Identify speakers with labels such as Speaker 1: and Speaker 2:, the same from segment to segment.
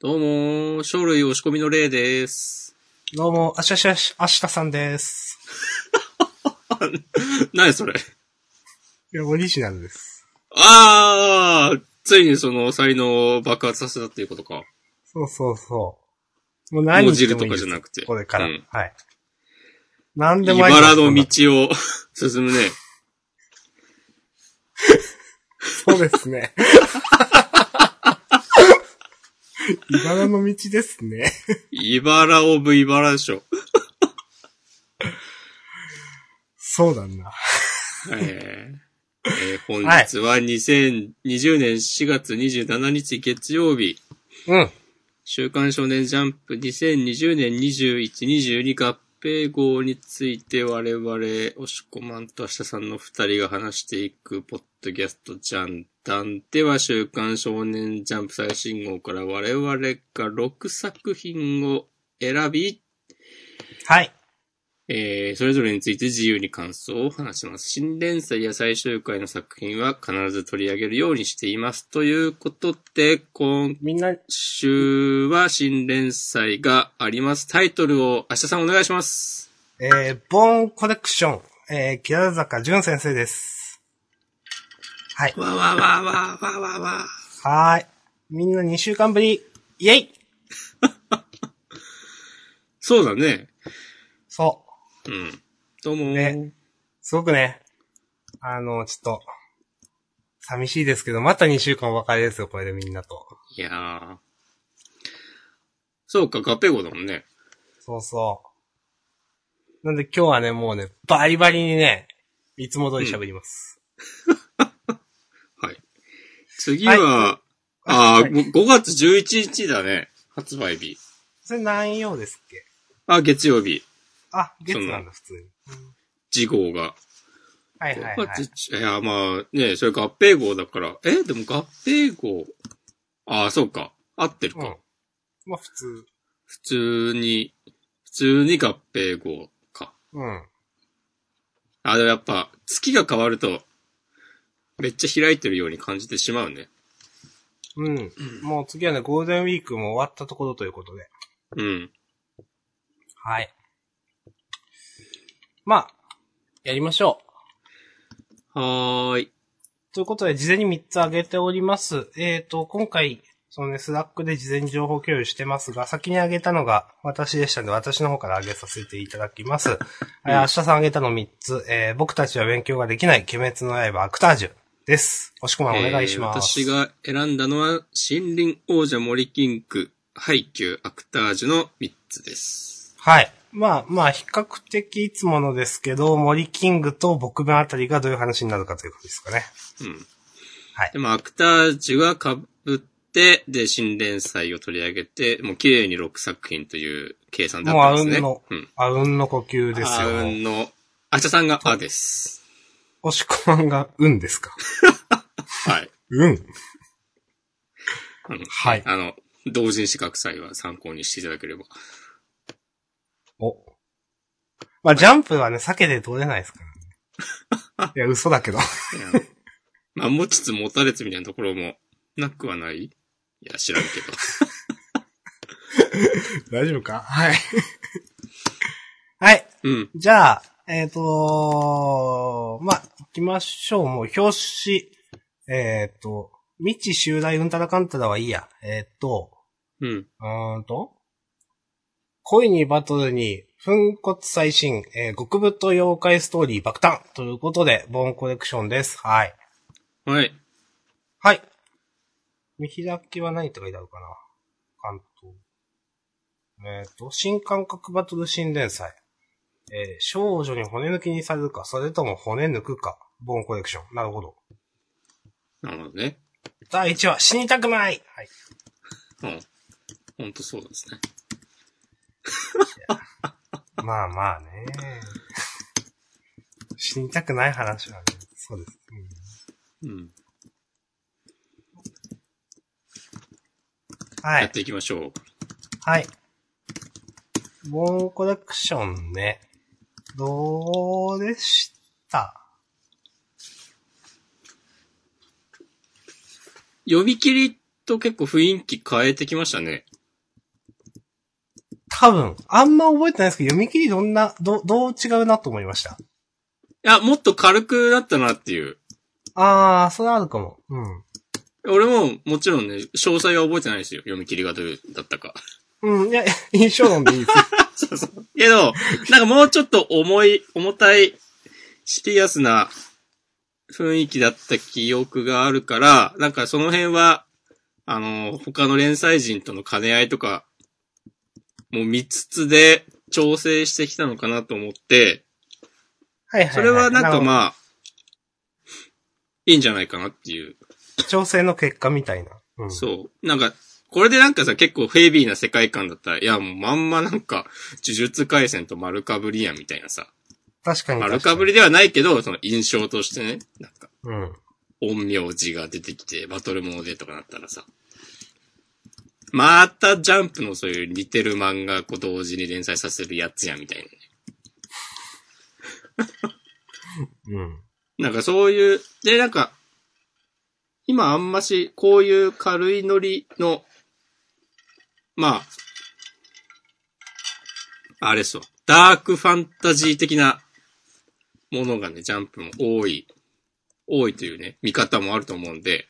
Speaker 1: どうもー、書類押し込みの例です。
Speaker 2: どうも、あしあしあし、あしたさんです。
Speaker 1: 何それ
Speaker 2: いや、オリジナルです。
Speaker 1: あーついにその才能を爆発させたっていうことか。
Speaker 2: そうそうそう。もう何言ってもいい
Speaker 1: もう汁とか
Speaker 2: です
Speaker 1: じゃなくて
Speaker 2: これから。
Speaker 1: うん
Speaker 2: はい。何でもあります
Speaker 1: 茨の。道を 進むね。
Speaker 2: そうで すね。茨の道ですね。
Speaker 1: 茨オブ茨でしょ。
Speaker 2: そうだな。
Speaker 1: えーえー本日は2020年4月27日月曜日、
Speaker 2: うん。
Speaker 1: 週刊少年ジャンプ2020年21、22合併号について我々、おしこまんと明日さんの二人が話していくポッドキャストジャンダンでは週刊少年ジャンプ最新号から我々が6作品を選び、
Speaker 2: はい。
Speaker 1: えーそれぞれについて自由に感想を話します。新連載や最終回の作品は必ず取り上げるようにしています。ということで、今
Speaker 2: みんな、
Speaker 1: 週は新連載があります。タイトルを明日さんお願いします。
Speaker 2: えー、ボーンコレクション、えー、木原坂淳先生です。はい。
Speaker 1: わわわわわわわ。
Speaker 2: はーい。みんな2週間ぶり、イェイ
Speaker 1: そうだね。
Speaker 2: そう。
Speaker 1: うん。どうも、
Speaker 2: ねすごくね、あの、ちょっと、寂しいですけど、また2週間お別れですよ、これでみんなと。
Speaker 1: いやー。そうか、合併号だもんね。
Speaker 2: そうそう。なんで今日はね、もうね、バリバリにね、いつも通り喋ります。
Speaker 1: はい。次は、あ
Speaker 2: は
Speaker 1: ー、
Speaker 2: い
Speaker 1: ご5月11日だね。発売日。
Speaker 2: それ何曜ですっけ
Speaker 1: あ、月曜日。
Speaker 2: あ、月なんだ、普通に。
Speaker 1: 次号が。
Speaker 2: はいはい
Speaker 1: 5
Speaker 2: はい。
Speaker 1: 月、いや、まあ、ね、それ合併号だから。え、でも合併号。ああ、そうか。合ってる
Speaker 2: う
Speaker 1: か。
Speaker 2: ん。まあ普通。
Speaker 1: 普通に、普通に合併号か。
Speaker 2: うん。
Speaker 1: あ、でもやっぱ、月が変わると、めっちゃ開いてるように感じてしまうね。
Speaker 2: うん。もう次はね、ゴールデンウィークも終わったところということで。
Speaker 1: うん。
Speaker 2: はい。まあ、やりましょう。
Speaker 1: はーい。
Speaker 2: ということで、事前に3つ挙げております。えっ、と、今回、そのね、スラックで事前に情報共有してますが、先に挙げたのが私でしたので、私の方から挙げさせていただきます。えー明日さん挙げたの3つ、えー僕たちは勉強ができない、鬼滅の刃、アクタージュです。おしくまんお願いします。
Speaker 1: えー私が選んだのは、森林王者森キンク、ハイキュー、アクタージュの3つです。
Speaker 2: はい。まあまあ、比較的いつものですけど、森キングと僕弁あたりがどういう話になるかということですかね。
Speaker 1: うん。
Speaker 2: はい
Speaker 1: でも、アクタージュが被って、で、新連載を取り上げて、もう綺麗に6作品という計算だったんですね。
Speaker 2: も
Speaker 1: うん。
Speaker 2: あうんの呼吸です
Speaker 1: あう
Speaker 2: よ。
Speaker 1: んの、あちゃさんがあです。
Speaker 2: おしくまんが、うんですか。
Speaker 1: はい。
Speaker 2: うん。
Speaker 1: あの
Speaker 2: はい。
Speaker 1: あの、同人誌学祭は参考にしていただければ。
Speaker 2: お。まあ、ジャンプはね、避けて通れないですから ね。いや、嘘だけど。
Speaker 1: いや まあ、持ちつ持たれつみたいなところも、なくはないいや、知らんけど。
Speaker 2: 大丈夫かはい。 はい。
Speaker 1: うん。
Speaker 2: じゃあ、えっ、とまあ、行きましょう。もう、表紙。えっ、と、未知襲来うんたらかんたらはいいや。えっ、と、
Speaker 1: うん。
Speaker 2: うーんと、恋にバトルに、粉骨最新、えー極太妖怪ストーリー爆誕ということで、ボーンコレクションです。はい。
Speaker 1: はい。
Speaker 2: はい。見開きは何とかいてあるかな関東。えっ、と、新感覚バトル新連載。えー少女に骨抜きにされるか、それとも骨抜くか。ボーンコレクション。なるほど。
Speaker 1: なるほどね。
Speaker 2: 第1話、死にたくないはい。
Speaker 1: うん。ほんとそうですね。
Speaker 2: まあまあね。 死にたくない話はね、そうです。うん
Speaker 1: うん。
Speaker 2: は
Speaker 1: やっ
Speaker 2: い。
Speaker 1: ていきましょう。
Speaker 2: はい。ボーンコレクションね。どうでした
Speaker 1: 読み切りと結構雰囲気変えてきましたね。
Speaker 2: 多分、あんま覚えてないですけど、読み切りどんな、ど、どう違うなと思いました。
Speaker 1: いや、もっと軽くなったなっていう。
Speaker 2: あー、それあるかも。うん。
Speaker 1: 俺も、もちろんね、詳細は覚えてないですよ。読み切りがどうだったか。
Speaker 2: うん、いや、 印象論でいいです。
Speaker 1: そうそう。けど、なんかもうちょっと重い、重たい、シリアスな雰囲気だった記憶があるから、なんかその辺は、あの、他の連載人との兼ね合いとか、もう見つつで調整してきたのかなと思って、
Speaker 2: はいはい、はい。
Speaker 1: それはなんか
Speaker 2: あ。
Speaker 1: まあ、いいんじゃないかなっていう。
Speaker 2: 調整の結果みたいな。うん。
Speaker 1: そう。なんか、これでなんかさ、結構ヘビーな世界観だったら、いやもうまんまなんか、呪術回戦と丸かぶりやんみたいなさ。
Speaker 2: 確かに確かに。
Speaker 1: 丸かぶりではないけど、その印象としてね、なんか、
Speaker 2: うん。
Speaker 1: 陰陽字が出てきて、バトルモーでとかなったらさ。またジャンプのそういう似てる漫画こう同時に連載させるやつやんみたいなね。
Speaker 2: うん。
Speaker 1: なんかそういう、で、なんか、今あんまし、こういう軽いノリの、まあ、あれっすわ。ダークファンタジー的なものがね、ジャンプも多い、多いというね、見方もあると思うんで、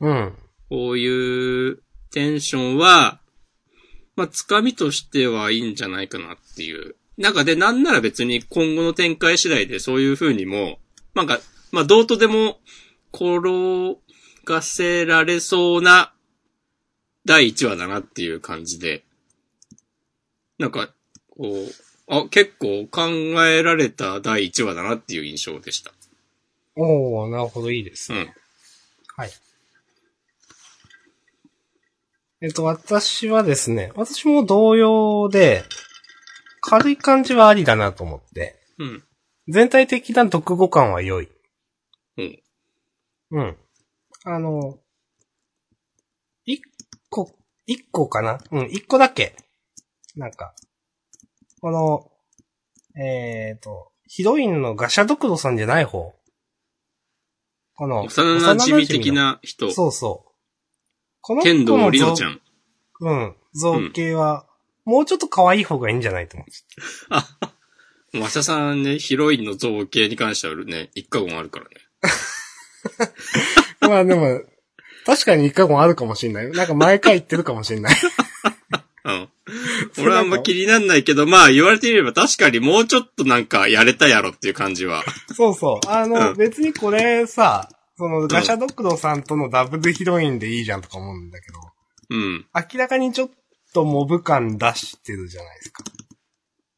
Speaker 2: うん。
Speaker 1: こういうテンションは、まあ、つかみとしてはいいんじゃないかなっていう。なんかで、なんなら別に今後の展開次第でそういう風にも、なんか、まあ、どうとでも転がせられそうな第1話だなっていう感じで。なんか、こう、あ、結構考えられた第1話だなっていう印象でした。
Speaker 2: おー、なるほど、いいです
Speaker 1: う。ん。
Speaker 2: はい。えっと、私はですね、私も同様で、軽い感じはありだなと思って、
Speaker 1: うん。
Speaker 2: 全体的な読語感は良い。
Speaker 1: うん。
Speaker 2: うん。あの、一個、一個かなうん、一個だけ。なんか、この、えっ、と、ヒロインのガシャドクロさんじゃない方。この、
Speaker 1: 幼馴染み的
Speaker 2: の
Speaker 1: な人。
Speaker 2: そうそう。この子
Speaker 1: 剣道りのちゃ
Speaker 2: ん。
Speaker 1: ん。
Speaker 2: うん。造形は、もうちょっと可愛い方がいいんじゃないと思う。
Speaker 1: マサさんね、ヒロインの造形に関してはね、一過言あるからね。
Speaker 2: まあでも、確かに一回もあるかもしんない。なんか毎回言ってるかもしんない。
Speaker 1: うん。俺はあんま気になんないけど、まあ言われてみれば確かにもうちょっとなんかやれたやろっていう感じは。
Speaker 2: そうそう。あ
Speaker 1: う
Speaker 2: の、
Speaker 1: ん
Speaker 2: 別にこれさ、その、ガシャドクロさんとのダブルヒロインでいいじゃんとか思うんだけど、
Speaker 1: うん。
Speaker 2: 明らかにちょっとモブ感出してるじゃないですか。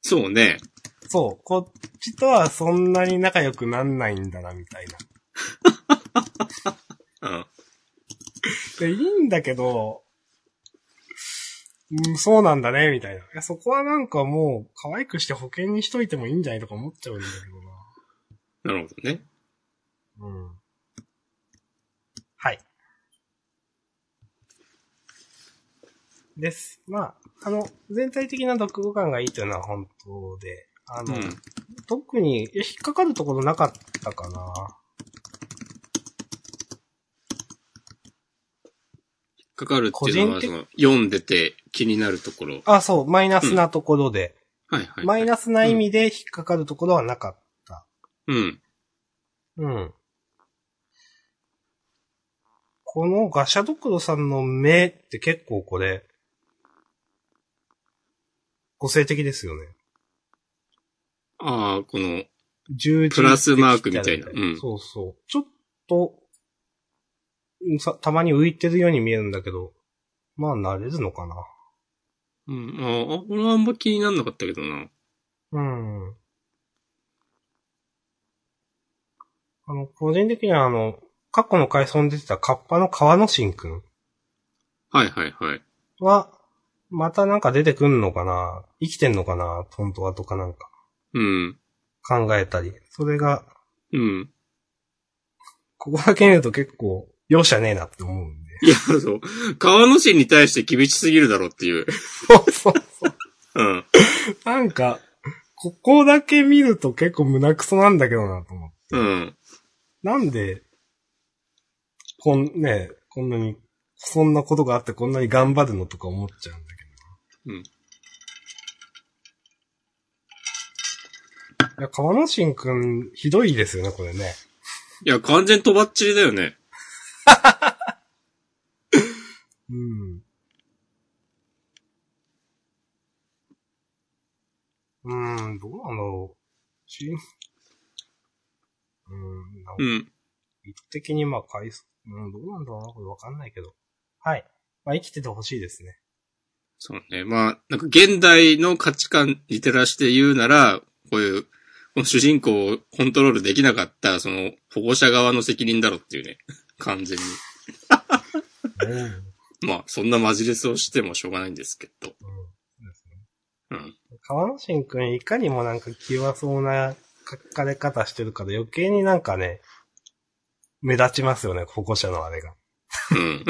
Speaker 1: そうね。
Speaker 2: そう。こっちとはそんなに仲良くなんないんだな、みたいな。
Speaker 1: うん。
Speaker 2: で、いいんだけど、うん、そうなんだね、みたいな。いや、そこはなんかもう、可愛くして保険にしといてもいいんじゃないとか思っちゃうんだけ
Speaker 1: なるほどね。
Speaker 2: どな。うん。はい。です。まあ、あの、全体的な読語感がいいというのは本当で、あ
Speaker 1: う
Speaker 2: の、
Speaker 1: ん。
Speaker 2: 特に、いや引っかかるところなかったかな。
Speaker 1: かかるっていうのは、
Speaker 2: 個人的
Speaker 1: その、読んでて気になるところ。
Speaker 2: あ、そう、マイナスなところで、
Speaker 1: はいはい。
Speaker 2: マイナ
Speaker 1: ス。
Speaker 2: スな意味で引っかかるところはなかった。
Speaker 1: うん。
Speaker 2: うん。このガシャドクロさんの目って結構これ、個性的ですよね。
Speaker 1: ああ、この、
Speaker 2: 十字
Speaker 1: プラスマークみたいなうん
Speaker 2: そうそう。ちょっと、うんさ、たまに浮いてるように見えるんだけど、まあ慣れるのかな。
Speaker 1: うん。ああ、これはあんま気になんなかったけどな。
Speaker 2: うん。あの、個人的にはあの、過去の回想に出てたカッパの川野神くん。
Speaker 1: はいはいはい。
Speaker 2: は、またなんか出てくんのかな生きてんのかな本当はとかなんか
Speaker 1: うん。
Speaker 2: 考えたり。それが、
Speaker 1: うん。
Speaker 2: ここだけ見ると結構、容赦ねえなって思う んで。
Speaker 1: いや、そう。川野市に対して厳しすぎるだろうっていう。
Speaker 2: そうそうそう。
Speaker 1: うん。
Speaker 2: なんか、ここだけ見ると結構胸くそなんだけどなと思って。
Speaker 1: うん。
Speaker 2: なんで、こん、ねえこんなに、そんなことがあってこんなに頑張るのとか思っちゃうんだけ
Speaker 1: う
Speaker 2: ど。
Speaker 1: ん。
Speaker 2: いや、川野新くん、ひどいですよね、これね。
Speaker 1: いや、完全とばっちりだよね。
Speaker 2: うん。うん、どうなんだろう。しうん、なんか
Speaker 1: うん。
Speaker 2: 意図的にまあ回数、うん、どうなんだろうな、これわかんないけど。はい。まあ生きててほしいですね。
Speaker 1: そうね。まあ、なんか現代の価値観に照らして言うなら、こういう、この主人公をコントロールできなかった、その保護者側の責任だろっていうね。 完全に。まあ、そんなマジレスをしてもしょうがないんですけど。
Speaker 2: そうですね
Speaker 1: うん。
Speaker 2: 川野新くん、いかにもなんか気弱そうな書かれ方してるから余計になんかね、目立ちますよね、保護者のあれが。
Speaker 1: うん。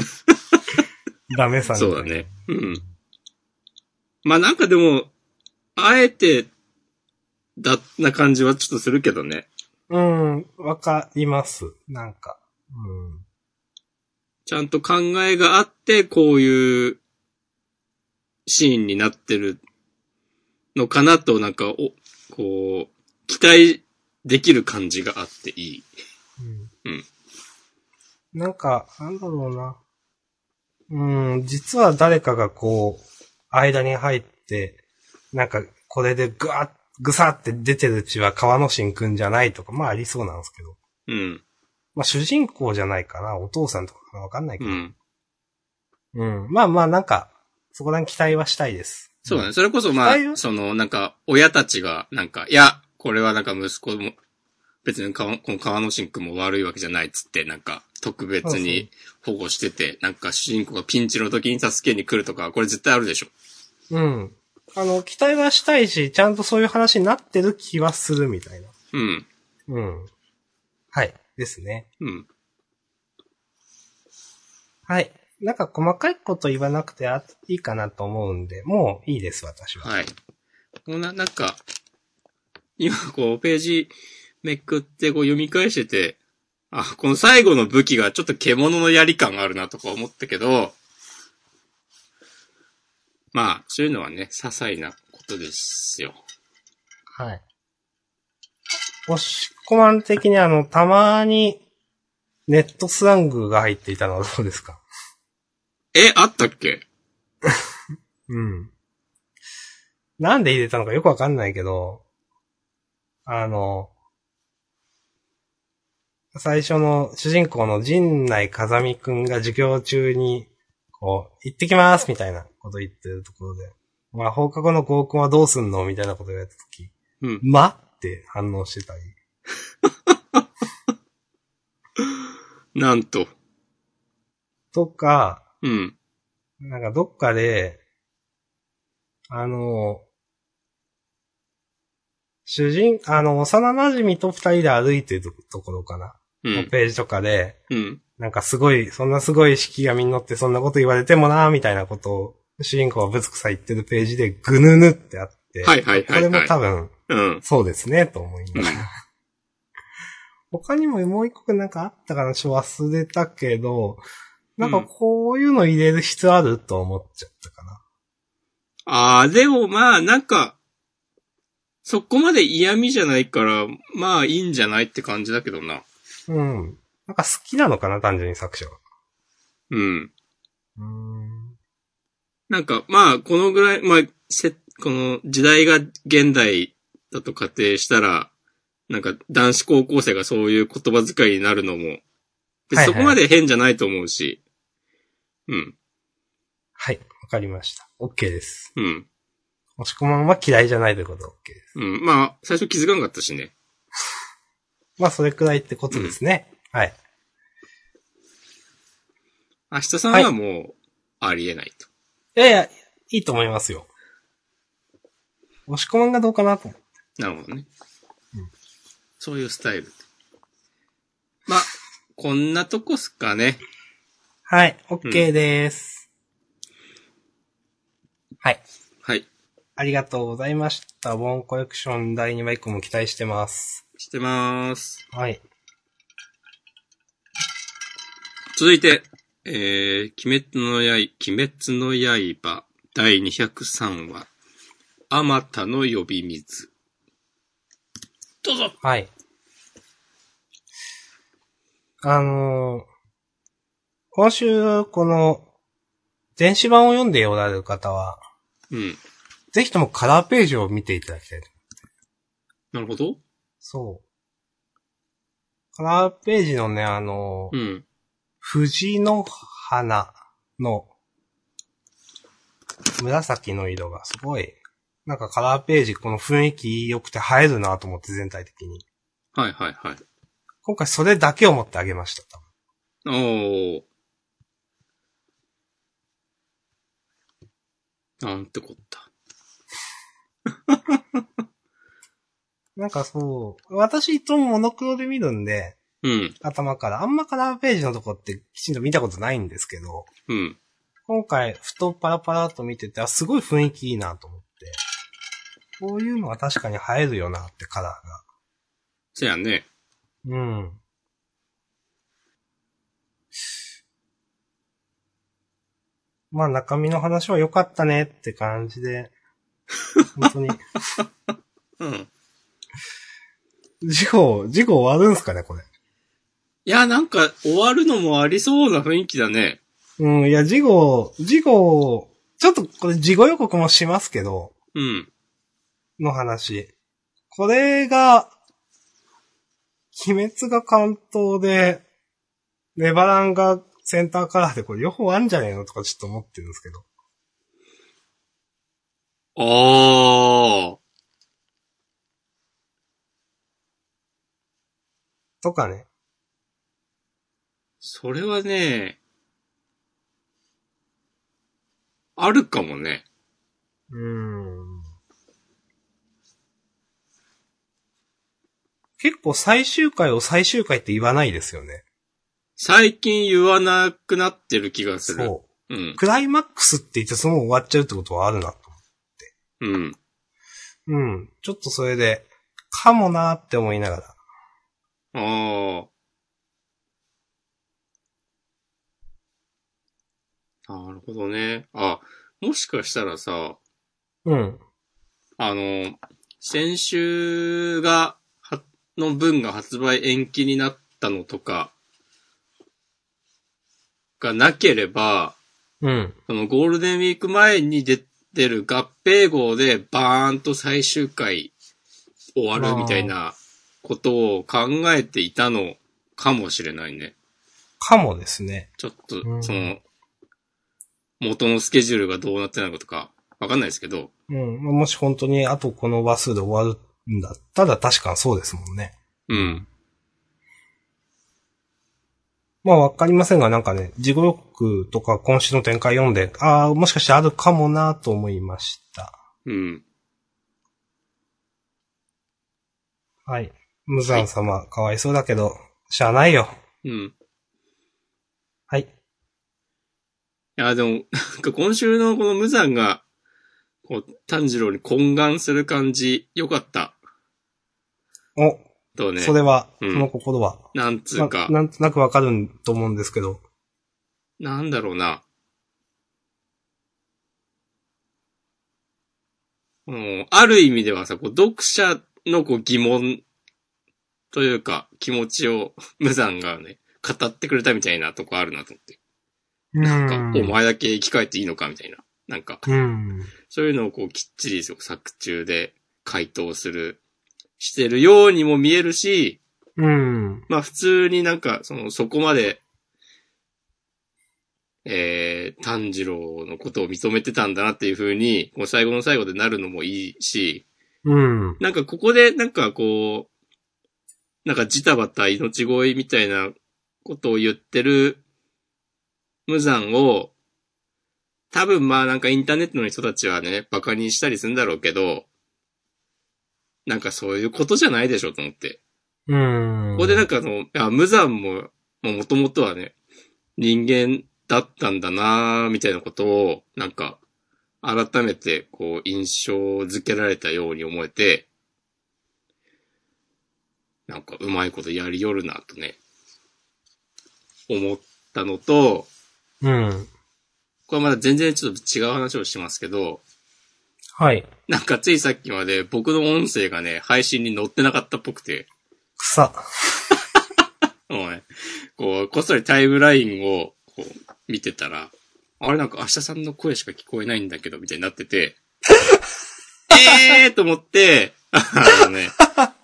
Speaker 2: ダメさんみたい
Speaker 1: そうだね。うん。まあなんかでも、あえて、だ、な感じはちょっとするけどね。
Speaker 2: うん、わかります。なんか。うん。
Speaker 1: ちゃんと考えがあって、こういうシーンになってるのかなと、なんか、お、こう、期待できる感じがあっていい。
Speaker 2: う
Speaker 1: うんん。
Speaker 2: なんか、なんだろうな。うん、実は誰かがこう、間に入って、なんか、これでぐわっ、ぐさって出てる血は川野新くんじゃないとか、まあありそうなんですけど。
Speaker 1: うん。
Speaker 2: まあ主人公じゃないかな、お父さんとかかなわかんないけ
Speaker 1: う
Speaker 2: ど。
Speaker 1: ん。
Speaker 2: うん。まあまあなんか、そこらに期待はしたいです。
Speaker 1: そうだね。それこそま
Speaker 2: ああいう
Speaker 1: あ、その、なんか、親たちが、なんか、いや、これはなんか息子も、別にかわこの川野真君も悪いわけじゃないっつって、なんか、特別に保護してて、なんか主人公がピンチの時に助けに来るとか、これ絶対あるでしょ。
Speaker 2: うん。あの、期待はしたいし、ちゃんとそういう話になってる気はするみたいな。
Speaker 1: うん。
Speaker 2: うん。はい。ですね。
Speaker 1: うん。
Speaker 2: はい。なんか細かいこと言わなくてあいいかなと思うんで、もういいです、私は。
Speaker 1: はい。こんな、なんか、今こう、ページめくってこう読み返してて、あ、この最後の武器がちょっと獣の槍感があるなとか思ったけど、まあ、そういうのはね、些細なことですよ。
Speaker 2: はい。押し込まん的にあの、たまに、ネットスラングが入っていたのはどうですか
Speaker 1: え、あったっけ
Speaker 2: うん。なんで入れたのかよくわかんないけど、あの、最初の主人公の陣内風見くんが授業中に、こう、行ってきますみたいなこと言ってるところで、まあ放課後の合コンはどうすんのみたいなこと言われたとき、
Speaker 1: うん。
Speaker 2: まって反応してたり。
Speaker 1: なんと。
Speaker 2: とか、
Speaker 1: うん。
Speaker 2: なんかどっかで、あの、主人、あの、幼馴染と二人で歩いてるとところかな。
Speaker 1: う
Speaker 2: の
Speaker 1: ん。
Speaker 2: ページとかで、
Speaker 1: うん。
Speaker 2: なんかすごい、そんなすごい式がみんなってそんなこと言われてもな、みたいなことを、主人公はぶつくさ言ってるページでぐぬぬってあって、
Speaker 1: はいはいはいはい
Speaker 2: これも多分、
Speaker 1: うん。
Speaker 2: そうですね、と思いなが
Speaker 1: う
Speaker 2: ら。 他にももう一個なんかあったかな、ちょっと忘れたけど、なんかこういうの入れる必要あると思っちゃったかな。
Speaker 1: ああ、でもまあ、なんか、そこまで嫌味じゃないから、まあいいんじゃないって感じだけどな。
Speaker 2: うん。なんか好きなのかな、単純に作者が。
Speaker 1: うん。
Speaker 2: うーん。
Speaker 1: なんか、まあ、このぐらい、まあ、せ、この時代が現代だと仮定したら、なんか男子高校生がそういう言葉遣いになるのも、
Speaker 2: はいは
Speaker 1: でそ
Speaker 2: い
Speaker 1: こまで変じゃないと思うし、うん、
Speaker 2: はい、わかりました。OK です。
Speaker 1: うん、
Speaker 2: 押し込まんは嫌いじゃないということは OK です。
Speaker 1: うん。まあ、最初気づかなかったしね。
Speaker 2: まあ、それくらいってことですね。はい。
Speaker 1: 明日さん
Speaker 2: は
Speaker 1: はもう、ありえないと。
Speaker 2: いやいや、いいと思いますよ。押し込まんがどうかなと思って。
Speaker 1: なるほどね。
Speaker 2: うん
Speaker 1: そういうスタイル。まあ、こんなとこっすかね。
Speaker 2: はい、OK です。はい。
Speaker 1: はい。
Speaker 2: ありがとうございました。ボーンコレクション第2話以降も期待してます。
Speaker 1: してまーす。
Speaker 2: はい。
Speaker 1: 続いて、えー、鬼滅の刃、鬼滅の刃、第203話、あまたの呼び水。どうぞ
Speaker 2: はい。あのー今週、この、電子版を読んでおられる方は、
Speaker 1: うん。
Speaker 2: ぜひともカラーページを見ていただきたい。
Speaker 1: なるほど。
Speaker 2: そう。カラーページのね、あのー
Speaker 1: うん。
Speaker 2: 藤の花の紫の色がすごい、なんかカラーページこの雰囲気良くて映えるなと思って全体的に。
Speaker 1: はいはいはい。
Speaker 2: 今回それだけを持ってあげました。多
Speaker 1: お
Speaker 2: 分
Speaker 1: ー。なんてこった。
Speaker 2: なんかそう、私いつもモノクロで見るんで、
Speaker 1: うん。
Speaker 2: 頭から。あんまカラーページのとこってきちんと見たことないんですけど、
Speaker 1: うん。
Speaker 2: 今回ふとパラパラっと見てて、あ、すごい雰囲気いいなと思って。こういうのは確かに映えるよなってカラーが。
Speaker 1: そやね。
Speaker 2: うん。まあ中身の話は良かったねって感じで、本 当
Speaker 1: う
Speaker 2: に。
Speaker 1: ん。
Speaker 2: 事故、事故終わるんすかね、これ。
Speaker 1: いや、なんか、終わるのもありそうな雰囲気だね。
Speaker 2: うん、いや、事故、事故、ちょっとこれ事故予告もしますけど、
Speaker 1: うん。
Speaker 2: の話。これが、鬼滅が関東で、レバランがセンターカラーでこれ両方あんじゃねえのとかちょっと思ってるんですけど。
Speaker 1: あー。
Speaker 2: とかね。
Speaker 1: それはね、あるかもね。
Speaker 2: うーん結構最終回を最終回って言わないですよね。
Speaker 1: 最近言わなくなってる気がする。。
Speaker 2: そう
Speaker 1: ん
Speaker 2: う。。クライマックスって言ってそのまま終わっちゃうってことはあるなと。
Speaker 1: うん。
Speaker 2: うん。ちょっとそれで、かもなーって思いながら。
Speaker 1: ああ。なるほどね。あ、もしかしたらさ、
Speaker 2: うん。
Speaker 1: あの、先週が、は、の分が発売延期になったのとか、がなければ、
Speaker 2: うん。
Speaker 1: そのゴールデンウィーク前に出てる合併号でバーンと最終回終わるみたいなことを考えていたのかもしれないね。
Speaker 2: かもですね。
Speaker 1: ちょっと
Speaker 2: う、ん
Speaker 1: その、元のスケジュールがどうなってないかとか、わかんないですけど、
Speaker 2: うん。まあもし本当にあとこの話数で終わるんだったら確かにそうですもんね。
Speaker 1: うん。
Speaker 2: まあわかりませんが、なんかね、地獄とか今週の展開読んで、ああ、もしかしてあるかもなーと思いました。
Speaker 1: うん。
Speaker 2: はい。無惨様、かわいそうだけど、しゃあないよ。
Speaker 1: うん。
Speaker 2: はい。
Speaker 1: いや、でも、なんか今週のこの無惨が、こう、炭治郎に懇願する感じ、よかった。
Speaker 2: お、
Speaker 1: とね、
Speaker 2: それは、
Speaker 1: うん
Speaker 2: その心は、
Speaker 1: なんつうか
Speaker 2: な、なんとなくわかると思うんですけど、
Speaker 1: なんだろうな。うん、ある意味ではさ、こう読者のこう疑問というか気持ちを無惨がね、語ってくれたみたいなとこあるなと思って。
Speaker 2: な
Speaker 1: なんかお前だけ生き返っていいのかみたいな。なんか、
Speaker 2: うん。
Speaker 1: そういうのをこうきっちりそう作中で回答する、してるようにも見えるし、
Speaker 2: うん。
Speaker 1: まあ普通になんか、その、そこまで、えー、炭治郎のことを認めてたんだなっていう風に、こう最後の最後でなるのもいいし、
Speaker 2: うん。
Speaker 1: なんかここでなんかこう、なんかジタバタ命乞いみたいなことを言ってる無惨を、多分まあなんかインターネットの人たちはね、馬鹿にしたりするんだろうけど、なんかそういうことじゃないでしょと思って。
Speaker 2: うん。
Speaker 1: ここでなん
Speaker 2: か、
Speaker 1: かあの、あ無惨も、もともとはね、人間だったんだなーみたいなことを、なんか、改めて、こう、印象づけられたように思えて、なんか、うまいことやりよるな、とね、思ったのと、
Speaker 2: うん。
Speaker 1: これはまだ全然ちょっと違う話をしますけど、
Speaker 2: はい。
Speaker 1: なんかついさっきまで僕の音声がね、配信に載ってなかったっぽくて、
Speaker 2: 草。
Speaker 1: おい、こう、こっそりタイムラインを、こう、見てたら、あれなんか明日さんの声しか聞こえないんだけど、みたいになってて、 えーと思って、 あのね、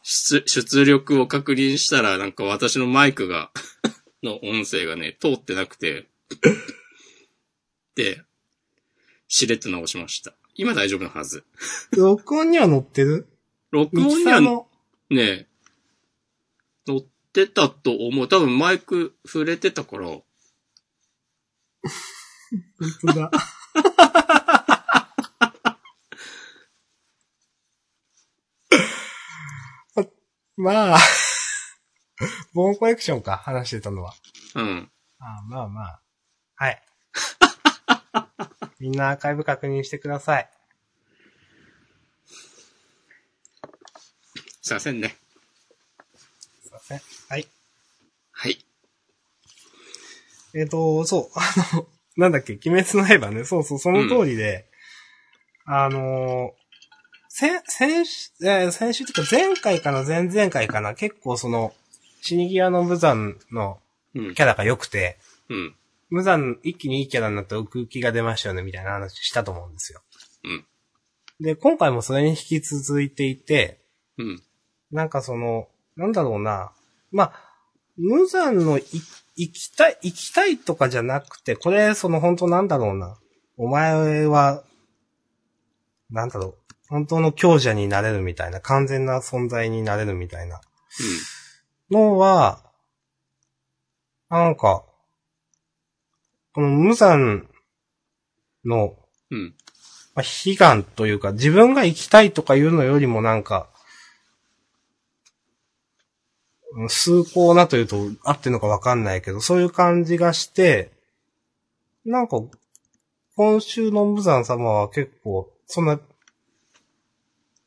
Speaker 1: 出、出力を確認したら、なんか私のマイクが、 の音声がね、通ってなくて、で、しれっと直しました。今大丈夫なはず。
Speaker 2: 録音には載ってる
Speaker 1: 録音
Speaker 2: ミキ
Speaker 1: に
Speaker 2: サー
Speaker 1: は
Speaker 2: の。
Speaker 1: ねえ、乗ってたと思う。多分マイク触れてたから、
Speaker 2: 本当 だ。まあ、 ボーンコレクションか、話してたのは。
Speaker 1: うん。
Speaker 2: ああまあまあ。 はい。みんなアーカイブ確認してください。
Speaker 1: すいませんね。
Speaker 2: すいません。はい。
Speaker 1: はい。
Speaker 2: えっ、と、そう、あの、なんだっけ、鬼滅の刃ね。そうそう、その通りで、あのー、先、先週、えー先週というか前回かな、前々回かな、結構その、死に際の無惨の
Speaker 1: うん
Speaker 2: キ。ャラが良くて、
Speaker 1: うん。
Speaker 2: 無惨一気にいいキャラになって奥行きが出ましたよね、みたいな話したと思うんですよ。
Speaker 1: うん。
Speaker 2: で、今回もそれに引き続いていて、
Speaker 1: うん。
Speaker 2: なんかその、なんだろうな。まあ、無残のい行きたい、行きたいとかじゃなくて、これ、その本当なんだろうな。お前は、なんだろう。本当の強者になれるみたいな、完全な存在になれるみたいなのは、なんか、この無残の、
Speaker 1: うん。うん。
Speaker 2: まあ、悲願というか、自分が行きたいとかいうのよりもなんか、うん崇高なというと合ってるのかわかんないけど、そういう感じがして、なんか、今週の無惨様は結構、そんな、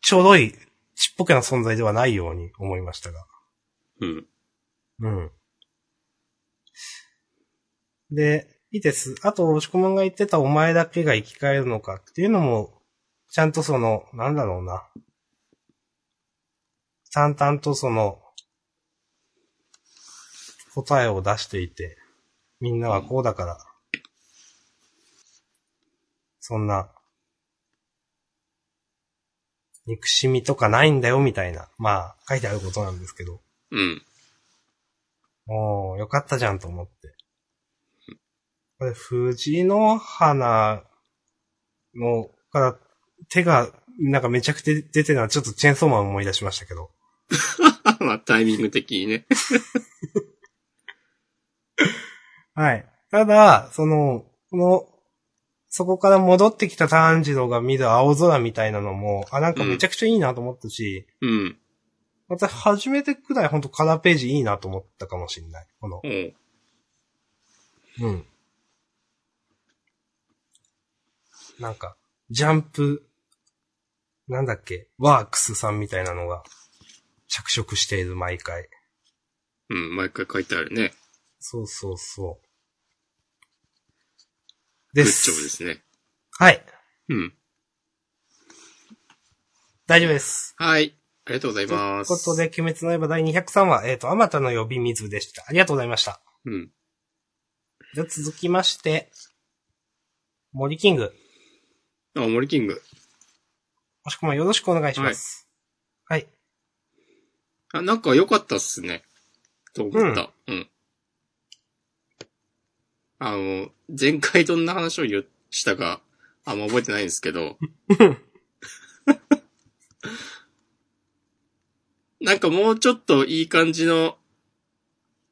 Speaker 2: ちょうどいい、ちっぽけな存在ではないように思いましたが。
Speaker 1: うん。
Speaker 2: うん。で、いいです。あと、押し込まんが言ってたお前だけが生き返るのかっていうのも、ちゃんとその、なんだろうな。淡々とその、答えを出していて、みんなはこうだから、そんな、憎しみとかないんだよみたいな、まあ、書いてあることなんですけど。
Speaker 1: うん。
Speaker 2: おー、よかったじゃんと思って。これ、藤の花の、から、手が、なんかめちゃくちゃ出てるのはちょっとチェーンソーマン思い出しましたけど。
Speaker 1: まあ、タイミング的にね。
Speaker 2: はい。ただ、その、この、そこから戻ってきた炭治郎が見る青空みたいなのも、あ、なんかめちゃくちゃいいなと思ったし、
Speaker 1: うん。
Speaker 2: 私初めてくらいほんとカラーページいいなと思ったかもしれない。この
Speaker 1: お、う
Speaker 2: うん。なんか、ジャンプ、なんだっけ、ワークスさんみたいなのが、着色している毎回。
Speaker 1: うん。毎回書いてあるね。
Speaker 2: そうそうそう。
Speaker 1: グ
Speaker 2: で
Speaker 1: ッ
Speaker 2: す。
Speaker 1: ジョブですね。
Speaker 2: はい。
Speaker 1: うん。
Speaker 2: 大丈夫です。
Speaker 1: はい。ありがとうござい
Speaker 2: とい
Speaker 1: ま
Speaker 2: う
Speaker 1: す。
Speaker 2: ことで、鬼滅の刃第203話、えっ、と、あまたの呼び水でした。ありがとうございました。
Speaker 1: うん。
Speaker 2: じゃあ続きまして、森キング。
Speaker 1: あ、森キング。
Speaker 2: もしくもよろしくお願いします。はい。
Speaker 1: あ、なんか良かったっすね。と思った。うん。あの、前回どんな話を言したか、あんま覚えてないんですけ ど。なんかもうちょっといい感じの、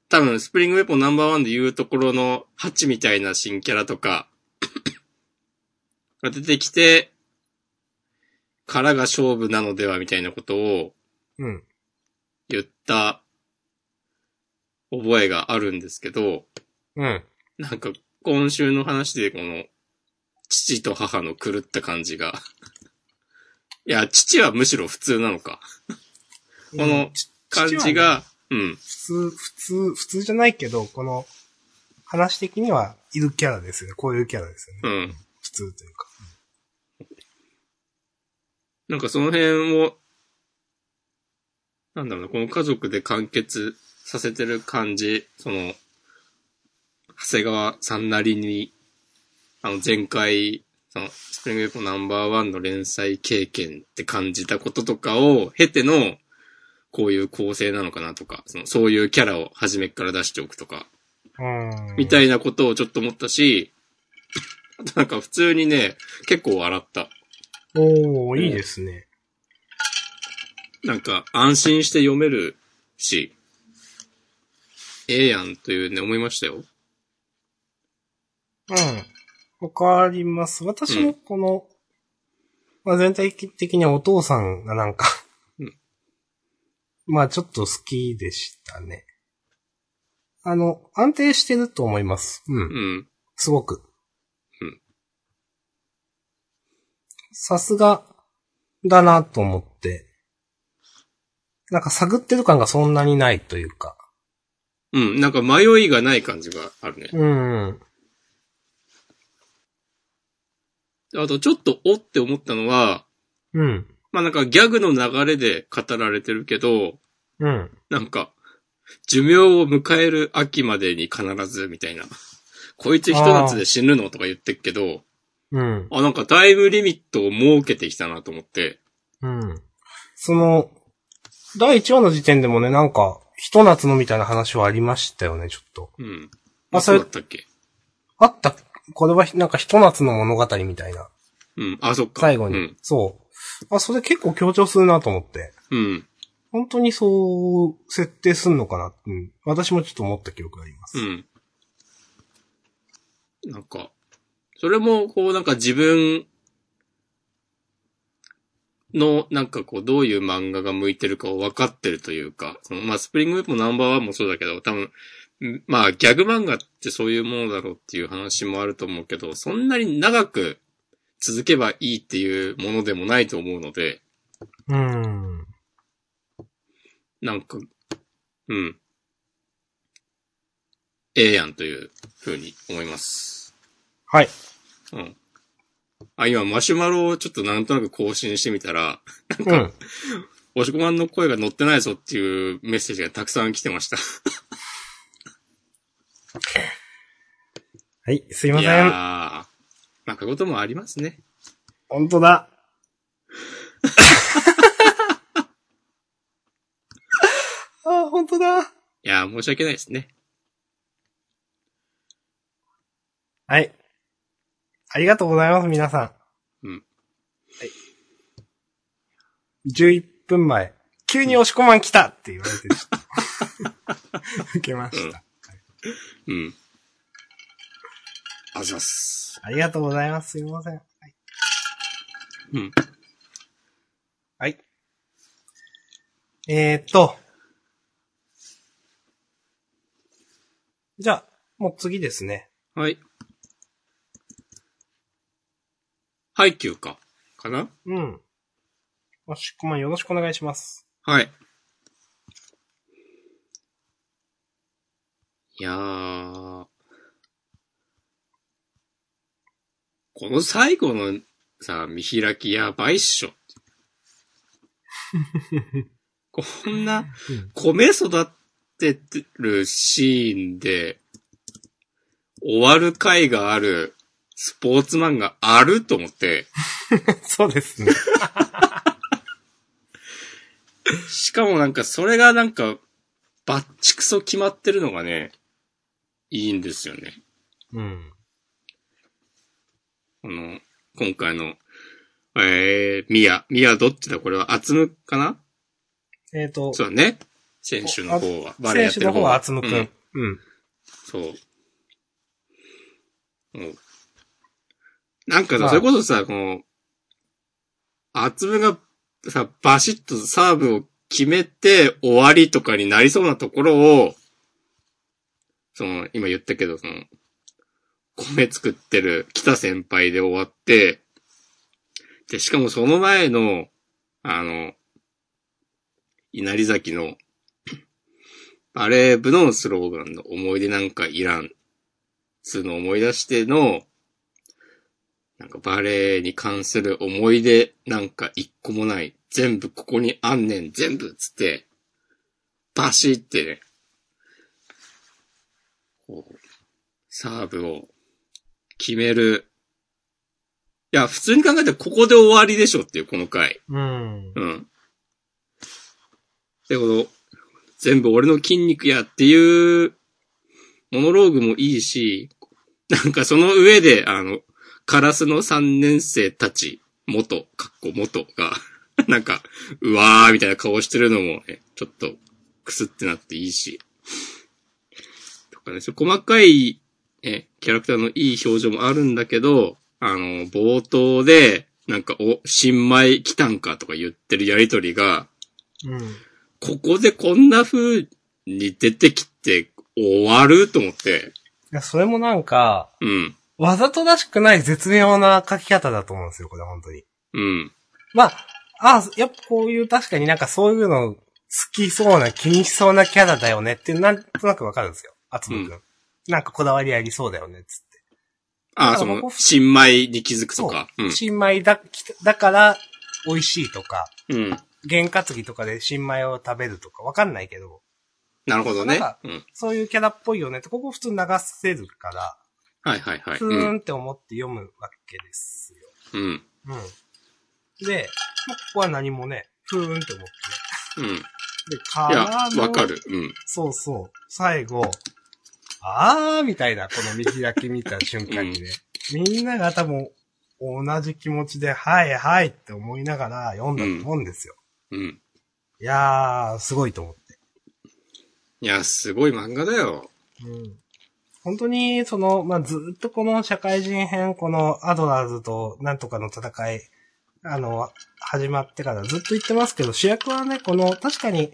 Speaker 1: 多分スプリングウェポンナンバーワンで言うところのハチみたいな新キャラとか、が出てきて、からが勝負なのではみたいなことを、
Speaker 2: うん。
Speaker 1: 言った覚えがあるんですけど、
Speaker 2: うん。
Speaker 1: なんか今週の話でこの父と母の狂った感じが。 いや、父はむしろ普通なのか。この感じが、うん。
Speaker 2: 普通、普通、普通じゃないけど、この、話的にはいるキャラですよね。こういうキャラですよね。
Speaker 1: うん。
Speaker 2: 普通というか。
Speaker 1: なんかその辺を、なんだろうな、この家族で完結させてる感じ、その、長谷川さんなりに、あの前回、その、スプリングエポナンバーワンの連載経験って感じたこととかを経ての、こういう構成なのかなとか、その、そういうキャラを初めっから出しておくとか、
Speaker 2: うん。
Speaker 1: みたいなことをちょっと思ったし、あとなんか普通にね、結構笑った。
Speaker 2: おー、いいですね。
Speaker 1: なんか安心して読めるし、ええやんというね、思いましたよ。
Speaker 2: うん。わかります。私もこの、まあ全体的にお父さんがなんか、
Speaker 1: うん
Speaker 2: まあちょっと好きでしたね。あの、安定してると思います。う。
Speaker 1: うんん。
Speaker 2: すごく。
Speaker 1: うん。
Speaker 2: さすが、だなと思って。なんか探ってる感がそんなにないというか。
Speaker 1: うん。なんか迷いがない感じがあるね。
Speaker 2: うん。
Speaker 1: あとちょっとおって思ったのは、
Speaker 2: うん。
Speaker 1: まあなんかギャグの流れで語られてるけど、
Speaker 2: うん。
Speaker 1: なんか、寿命を迎える秋までに必ず、みたいな。こいつ一夏で死ぬのとか言ってっけど、
Speaker 2: うん。
Speaker 1: あ、なんかタイムリミットを設けてきたなと思って。
Speaker 2: うん。その、第1話の時点でもね、なんか、ひと夏のみたいな話はありましたよね、ちょっと。
Speaker 1: うん。
Speaker 2: あそ
Speaker 1: そう
Speaker 2: れ
Speaker 1: だったっけ
Speaker 2: あった、これはひなんかひと夏の物語みたいな。
Speaker 1: うん。あ、そっか。
Speaker 2: 最後に。
Speaker 1: うん。
Speaker 2: そう。あ、それ結構強調するなと思って。
Speaker 1: うん。
Speaker 2: 本当にそう、設定すんのかなうん。私もちょっと思った記憶があります。
Speaker 1: うん。なんか、それも、こう、なんか自分の、なんかこう、どういう漫画が向いてるかを分かってるというか、そのまあ、スプリングウェポナンバーワンもそうだけど、多分、んまあ、ギャグ漫画ってそういうものだろうっていう話もあると思うけど、そんなに長く続けばいいっていうものでもないと思うので、
Speaker 2: うん。
Speaker 1: なんか、うん。ええやんというふうに思います。
Speaker 2: はい。
Speaker 1: うん。あ、今、マシュマロをちょっとなんとなく更新してみたら、
Speaker 2: うん。
Speaker 1: おしこまんの声が乗ってないぞっていうメッセージがたくさん来てました。
Speaker 2: はい、すいま
Speaker 1: い
Speaker 2: せ
Speaker 1: やー
Speaker 2: ん。
Speaker 1: なんかこともありますね。
Speaker 2: 本当だ。 あ、本当だ。
Speaker 1: いやー申し訳ないですね。
Speaker 2: はい。ありがとうございます、皆さん。
Speaker 1: うん。
Speaker 2: はい。11分前、急に押し込まん来たって言われて、 ちょっと受けました、
Speaker 1: うん。あざっす。
Speaker 2: ありがとうございます、すいません。はい。
Speaker 1: うん。
Speaker 2: はい、えーっと。じゃあ、もう次ですね。
Speaker 1: はい。ハイキューか。かな
Speaker 2: うん。押し込まんよろしくお願いします。
Speaker 1: はい。いやー。この最後のさ、見開きやばいっしょ。こんな
Speaker 2: うん、
Speaker 1: 米育ててるシーンで、終わる回があるスポーツマンがあると思って、
Speaker 2: そうですね。
Speaker 1: しかもなんか、それがなんか、バッチクソ決まってるのがね、いいんですよね。
Speaker 2: うん。
Speaker 1: この、今回の、えー、ミヤ、ミヤどっちだこれは、厚むかな
Speaker 2: えーっと、
Speaker 1: そうだね。選手の方は、バレーや
Speaker 2: 選
Speaker 1: っ
Speaker 2: 手
Speaker 1: て
Speaker 2: の
Speaker 1: る
Speaker 2: 方
Speaker 1: 方
Speaker 2: は
Speaker 1: は。
Speaker 2: 厚むく
Speaker 1: うん
Speaker 2: ん。うん。
Speaker 1: そう。うんなんか
Speaker 2: ま
Speaker 1: さ、
Speaker 2: あ
Speaker 1: それこそさ、この、厚むがさ、バシッとサーブを決めて終わりとかになりそうなところを、その、今言ったけど、その、米作ってる北先輩で終わって、で、しかもその前の、あの、稲荷崎の、バレー部のスローガンの思い出なんかいらん、つうのを思い出しての、なんかバレエに関する思い出なんか一個もない。全部ここにあんねん、全部っつって、バシってね、こう、サーブを決める。いや、普通に考えたらここで終わりでしょっていう、この回。
Speaker 2: うん。
Speaker 1: うん。で、この、全部俺の筋肉やっていう、モノローグもいいし、なんかその上で、あの、カラスの3年生たち、元、かっこ元が、 なんか、うわーみたいな顔してるのも、ね、ちょっと、くすってなっていいし。とかね、そう細かい、ね、キャラクターのいい表情もあるんだけど、あの、冒頭で、なんか、お、新米来たんかとか言ってるやりとりが、
Speaker 2: うん。
Speaker 1: ここでこんな風に出てきて終わると思って、
Speaker 2: いや、それもなんか、
Speaker 1: うん、
Speaker 2: わざとらしくない絶妙な書き方だと思うんですよ、これ本当に。
Speaker 1: うん、
Speaker 2: まあ、あやっぱこういう確かになんかそういうの好きそうな気にしそうなキャラだよねってなんとなくわかるんですよ、あつむくん。なんかこだわりありそうだよね、つって。
Speaker 1: あ
Speaker 2: あ
Speaker 1: あ、そ
Speaker 2: こ
Speaker 1: の、
Speaker 2: こ
Speaker 1: 新米に気づくとか。う
Speaker 2: 新米だ、きだから美味しいとか、
Speaker 1: ん。うん。
Speaker 2: 験担ぎとかで新米を食べるとかわかんないけど、
Speaker 1: なるほどね
Speaker 2: なんか。
Speaker 1: うん。
Speaker 2: そういうキャラっぽいよねって、ここ普通流せるから、
Speaker 1: はいはいはい。
Speaker 2: ふ
Speaker 1: う
Speaker 2: ーん
Speaker 1: ん。
Speaker 2: って思って読むわけですよ。
Speaker 1: うん。うん。
Speaker 2: うん。で、まあここは何もね、ふーんって思ってね。で、か
Speaker 1: い
Speaker 2: ら
Speaker 1: や、
Speaker 2: の
Speaker 1: わか。る。うん。
Speaker 2: そうそう。最後、あーみたいな、この見開き見た瞬間にね。みんなが多分、同じ気持ちで、はいはいって思いながら読んだと思うんですよ。
Speaker 1: うん。
Speaker 2: いやー、すごいと思って。
Speaker 1: いや、すごい漫画だよ。
Speaker 2: うん。本当に、その、まあ、ずーっとこの社会人編、このアドラーズとなんとかの戦い、あの、始まってからずっと言ってますけど、主役はね、この、確かに、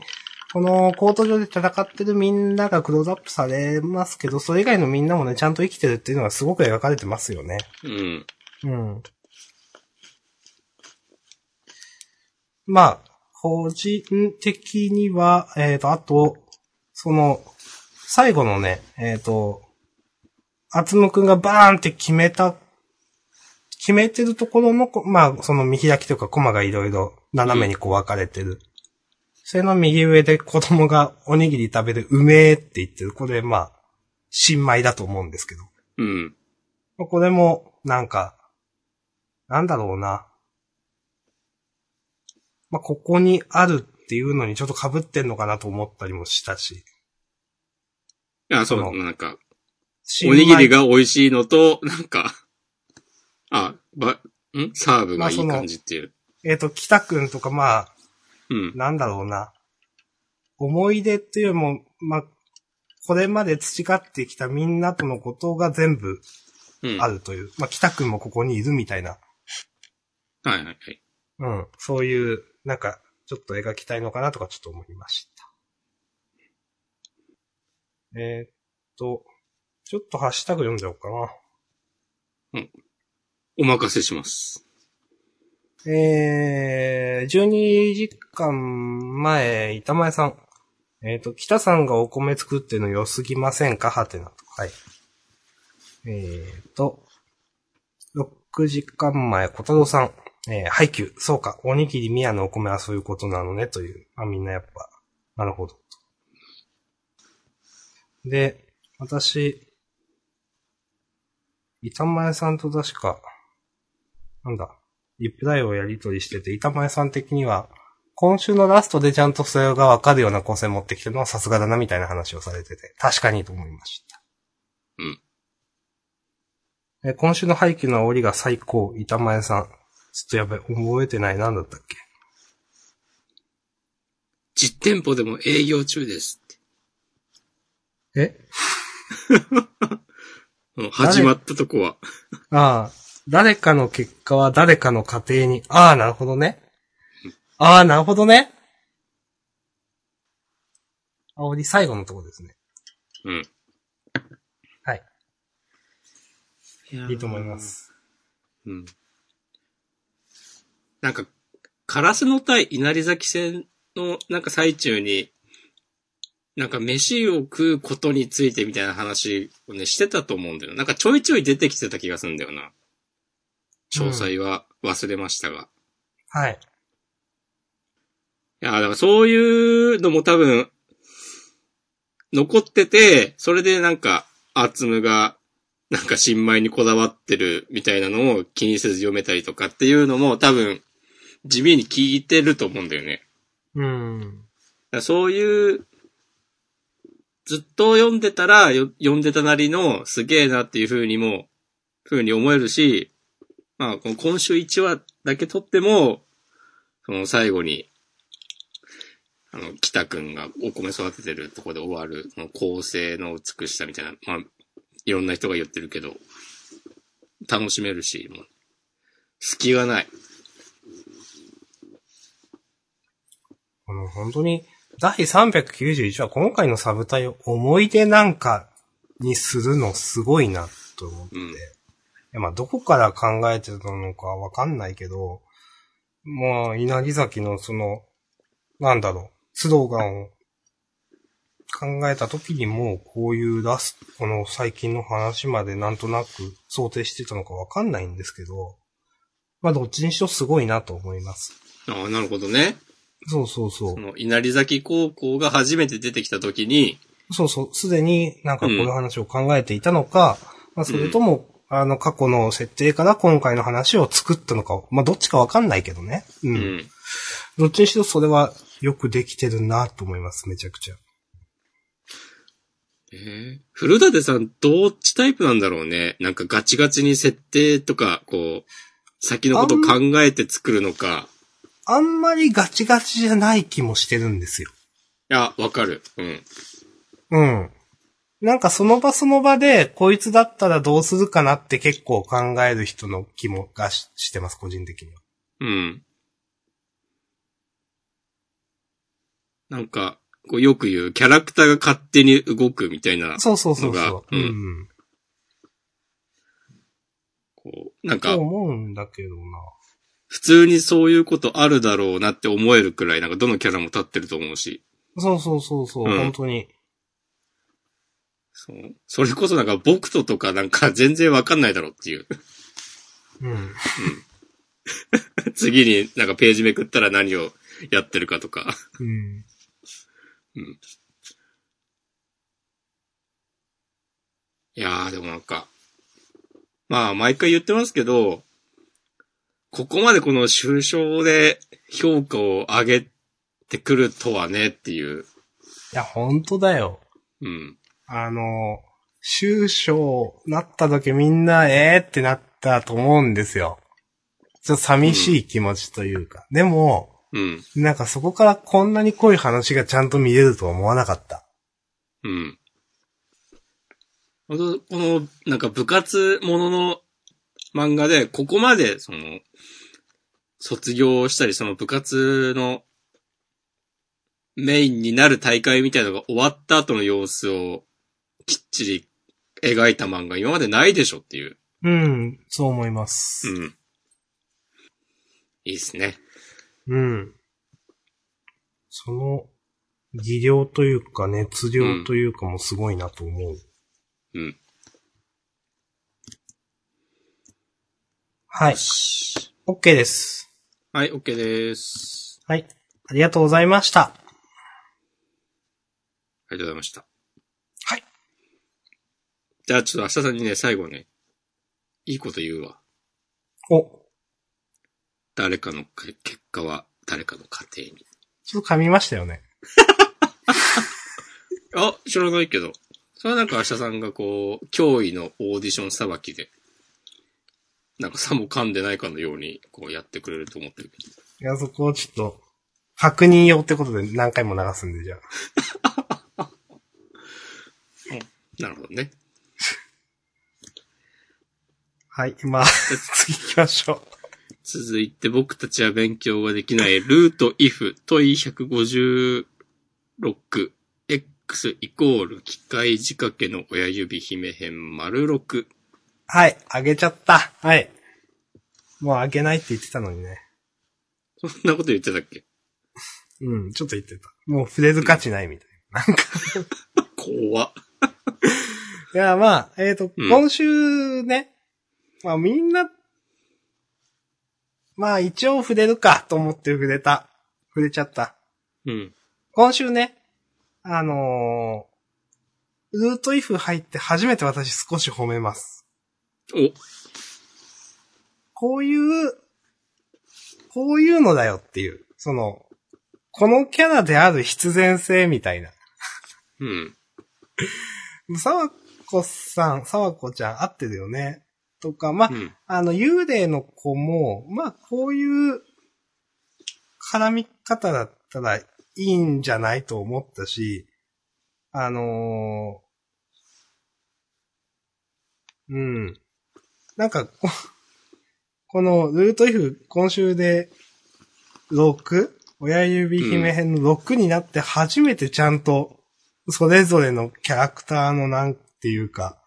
Speaker 2: このコート上で戦ってるみんながクローズアップされますけど、それ以外のみんなもね、ちゃんと生きてるっていうのがすごく描かれてますよね。
Speaker 1: うん。
Speaker 2: うん。まあ、個人的には、えっ、と、あと、その、最後のね、えっ、と、あつむくんがバーンって決めた、決めてるところのこ、まあ、その見開きというか、コマがいろいろ斜めにこう分かれてる。それの右上で子供がおにぎり食べる、うめえって言ってる。これ、まあ、新米だと思うんですけど。
Speaker 1: うん。
Speaker 2: まあこれも、なんか、なんだろうな。まあ、ここにあるっていうのにちょっと被ってんのかなと思ったりもしたし。
Speaker 1: いや、そう、
Speaker 2: その
Speaker 1: なんか、おにぎりが美味しいのと、なんか、あ、ば、んサーブがいい感じっていう。
Speaker 2: 新米。えっ、と、北くんとか、まあ、
Speaker 1: うん。
Speaker 2: なんだろうな。思い出っていうよりも、まあ、これまで培ってきたみんなとのことが全部
Speaker 1: うん。
Speaker 2: あ
Speaker 1: はい
Speaker 2: るという。まあ、北くんもここにいるみたいな。
Speaker 1: はいはい。
Speaker 2: うん。そういう、なんか、ちょっと描きたいのかなとかちょっと思いました。えーっと、ちょっとハッシュタグ読んじゃおうか
Speaker 1: お任せします。
Speaker 2: な。えー、12時間前、板前さん。えーっと、北さんがお米作ってるの良すぎませんかはてなと。はい。えーっと、6時間前、小太郎さん。えー、ハイキュー。そうか。おにぎり宮のお米はそういうことなのね、という。まあみんなやっぱ、なるほど。で、私、板前さんと確か、なんだ、リプライをやりとりしてて、板前さん的には、今週のラストでちゃんとそれがわかるような構成持ってきてるのはさすがだな、みたいな話をされてて、確かにと思いました。
Speaker 1: うん。
Speaker 2: え、今週のハイキューの煽りが最高、板前さん。ちょっとやべ、覚えてない、なんだったっけ
Speaker 1: 実店舗でも営業中ですって
Speaker 2: え
Speaker 1: うん。始まったとこは。
Speaker 2: ああ、誰かの結果は誰かの家庭に、ああ、なるほどね。ああ、なるほどね。煽り最後のとこですね。
Speaker 1: うん。
Speaker 2: はい。
Speaker 1: い
Speaker 2: いいと思いま。す。
Speaker 1: うん。なんか、カラスの対稲荷崎戦のなんか最中に、なんか飯を食うことについてみたいな話をね、してたと思うんだよ。なんかちょいちょい出てきてた気がするんだよな。詳細は忘れましたが。
Speaker 2: はい。
Speaker 1: いや、だからそういうのも多分、残ってて、それでなんか、アツムが、なんか新米にこだわってるみたいなのを気にせず読めたりとかっていうのも多分、地味に聞いてると思うんだよね。
Speaker 2: うん。
Speaker 1: だからそういう、ずっと読んでたら、よ読んでたなりのすげえなっていう風にも、風に思えるし、まあ、この今週1話だけ撮っても、その最後に、あの、北くんがお米育ててるとこで終わる、その構成の美しさみたいな、まあ、いろんな人が言ってるけど、楽しめるし、もう、隙がない。
Speaker 2: この本当に、第391話、今回のサブタイを思い出なんかにするのすごいなと思って。
Speaker 1: うん
Speaker 2: いやまあ、どこから考えてたのかわかんないけど、まあ、稲荷崎のその、なんだろう、スローガンを考えた時にもうこういうラス、この最近の話までなんとなく想定してたのかわかんないんですけど、まあ、どっちにしろすごいなと思います。
Speaker 1: ああ、なるほどね。
Speaker 2: そうそうそう
Speaker 1: そ。の、稲荷崎高校が初めて出てきた時に、
Speaker 2: そうそう、すでになんかこの話を考えていたのか、まあそれとも、あの過去の設定から今回の話を作ったのか、まあどっちかわかんないけどね。うん。
Speaker 1: うん。
Speaker 2: どっちにしろそれはよくできてるなと思います、めちゃくちゃ。
Speaker 1: えー、古舘さん、どっちタイプなんだろうね。なんかガチガチに設定とか、こう、先のことを考えて作るのか。
Speaker 2: あんまりガチガチじゃない気もしてるんですよ。
Speaker 1: いや、わかる。うん。
Speaker 2: うん。なんかその場その場で、こいつだったらどうするかなって結構考える人の気もがししてます、個人的には。
Speaker 1: うん。なんか、こうよく言う、キャラクターが勝手に動くみたいな、
Speaker 2: そうそうそうそう。
Speaker 1: の
Speaker 2: う
Speaker 1: がうん
Speaker 2: ん。
Speaker 1: こう、なん
Speaker 2: と
Speaker 1: か、
Speaker 2: 思うんだけどな。
Speaker 1: 普通にそういうことあるだろうなって思えるくらい、なんかどのキャラも立ってると思うし。
Speaker 2: そうそうそうそう、
Speaker 1: うん
Speaker 2: 本当に。
Speaker 1: そう。それこそなんか、僕ととかなんか全然わかんないだろうっていう。
Speaker 2: うん。
Speaker 1: 次になんかページめくったら何をやってるかとか。
Speaker 2: うん。
Speaker 1: いやーでもなんか、まあ毎回言ってますけど、ここまでこの抽象で評価を上げてくるとはねっていう。
Speaker 2: いや、本当だよ。
Speaker 1: うん。
Speaker 2: あの、終章なった時みんな、えーってなったと思うんですよ。ちょっと寂しい気持ちというか。でも、
Speaker 1: うん。
Speaker 2: なんかそこからこんなに濃い話がちゃんと見れるとは思わなかった。
Speaker 1: うん。あと、この、なんか部活ものの漫画で、ここまで、その、卒業したり、その部活のメインになる大会みたいなのが終わった後の様子をきっちり描いた漫画、今までないでしょっていう。
Speaker 2: うん、そう思います。
Speaker 1: うん。いいっすね。
Speaker 2: うん。その、技量というか熱量というかもすごいなと思う。
Speaker 1: うん。
Speaker 2: はい。
Speaker 1: し
Speaker 2: OK です。
Speaker 1: はい、OK です。
Speaker 2: はい。ありがとうございました。
Speaker 1: ありがとうございました。
Speaker 2: はい。
Speaker 1: じゃあちょっと明日さんにね、最後ね、いいこと言うわ。
Speaker 2: お、
Speaker 1: 誰かのけ結果は誰かの家庭に。
Speaker 2: ちょっと噛みましたよね。
Speaker 1: あ、知らないけど。それはなんか明日さんがこう、脅威のオーディションさばきで、なんかさも噛んでないかのように、こうやってくれると思ってるけど。
Speaker 2: いや、そこをちょっと、確認用ってことで何回も流すんで、じゃあ。
Speaker 1: なるほどね。
Speaker 2: はい、 まあ、次行きましょう。
Speaker 1: 続いて僕たちは勉強ができないルート if 問い156 x イコール機械仕掛けの親指姫編丸6。
Speaker 2: はい、あげちゃった。はい。もうあげないって言ってたのにね。
Speaker 1: そんなこと言ってたっけ
Speaker 2: うん、ちょっと言ってた。もう触れる価値ないみたいな。なんか。
Speaker 1: 怖っ。
Speaker 2: いや、まあ、えっ、と、
Speaker 1: うん
Speaker 2: 今週ね、まあみんな、まあ一応触れるかと思って触れた。触れちゃった。
Speaker 1: うん。
Speaker 2: 今週ね、あのールートイフ入って初めて私少し褒めます。
Speaker 1: お、
Speaker 2: こういう、こういうのだよっていう、その、このキャラである必然性みたいな。
Speaker 1: うん。
Speaker 2: 沢子さん、沢子ちゃん合ってるよね。とか、まあ、
Speaker 1: うん。
Speaker 2: あの、幽霊の子も、まあ、こういう絡み方だったらいいんじゃないと思ったし、あのーうん。なんか こ、この、ルートイフ、今週で、6? 親指姫編の6になって初めてちゃんと、それぞれのキャラクターのなんていうか、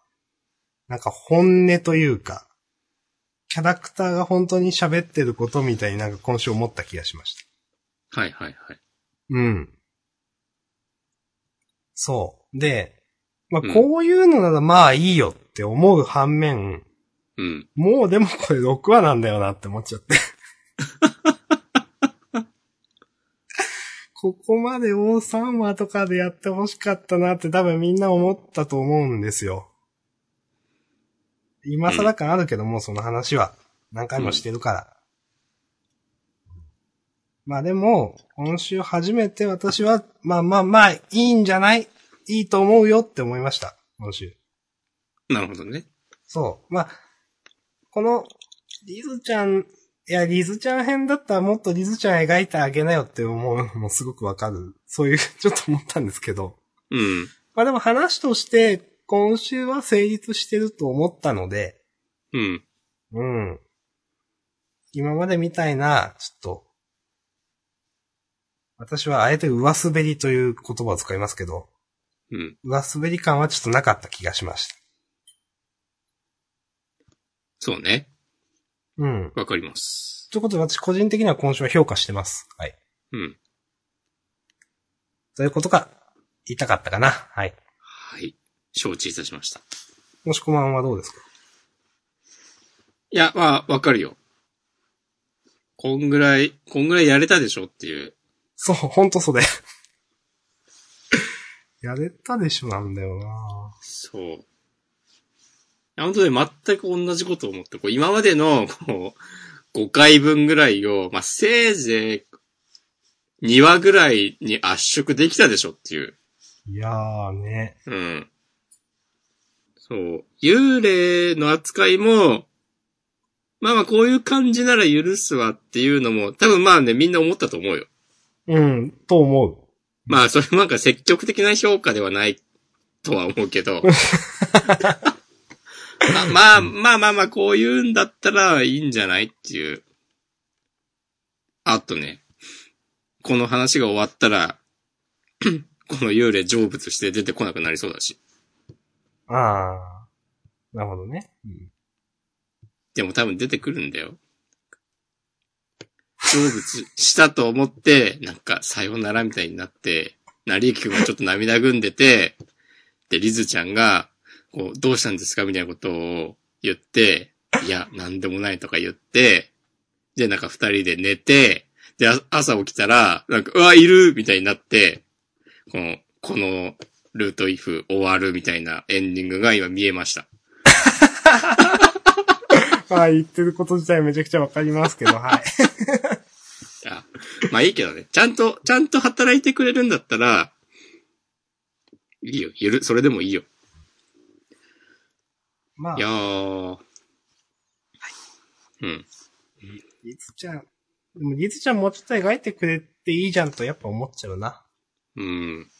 Speaker 2: なんか本音というか、キャラクターが本当に喋ってることみたいになんか今週思った気がしました。
Speaker 1: はいはいはい。
Speaker 2: うん。そう。で、ま
Speaker 1: うん
Speaker 2: あ、こういうのならまあいいよって思う反面、
Speaker 1: うん。
Speaker 2: もうでもこれ6話なんだよなって思っちゃって。ここまでを3話とかでやってほしかったなって多分みんな思ったと思うんですよ。今更感あるけども、うその話は何回もしてるから。まあでも、今週初めて私は、まあまあまあ、いいんじゃないいいと思うよって思いました。今週。
Speaker 1: なるほどね。
Speaker 2: そう。まあ、この、リズちゃん、いや、リズちゃん編だったらもっとリズちゃん描いてあげなよって思うのもすごくわかる。そう いう、ちょっと思ったんですけど。
Speaker 1: うん。
Speaker 2: まあでも話として、今週は成立してると思ったので、
Speaker 1: うん。
Speaker 2: うん。今までみたいな、ちょっと、私はあえて上滑りという言葉を使いますけど、
Speaker 1: うん。
Speaker 2: 上滑り感はちょっとなかった気がしました。
Speaker 1: そうね。
Speaker 2: うん。
Speaker 1: わかります。
Speaker 2: ということで私個人的には今週は評価してます。はい。
Speaker 1: うん。
Speaker 2: ということが言いたかったかな。はい。
Speaker 1: はい。承知いたしました。
Speaker 2: もしこまんはどうですか
Speaker 1: いや、まあ、わかるよ。こんぐらい、こんぐらいやれたでしょっていう。
Speaker 2: そう、ほんとそれ。 やれたでしょなんだよな
Speaker 1: そう。いや本当ね、全く同じことを思って、こう今までの、こう、5回分ぐらいを、まあ、せいぜい、2話ぐらいに圧縮できたでしょっていう。
Speaker 2: いやーね。
Speaker 1: うん。そう。幽霊の扱いも、まあまあこういう感じなら許すわっていうのも、多分まあね、みんな思ったと思うよ。
Speaker 2: うん、と思う。
Speaker 1: まあそれもなんか積極的な評価ではないとは思うけど。まあまあまあまあまあこういうんだったらいいんじゃないっていう。あとね、この話が終わったら、 この幽霊成仏して出てこなくなりそうだし。
Speaker 2: あー。なるほどね。うん
Speaker 1: でも多分出てくるんだよ。成仏したと思って、なんか、さよならみたいになって、成りくんがちょっと涙ぐんでて、で、リズちゃんが、こう、どうしたんですかみたいなことを言って、いや、なんでもないとか言って、で、なんか二人で寝て、で、あ朝起きたら、なんか、うわ、いるみたいになって、この、この、ルートイフ終わるみたいなエンディングが今見えました。
Speaker 2: まあ言ってること自体めちゃくちゃわかりますけど、 はい。
Speaker 1: あ、まあいいけどね。ちゃんと、ちゃんと働いてくれるんだったら、いいよ。ゆる、それでもいいよ。
Speaker 2: まあ
Speaker 1: いや、ー。うん。
Speaker 2: リズちゃん。でもリズちゃんもうちょっと描いてくれていいじゃんとやっぱ思っちゃうな。
Speaker 1: うん。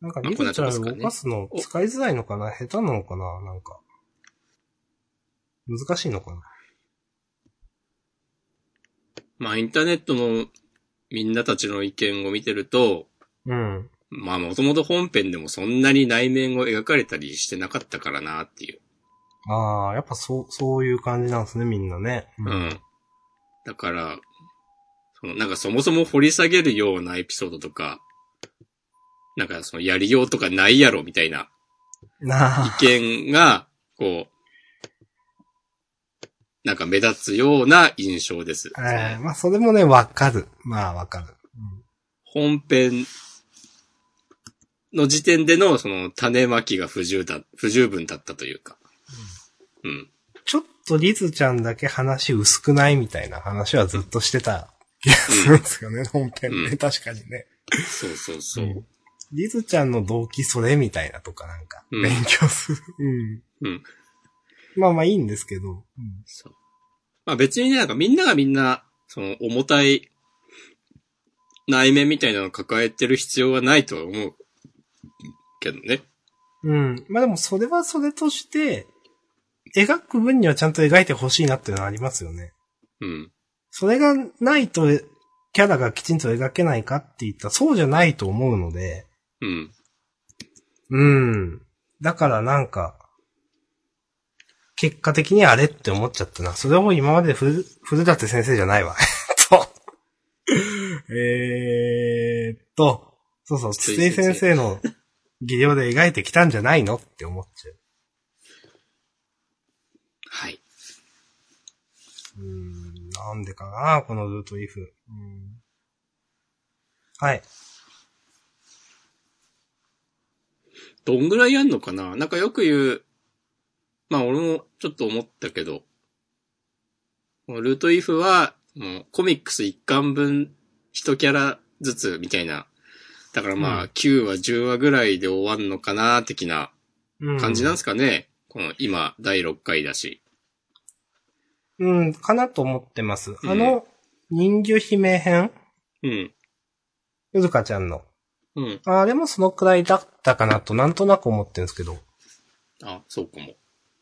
Speaker 2: なんか
Speaker 1: まあ
Speaker 2: リ
Speaker 1: こ
Speaker 2: ズちゃ
Speaker 1: ん
Speaker 2: ん
Speaker 1: なとこですか
Speaker 2: 動
Speaker 1: ね
Speaker 2: かすの使いづらいのかな下手なのかななんか。難しいのかな
Speaker 1: まあインターネットのみんなたちの意見を見てると、
Speaker 2: うん。
Speaker 1: まあもともと本編でもそんなに内面を描かれたりしてなかったからなっていう。
Speaker 2: ああ、やっぱそう、そういう感じなんですね、みんなね。
Speaker 1: う。ん。だから、そのなんかそもそも掘り下げるようなエピソードとか、なんかそのやりようとかないやろみたいな
Speaker 2: なあ。
Speaker 1: 意見が、こう、なんか目立つような印象です。
Speaker 2: えーまあ、それもね、わかる。まあ、わかる。
Speaker 1: 本編の時点でのその種まきが不十だ、不十分だったというか。うん。
Speaker 2: ちょっとリズちゃんだけ話薄くないみたいな話はずっとしてた気がするんですよね、本編ね、
Speaker 1: うん
Speaker 2: 確かにね。
Speaker 1: そうそうそう。
Speaker 2: リズちゃんの動機それみたいなとかなんか、
Speaker 1: うん
Speaker 2: 勉強する。うん。
Speaker 1: うん。
Speaker 2: まあまあいいんですけど。うん
Speaker 1: そう。まあ別にね、なんかみんながみんな、その重たい内面みたいなのを抱えてる必要はないとは思うけどね。
Speaker 2: うん。まあでもそれはそれとして、描く分にはちゃんと描いてほしいなっていうのはありますよね。
Speaker 1: うん。
Speaker 2: それがないと、キャラがきちんと描けないかって言ったらそうじゃないと思うので、
Speaker 1: うん。
Speaker 2: うん。だからなんか、結果的にあれって思っちゃったな。それを今まで古、古舘先生じゃないわ。 えっと。えーっと、そうそう、
Speaker 1: 筒
Speaker 2: 筒
Speaker 1: 井
Speaker 2: 井
Speaker 1: 先生
Speaker 2: 先生の技量で描いてきたんじゃないのって思っちゃう。
Speaker 1: はい。
Speaker 2: うーん、なんでかな、このルートイフ。うんはい。
Speaker 1: どんぐらいやんのかななんかよく言う、まあ俺もちょっと思ったけど、このルートイフは、もうコミックス一巻分一キャラずつみたいな。だからまあ
Speaker 2: う
Speaker 1: 9話10話ぐらいで終わんのかな的な
Speaker 2: うん
Speaker 1: 感じなんですかね、この今第6回だし。
Speaker 2: うん、かなと思ってます。
Speaker 1: うん
Speaker 2: あの、人魚姫編
Speaker 1: うん。
Speaker 2: ゆずかちゃんの。
Speaker 1: うん。
Speaker 2: あれもそのくらいだったかなとなんとなく思ってるんですけど、
Speaker 1: あ、そうかも。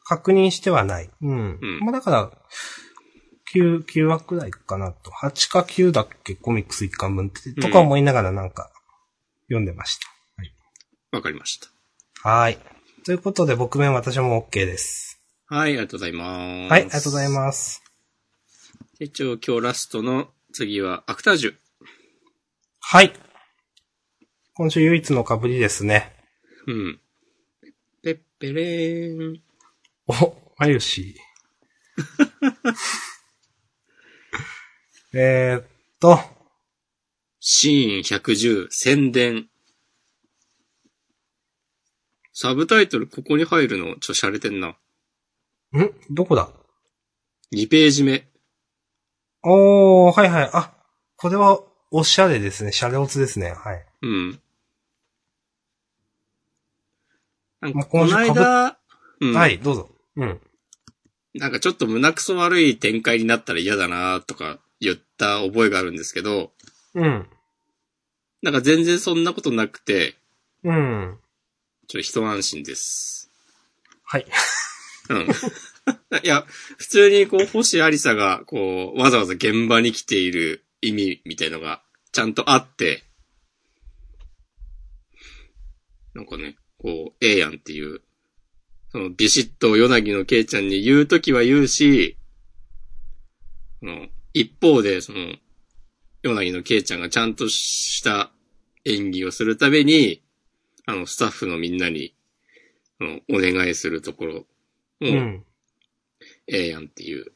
Speaker 2: 確認してはない。うん。
Speaker 1: うん
Speaker 2: まあだから、9、9話くらいかなと。8か9だっけコミックス1巻分って、とか思いながらなんか、読んでまし
Speaker 1: わかりました。
Speaker 2: た。はーい。ということで、僕面私も OK です。
Speaker 1: はい、ありがとうございます。
Speaker 2: はい、ありがとうござい
Speaker 1: す。
Speaker 2: ます。
Speaker 1: 一応今日ラストの次はアクタージュ。
Speaker 2: はい。今週唯一の被りですね。
Speaker 1: うん。ペッペレーン。
Speaker 2: お、ま ゆし。えーっと、
Speaker 1: シーン110、宣伝。サブタイトルここに入るの、ちょ、洒落てんな。
Speaker 2: んどこだ
Speaker 1: 2ページ目。
Speaker 2: おー、はいはい。あ、これは、おしゃれですね。シャレオツですね。はい。
Speaker 1: うん。なん
Speaker 2: も
Speaker 1: か、
Speaker 2: うこ
Speaker 1: こ
Speaker 2: の
Speaker 1: の間、うん、
Speaker 2: はい、どうぞ。うん。
Speaker 1: なんかちょっと胸くそ悪い展開になったら嫌だなとか言った覚えがあるんですけど、
Speaker 2: うん。
Speaker 1: なんか全然そんなことなくて、
Speaker 2: うん。
Speaker 1: ちょっと一安心です。
Speaker 2: はい。
Speaker 1: うん。 いや、普通にこう、星ありさが、こう、わざわざ現場に来ている意味みたいのが、ちゃんとあって、なんかね、こう、ええやんっていう、その、ビシッとヨナギのケイちゃんに言うときは言うし、その、一方で、その、ヨナギのケイちゃんがちゃんとした演技をするために、あの、スタッフのみんなに、そのお願いするところも、
Speaker 2: う。
Speaker 1: うんええやんっていう。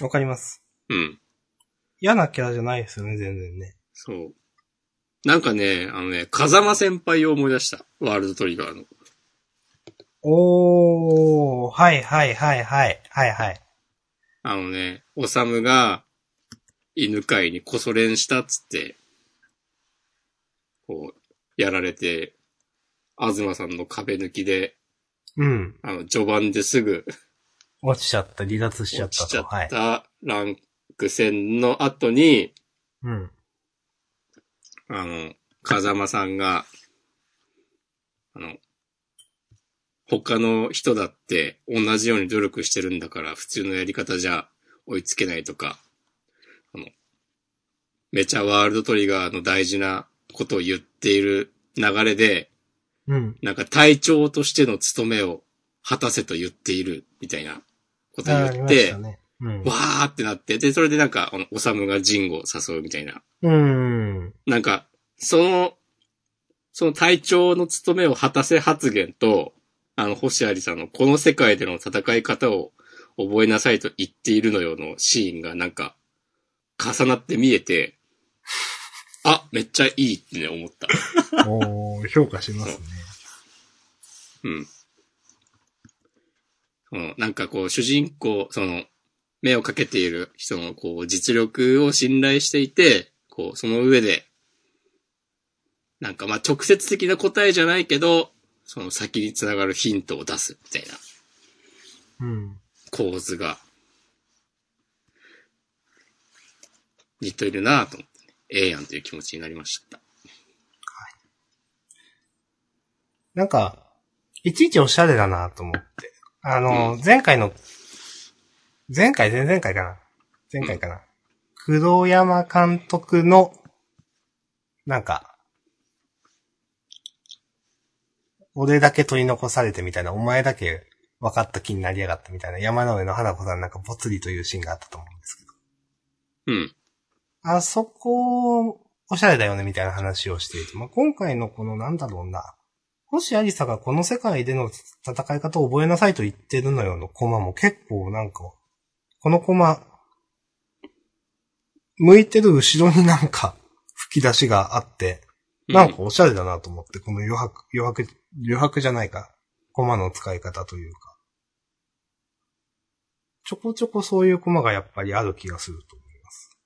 Speaker 2: わかります。
Speaker 1: うん。
Speaker 2: 嫌なキャラじゃないですよね、全然ね。
Speaker 1: そう。なんかね、あのね、風間先輩を思い出した。ワールドトリガーの。
Speaker 2: おー、はいはいはいはい。はいはい。
Speaker 1: あのね、おさむが、犬飼いにこそ練したっつって、こう、やられて、あずまさんの壁抜きで、
Speaker 2: うん。
Speaker 1: あの、序盤ですぐ
Speaker 2: 落ちちゃった、離脱しちゃ
Speaker 1: 落
Speaker 2: った
Speaker 1: ち
Speaker 2: と。
Speaker 1: ちゃっ
Speaker 2: はい。
Speaker 1: たランク戦の後に、
Speaker 2: うん。
Speaker 1: あの、風間さんが、あの、他の人だって同じように努力してるんだから普通のやり方じゃ追いつけないとか、あの、めちゃワールドトリガーの大事なことを言っている流れで、
Speaker 2: うん。
Speaker 1: なんか隊長としての務めを果たせと言っているみたいなことを
Speaker 2: あり
Speaker 1: 言っ
Speaker 2: ま
Speaker 1: て、
Speaker 2: したね。うん
Speaker 1: わ。ーってなって、で、それでなんか、あの、おさむがジンゴを誘うみたいな。
Speaker 2: うん。
Speaker 1: なんか、その、その隊長の務めを果たせ発言と、あの、星有さんのこの世界での戦い方を覚えなさいと言っているのよのシーンがなんか、重なって見えて、あ、めっちゃいいってね、思った。
Speaker 2: おー評価しますね。
Speaker 1: うん。その、なんかこう、主人公、その、目をかけている人のこう、実力を信頼していて、こう、その上で、なんかまあ直接的な答えじゃないけど、その先につながるヒントを出すみたいな
Speaker 2: うん。
Speaker 1: 構図が、似ているなぁと思って、ね、ええやんという気持ちになりました。
Speaker 2: なんか、いちいちおしゃれだなと思って。あの、前回の、前回、前々回かな。前回かな。黒山監督の、なんか、俺だけ取り残されてみたいな、お前だけ分かった気になりやがったみたいな、山の上の花子さんなんかぽつりというシーンがあったと思うんですけど。
Speaker 1: うん。
Speaker 2: あそこ、おしゃれだよね、みたいな話をしていて。まあ、今回のこの、なんだろうな。星ありさがこの世界での戦い方を覚えなさいと言ってるのよのコマも結構なんか、このコマ、向いてる後ろになんか、吹き出しがあって、なんかおしゃれだなと思って、この余白、余白、余白じゃないか。コマの使い方というか。ちょこちょこそういうコマがやっぱりある気がすると思います。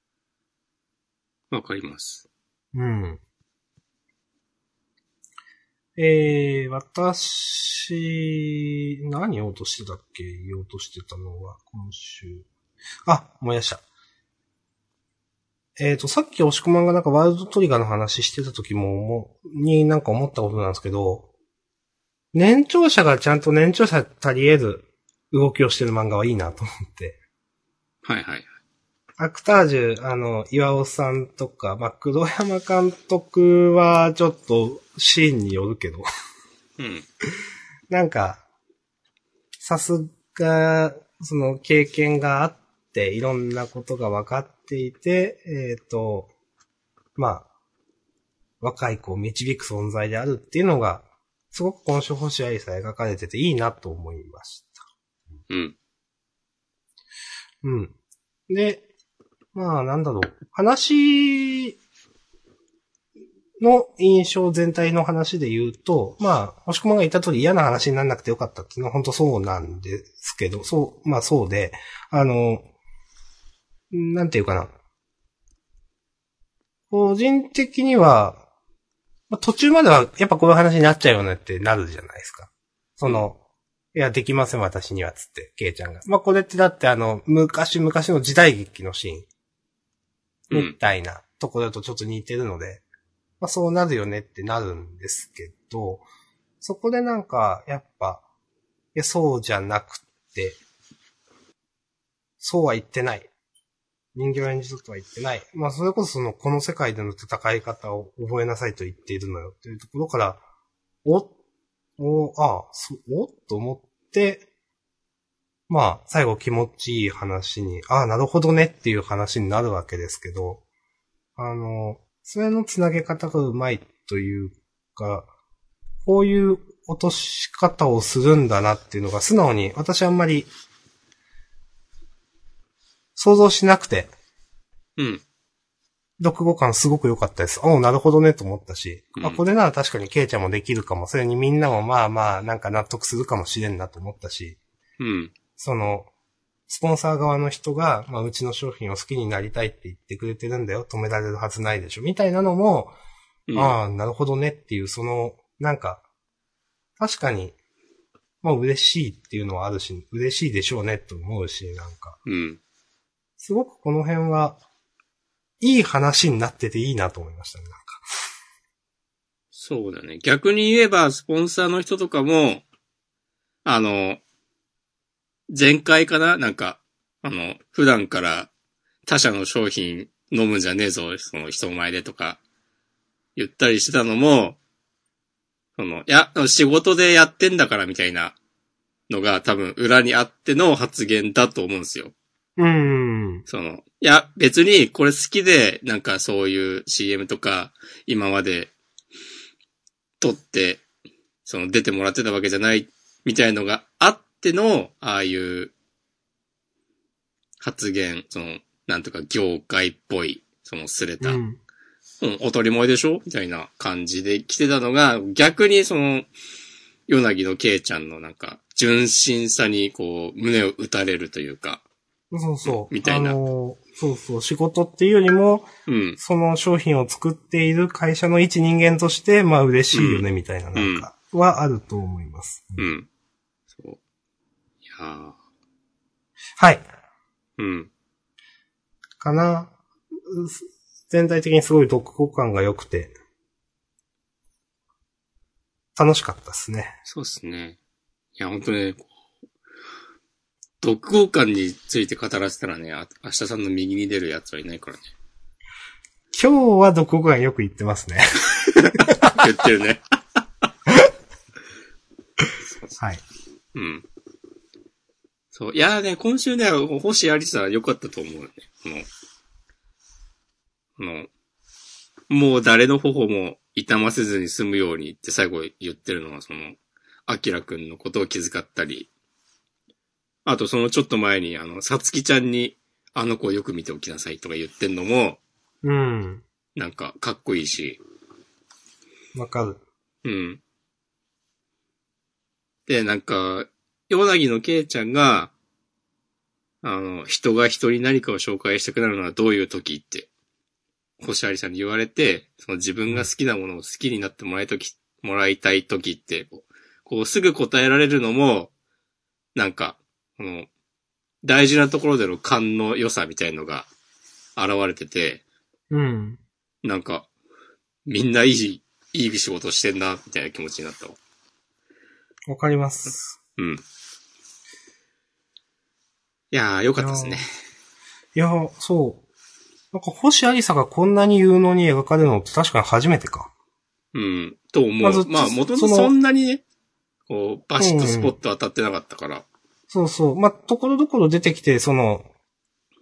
Speaker 1: わかります。
Speaker 2: うん。えー、私、何言おうとしてたっけ言おうとしてたのは、今週。あ、思い出した。えっ、と、さっき押し込まんがなんかワールドトリガーの話してた時も、もう、になんか思ったことなんですけど、年長者がちゃんと年長者足り得る動きをしてる漫画はいいなと思って。
Speaker 1: はいはい。
Speaker 2: アクタージュ、あの、岩尾さんとか、まあ、黒山監督はちょっとシーンによるけど、
Speaker 1: うん。
Speaker 2: なんか、さすが、その経験があって、いろんなことが分かっていて、えっ、と、まあ、若い子を導く存在であるっていうのが、すごく今週星愛さん描かれてていいなと思いました。
Speaker 1: うん。
Speaker 2: うん。で、まあなんだろう。話の印象全体の話で言うと、まあ、星駒が言った通り嫌な話にならなくてよかったっていうのは本当そうなんですけど、そう、まあそうで、あの、なんていうかな。個人的には、まあ、途中まではやっぱこういう話になっちゃうよねってなるじゃないですか。その、いや、できません、私には、つって、ケイちゃんが。まあ、これってだって、あの、昔々の時代劇のシー
Speaker 1: う
Speaker 2: ン、
Speaker 1: ん
Speaker 2: みたいなところとちょっと似てるので、まあ、そうなるよねってなるんですけど、そこでなんか、やっぱ、いや、そうじゃなくって、そうは言ってない。人形を演じるとは言ってない。まあ、それこそその、この世界での戦い方を覚えなさいと言っているのよっていうところから、お、お、ああ、そおと思って、まあ、最後気持ちいい話に、ああ、なるほどねっていう話になるわけですけど、あの、それのつなげ方がうまいというか、こういう落とし方をするんだなっていうのが素直に、私あんまり、想像しなくて、
Speaker 1: うん。
Speaker 2: 読語感すごく良かったです。おうなるほどねと思ったし、
Speaker 1: うん
Speaker 2: あ、これなら確かにケイちゃんもできるかも、それにみんなもまあまあ、なんか納得するかもしれんなと思ったし、
Speaker 1: うん。
Speaker 2: その、スポンサー側の人が、まあ、うちの商品を好きになりたいって言ってくれてるんだよ、止められるはずないでしょ、みたいなのも、
Speaker 1: うん。
Speaker 2: ああ、なるほどねっていう、その、なんか、確かに、まあ嬉しいっていうのはあるし、嬉しいでしょうねと思うし、なんか、
Speaker 1: うん。
Speaker 2: すごくこの辺は、いい話になってていいなと思いましたね、なんか。
Speaker 1: そうだね。逆に言えば、スポンサーの人とかも、あの、前回かななんか、あの、普段から他社の商品飲むんじゃねえぞ、その人前でとか、言ったりしてたのも、その、いや、仕事でやってんだからみたいなのが多分裏にあっての発言だと思うんですよ。
Speaker 2: うーん。
Speaker 1: その、いや、別にこれ好きで、なんかそういう CM とか、今まで撮って、その出てもらってたわけじゃない、みたいのがあっての、ああいう発言、その、なんとか業界っぽい、その擦れた、うん、
Speaker 2: ん。
Speaker 1: おとりもえでしょみたいな感じで来てたのが、逆にその、ヨナギのケイちゃんのなんか、純真さにこう、胸を打たれるというか、
Speaker 2: そうそう。
Speaker 1: みたいな
Speaker 2: あのー、そうそう。仕事っていうよりも、
Speaker 1: うん。
Speaker 2: その商品を作っている会社の一人間として、まあ嬉しいよね、みたいな、なんか、はあると思います。
Speaker 1: うん。そう。いやー
Speaker 2: はい。
Speaker 1: うん。
Speaker 2: かな。うす全体的にすごい読後感が良くて、楽しかったですね。
Speaker 1: そうですね。いや、本当ね、こう、読後感について語らせたらね、あ明日さんの右に出る奴はいないからね。
Speaker 2: 今日は読後感よく言ってますね。
Speaker 1: 言ってるね。
Speaker 2: はい。
Speaker 1: うん。そう。いやーね、今週ね、星ありさん良かったと思うね。この、この、もう誰の頬も痛ませずに済むようにって最後言ってるのは、その、アキラくんのことを気遣ったり、あとそのちょっと前に、あの、さつきちゃんに、あの子をよく見ておきなさいとか言ってんのも、
Speaker 2: うん。
Speaker 1: なんか、かっこいいし、
Speaker 2: わかる。
Speaker 1: うん。で、なんか、ヨナギのケイちゃんが、あの、人が人に何かを紹介したくなるのはどういう時って、星ありさんに言われて、その自分が好きなものを好きになってもらいとき、もらいたい時って、こうこうすぐ答えられるのも、なんか、この、大事なところでの勘の良さみたいのが現れてて、
Speaker 2: うん。
Speaker 1: なんか、みんないい、いい仕事してんな、みたいな気持ちになったわ。
Speaker 2: わかります。
Speaker 1: うん。いやー、よかったですね。
Speaker 2: いや、そう。なんか星ありさがこんなに有能に描かれるのって確かに初めてか。
Speaker 1: うん。と思
Speaker 2: まず
Speaker 1: う。まあ、もとも
Speaker 2: そ
Speaker 1: と
Speaker 2: の
Speaker 1: そんなにね、こう、バシッとスポット当たってなかったから。
Speaker 2: そうそう。まあ、ところどころ出てきて、その、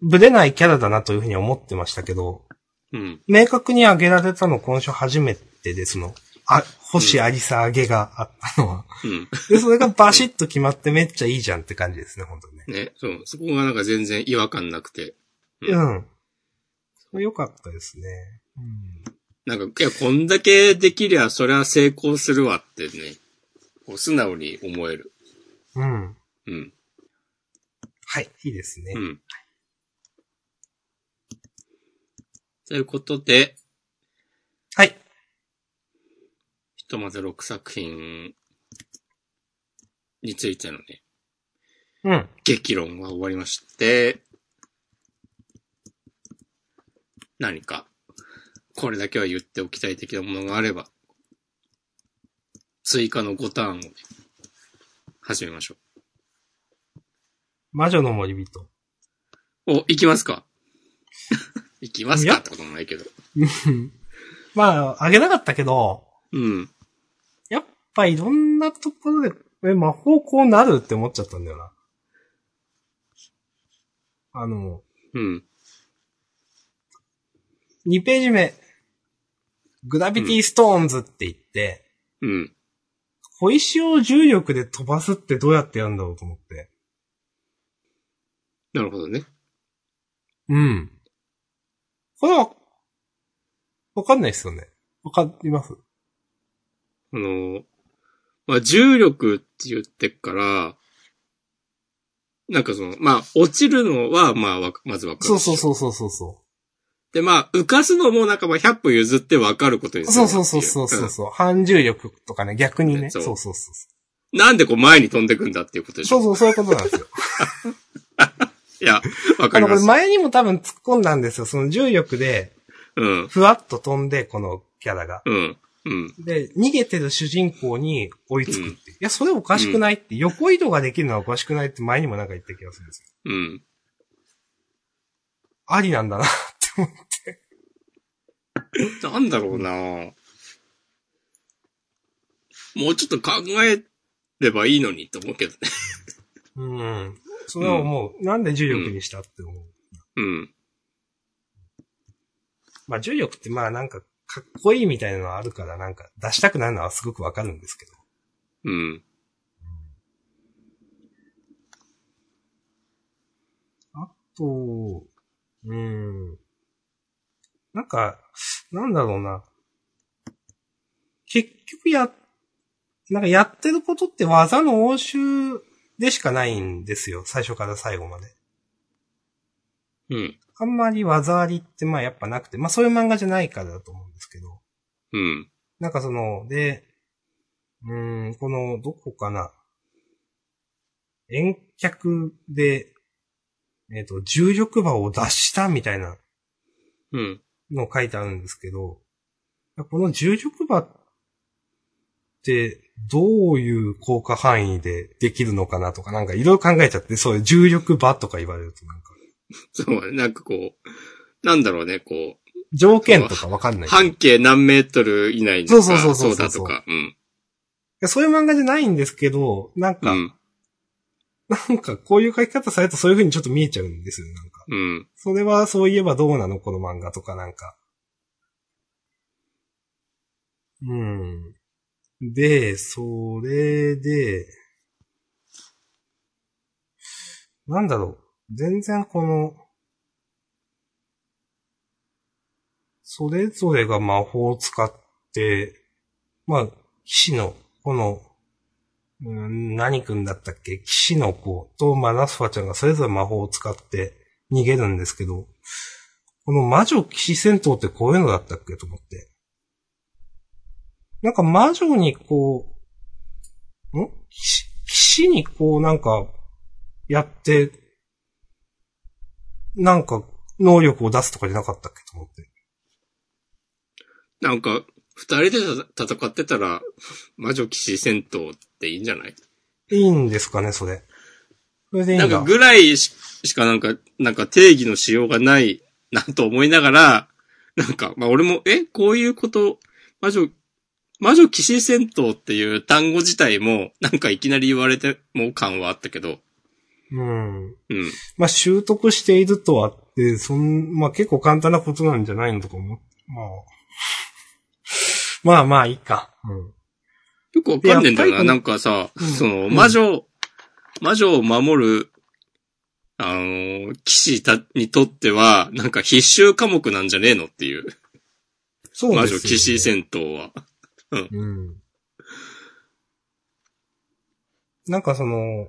Speaker 2: ぶれないキャラだなというふうに思ってましたけど、
Speaker 1: うん。
Speaker 2: 明確に挙げられたの今週初めてで、その、あ、星ありさ上げがあったのは。
Speaker 1: うん。
Speaker 2: で、それがバシッと決まってめっちゃいいじゃんって感じですね、本当にね。
Speaker 1: ね、そう。そこがなんか全然違和感なくて。
Speaker 2: うん。それ良かったですね。
Speaker 1: なんか、いや、こんだけできりゃ、そりゃ成功するわってね、こう素直に思える。
Speaker 2: うん。うん。
Speaker 1: うん。
Speaker 2: はい、いいですね。
Speaker 1: うん。ということで、
Speaker 2: はい。
Speaker 1: ひとまず6作品についてのね、
Speaker 2: うん。
Speaker 1: 激論が終わりまして、何か、これだけは言っておきたい的なものがあれば、追加の5ターンをね、始めましょ
Speaker 2: 魔女の森人。
Speaker 1: う。お、行きます か行きます
Speaker 2: い
Speaker 1: か
Speaker 2: や
Speaker 1: ってこともないけど。
Speaker 2: まあ、あげなかったけど、
Speaker 1: うん。
Speaker 2: やっぱいろんなところで、え、魔法こうなるって思っちゃったんだよな。あの、
Speaker 1: うん。
Speaker 2: 2ページ目。グラビティストーンズって言って、
Speaker 1: うん。
Speaker 2: 小石を重力で飛ばすってどうやってやるんだろうと思って。
Speaker 1: なるほどね。
Speaker 2: うん。これは、わかんないですよね。わかります。
Speaker 1: あの、まあ、重力って言ってっから、なんかその、まあ、落ちるのは、まあわか、まずわかる。
Speaker 2: そうそうそうそうそうそ
Speaker 1: で、まあ、浮かすのもなんかまあ、100歩譲ってわかることに
Speaker 2: う。
Speaker 1: する
Speaker 2: そ
Speaker 1: っ
Speaker 2: う
Speaker 1: てい
Speaker 2: そうそうそうそう。
Speaker 1: ん
Speaker 2: そう反重力とかね、逆にね。
Speaker 1: そ
Speaker 2: そううそうそうそう。
Speaker 1: なんでこう前に飛んでくんだっていうことでし
Speaker 2: そ
Speaker 1: ょ
Speaker 2: うそう、そういうことなんですよ。
Speaker 1: いや、わか
Speaker 2: あ
Speaker 1: りま
Speaker 2: の、これ
Speaker 1: す。
Speaker 2: 前にも多分突っ込んだんですよ。その重力で、
Speaker 1: うん。
Speaker 2: ふわっと飛んで、このキャラが。
Speaker 1: うん。うん。
Speaker 2: で、逃げてる主人公に追いつくって。いや、それおかしくないって、横移動ができるのはおかしくないって前にもなんか言った気がするんですよ。
Speaker 1: うん。
Speaker 2: ありなんだな。
Speaker 1: なんだろうなもうちょっと考えればいいのにと思うけどね。
Speaker 2: うん。それは思う。なんで重力にしたって思う。
Speaker 1: うん。
Speaker 2: まあ重力ってまあなんか、かっこいいみたいなのはあるから、なんか出したくなるのはすごくわかるんですけど。
Speaker 1: うん。
Speaker 2: あと、うん。なんか、なんだろうな。結局や、なんかやってることって技の応酬でしかないんですよ。最初から最後まで。
Speaker 1: うん。
Speaker 2: あんまり技ありってまあやっぱなくて、まあそういう漫画じゃないからだと思うんですけど。
Speaker 1: うん。
Speaker 2: なんかその、で、うーん、この、どこかな。遠脚で、えっ、と、重力馬を脱したみたいな
Speaker 1: うん。
Speaker 2: のを書いてあるんですけど、この重力馬って、どういう効果範囲でできるのかなとか、なんかいろいろ考えちゃって、そういう重力馬とか言われるとなんか、
Speaker 1: そう、なんかこう、なんだろうね、こ
Speaker 2: 条件とかわかんな
Speaker 1: う、
Speaker 2: い。
Speaker 1: 半径何メートル以内とか、
Speaker 2: そうそうそうそうそう
Speaker 1: だとか、うん。
Speaker 2: そういう漫画じゃないんですけど、なん
Speaker 1: う
Speaker 2: か、
Speaker 1: ん。
Speaker 2: なんかこういう書き方されるとそういう風にちょっと見えちゃうんですよ、なんか。
Speaker 1: うん。
Speaker 2: それはそういえばどうなのこの漫画とかなんか。うん。で、それで、なんだろう。全然この、それぞれが魔法を使って、まあ、騎士の、この、うん、何君だったっけ騎士の子とマナスファちゃんがそれぞれ魔法を使って、逃げるんですけど、この魔女騎士戦闘ってこういうのだったっけと思って。なんか魔女にこう、ん騎士騎士にこうなんか、やって、なんか、能力を出すとかじゃなかったっけと思って。
Speaker 1: なんか、二人でた戦ってたら、魔女騎士戦闘っていいんじゃない
Speaker 2: いいんですかね、それ。それでいいん
Speaker 1: な
Speaker 2: だ。
Speaker 1: んかぐらいししかなんか、なんか定義のしようがないなと思いながら、なんか、まあ俺も、え、こういうこと、魔女、魔女騎士戦闘っていう単語自体も、なんかいきなり言われても感はあったけど、
Speaker 2: う
Speaker 1: う
Speaker 2: ん。
Speaker 1: ん。
Speaker 2: まあ、習得しているとはって、そん、まあ、結構簡単なことなんじゃないのとか思って、まあ、まあまあ、いいか。うん。
Speaker 1: よくわかんねえんだよ
Speaker 2: い
Speaker 1: な。
Speaker 2: やや
Speaker 1: な
Speaker 2: っ
Speaker 1: んかさ、
Speaker 2: うん
Speaker 1: その、
Speaker 2: うん
Speaker 1: 魔女、魔女を守る、あのー、騎士た、にとっては、なんか必修科目なんじゃねえのっていう。
Speaker 2: そうですよ
Speaker 1: 魔
Speaker 2: ね
Speaker 1: 女騎士戦闘は。
Speaker 2: うん。なんかその、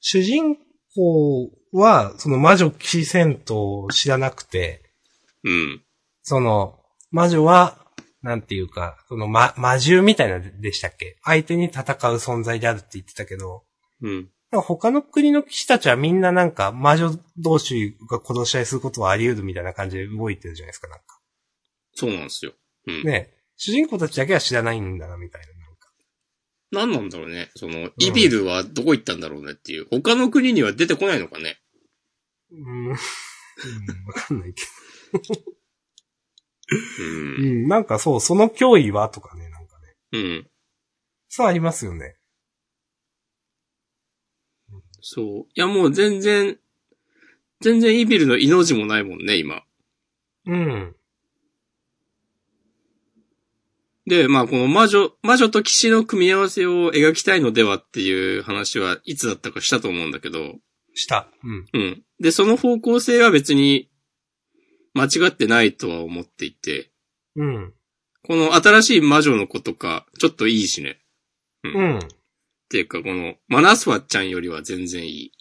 Speaker 2: 主人公は、その魔女騎士戦闘を知らなくて、
Speaker 1: うん。
Speaker 2: その、魔女は、なんていうか、その、ま、魔獣みたいなのでしたっけ相手に戦う存在であるって言ってたけど、
Speaker 1: うん。
Speaker 2: なんか他の国の騎士たちはみんななんか魔女同士が殺し合いすることはあり得るみたいな感じで動いてるじゃないですか、なんか。
Speaker 1: そうなんですよ。うん。
Speaker 2: ね主人公たちだけは知らないんだな、みたいな。なんか
Speaker 1: 何なんだろうね。その、イビルはどこ行ったんだろうねっていう。他の国には出てこないのかね。
Speaker 2: うん。うんわかんないけ
Speaker 1: う。
Speaker 2: ど。うんん、なんかそう、その脅威はとかね、なんか
Speaker 1: う
Speaker 2: ね。
Speaker 1: ん。
Speaker 2: そうありますよね。
Speaker 1: そう。いやもう全然、全然イビルのイの字もないもんね、今。
Speaker 2: うん。
Speaker 1: で、まあこの魔女、魔女と騎士の組み合わせを描きたいのではっていう話はいつだったかしたと思うんだけど、
Speaker 2: した。うん。
Speaker 1: うん。で、その方向性は別に間違ってないとは思っていて、
Speaker 2: うん。
Speaker 1: この新しい魔女の子とか、ちょっといいしね。
Speaker 2: うん。
Speaker 1: っていうか、この、マナスワちゃんよりは全然いい。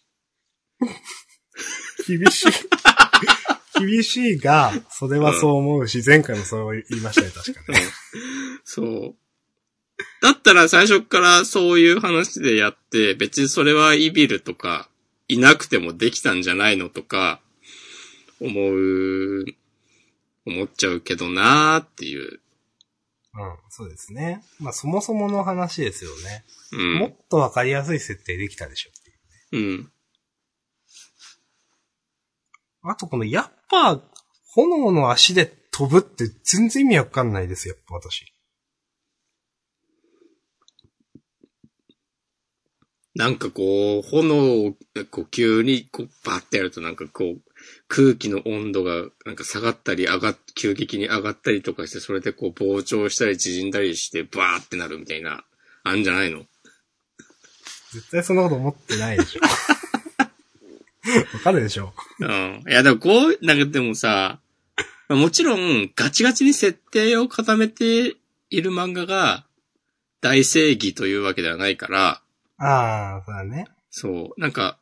Speaker 2: 厳 しい。厳しいが、それはそう思うし、前回もそれを言いましたね、確かね。
Speaker 1: そう。だったら最初からそういう話でやって、別にそれはイビルとか、いなくてもできたんじゃないのとか、思う、思っちゃうけどなーっていう。
Speaker 2: うん、そうですね。まあそもそもの話ですよね。
Speaker 1: う
Speaker 2: も
Speaker 1: ん。
Speaker 2: っとわかりやすい設定できたでしょ。
Speaker 1: うん。
Speaker 2: あとこの、やっぱ、炎の足で飛ぶって全然意味わかんないです、やっぱ私。
Speaker 1: なんかこう、炎をこう急にこうバッてやるとなんかこう、空気の温度がなんか下がったり上がっ、急激に上がったりとかして、それでこう膨張したり縮んだりして、バーってなるみたいな、あんじゃないの
Speaker 2: 絶対そんなこと思ってないでしょ。わかるでしょ。
Speaker 1: うん。いや、でもこう、なんかでもさ、まあもちろん、ガチガチに設定を固めている漫画が、大正義というわけではないから、
Speaker 2: ああ、そうだね。
Speaker 1: そう、なんか、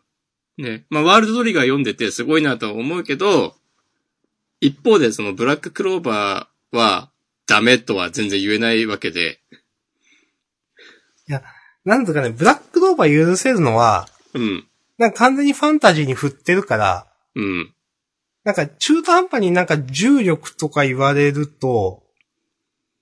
Speaker 1: ね、まあ、ワールドトリガー読んでてすごいなとは思うけど、一方でそのブラッククローバーは、ダメとは全然言えないわけで、
Speaker 2: なんとかね、ブラックドーバー許せるのは、
Speaker 1: うん、
Speaker 2: なんか完全にファンタジーに振ってるから、
Speaker 1: うん、
Speaker 2: なんか中途半端になんか重力とか言われると、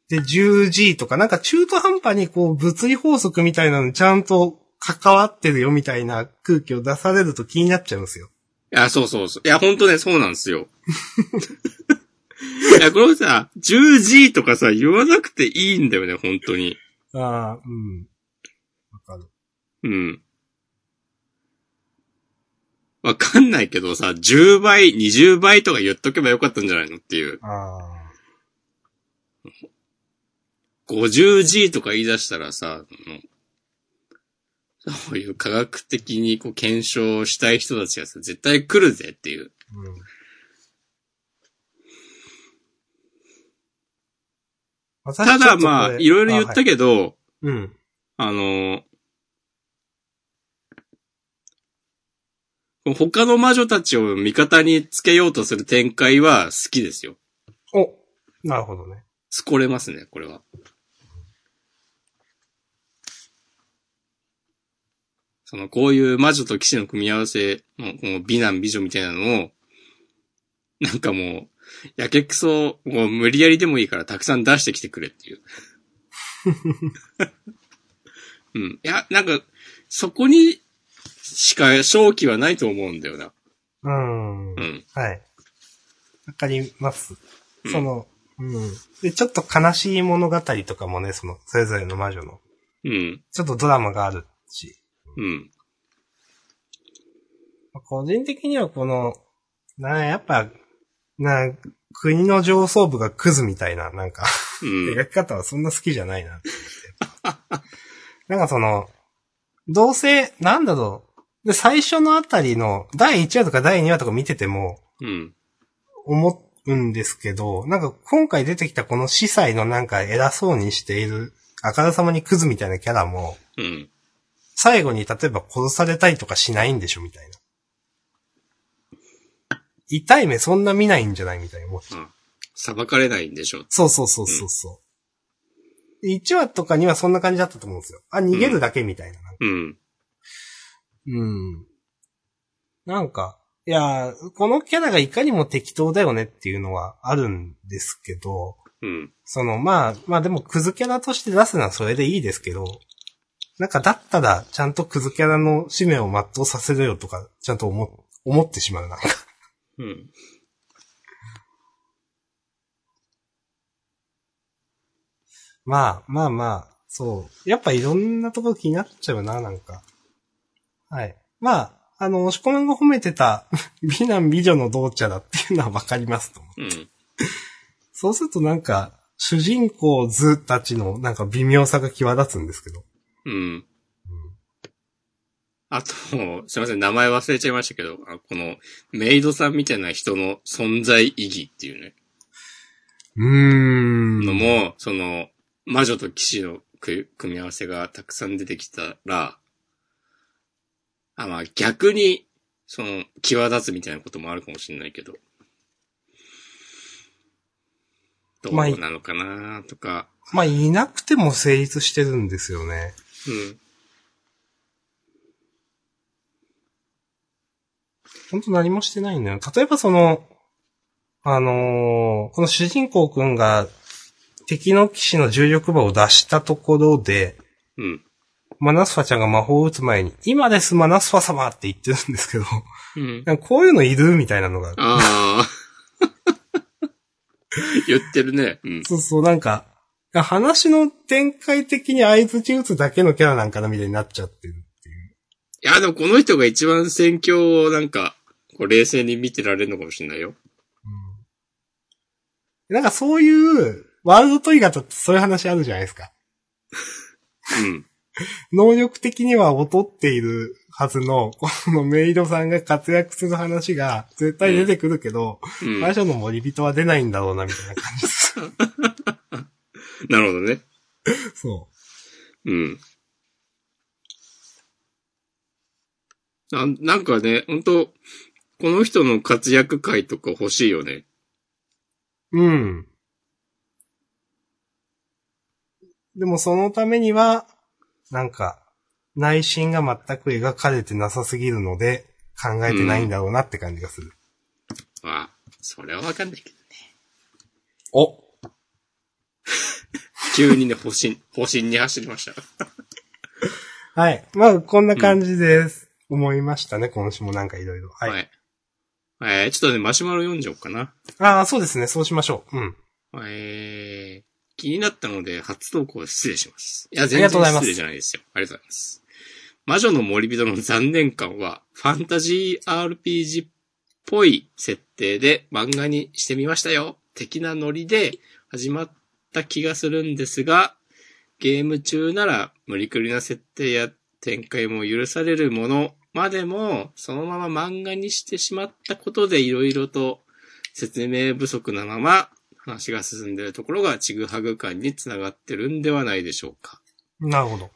Speaker 2: で、10G とか、なんか中途半端にこう物理法則みたいなのにちゃんと関わってるよみたいな空気を出されると気になっちゃうんですよ。
Speaker 1: いや、そうそうそう。いや、ほんとね、そうなんですよ。 いや、これもさ、10G とかさ、言わなくていいんだよね、本当に。
Speaker 2: ああ、うん。わかる。
Speaker 1: うん。わかんないけどさ、10倍、20倍とか言っとけばよかったんじゃないのっていう。
Speaker 2: あ
Speaker 1: 50G とか言い出したらさ、そのそういう科学的にこう検証したい人たちがさ、絶対来るぜっていう。
Speaker 2: うん。私
Speaker 1: た
Speaker 2: ちょ
Speaker 1: だ
Speaker 2: っとこれ
Speaker 1: まあ、いろいろ言っ
Speaker 2: あは
Speaker 1: た
Speaker 2: い
Speaker 1: けど、
Speaker 2: うん。
Speaker 1: あのー他の魔女たちを味方につけようとする展開は好きですよ。
Speaker 2: お、なるほどね。
Speaker 1: すこれますね、これは。その、こういう魔女と騎士の組み合わせの、この美男美女みたいなのを、なんかもう、やけくそ、もう無理やりでもいいからたくさん出してきてくれっていう。うん。いや、なんか、そこにしか勝機はないと思うんだよな。
Speaker 2: うん。
Speaker 1: うん。
Speaker 2: はい。わかります。
Speaker 1: うん
Speaker 2: その、うん。で、ちょっと悲しい物語とかもね、その、それぞれの魔女の、
Speaker 1: うん。
Speaker 2: ちょっとドラマがあるし。
Speaker 1: うん。
Speaker 2: 個人的にはこの、なあ、やっぱ、なあ、国の上層部がクズみたいな、なんか、
Speaker 1: うん。
Speaker 2: 描き方はそんな好きじゃないなって 思って。なんかその、どうせ、なんだろう。で、最初のあたりの、第1話とか第2話とか見てても、
Speaker 1: うん。
Speaker 2: 思うんですけど、なんか今回出てきたこの司祭のなんか偉そうにしている、あからさまにクズみたいなキャラも、
Speaker 1: うん。
Speaker 2: 最後に例えば殺されたりとかしないんでしょみたいな。痛い目そんな見ないんじゃないみたいな思って。
Speaker 1: あ裁かれないんでしょ。
Speaker 2: そうそうそうそうそう。1話とかにはそんな感じだったと思うんですよ。あ、逃げるだけみたいな。
Speaker 1: うん。
Speaker 2: うん。なんか、いやー、このキャラがいかにも適当だよねっていうのはあるんですけど、
Speaker 1: うん。
Speaker 2: その、まあ、まあでも、クズキャラとして出すのはそれでいいですけど、なんかだったら、ちゃんとクズキャラの使命を全うさせろよとか、ちゃんと思、思ってしまうな。
Speaker 1: うん。
Speaker 2: まあ、まあまあ、そう。やっぱいろんなところ気になっちゃうな、なんか。はい。まあ、あの、押し込まんが褒めてた、 美男美女の同茶だっていうのはわかりますと。
Speaker 1: うん。
Speaker 2: そうするとなんか、主人公図たちのなんか微妙さが際立つんですけど。
Speaker 1: うん。あと、すいません、名前忘れちゃいましたけど、あこの、メイドさんみたいな人の存在意義っていうね、
Speaker 2: うん。
Speaker 1: のも、その、魔女と騎士のく組み合わせがたくさん出てきたら、あ、まあ逆に、その、際立つみたいなこともあるかもしれないけど、どう
Speaker 2: まあい
Speaker 1: なのかなとか、
Speaker 2: まあ、いなくても成立してるんですよね。
Speaker 1: うん。
Speaker 2: ほんと何もしてないんだよ。例えばその、あのーこの主人公くんが敵の騎士の重力場を出したところで、
Speaker 1: うん。
Speaker 2: マナスファちゃんが魔法を打つ前に、今ですマナスファ様って言ってるんですけど、
Speaker 1: うん。
Speaker 2: なんかこういうのいるみたいなのが。
Speaker 1: ああ。 言ってるね。うん。
Speaker 2: そうそう、なんか、話の展開的に相槌打つだけのキャラなんかなみたいになっちゃってるっていう。
Speaker 1: いや、でもこの人が一番戦況をなんか、こう冷静に見てられるのかもしれないよ。
Speaker 2: なんかそういう、ワールドトリガーだってそういう話あるじゃないですか。
Speaker 1: うん。
Speaker 2: 能力的には劣っているはずの、このメイドさんが活躍する話が絶対出てくるけど、
Speaker 1: うん
Speaker 2: 魔女の森人は出ないんだろうな、みたいな感じです。
Speaker 1: なるほどね。
Speaker 2: そ
Speaker 1: うん。ななんかね、本当この人の活躍会とか欲しいよね。
Speaker 2: う。うん。でもそのためには、なんか、内心が全く描かれてなさすぎるので、考えてないんだろうなって感じがする。
Speaker 1: あ、それはわかんないけど。
Speaker 2: お
Speaker 1: 急にね、方針、方針に走りました。
Speaker 2: はい。まあ、こんな感じです。思いましたね、今週もなんかいろいろ。はい。
Speaker 1: はい。えーちょっとね、マシュマロ読んじゃおうかな。
Speaker 2: ああ、そうですね、そうしましょう。うん。
Speaker 1: えー、気になったので、初投稿失礼します。いや、
Speaker 2: り
Speaker 1: 全
Speaker 2: が
Speaker 1: 然
Speaker 2: とうございます
Speaker 1: 失礼じゃないですよ。ありがとうございます。魔女の森人の残念感は、ファンタジー RPG っぽい設定で漫画にしてみましたよ。的なノリで始まった気がするんですが、ゲーム中なら無理くりな設定や展開も許されるものまでも、そのまま漫画にしてしまったことで色々と説明不足なまま話が進んでいるところがちぐはぐ感につながってるんではないでしょうか。
Speaker 2: なるほど。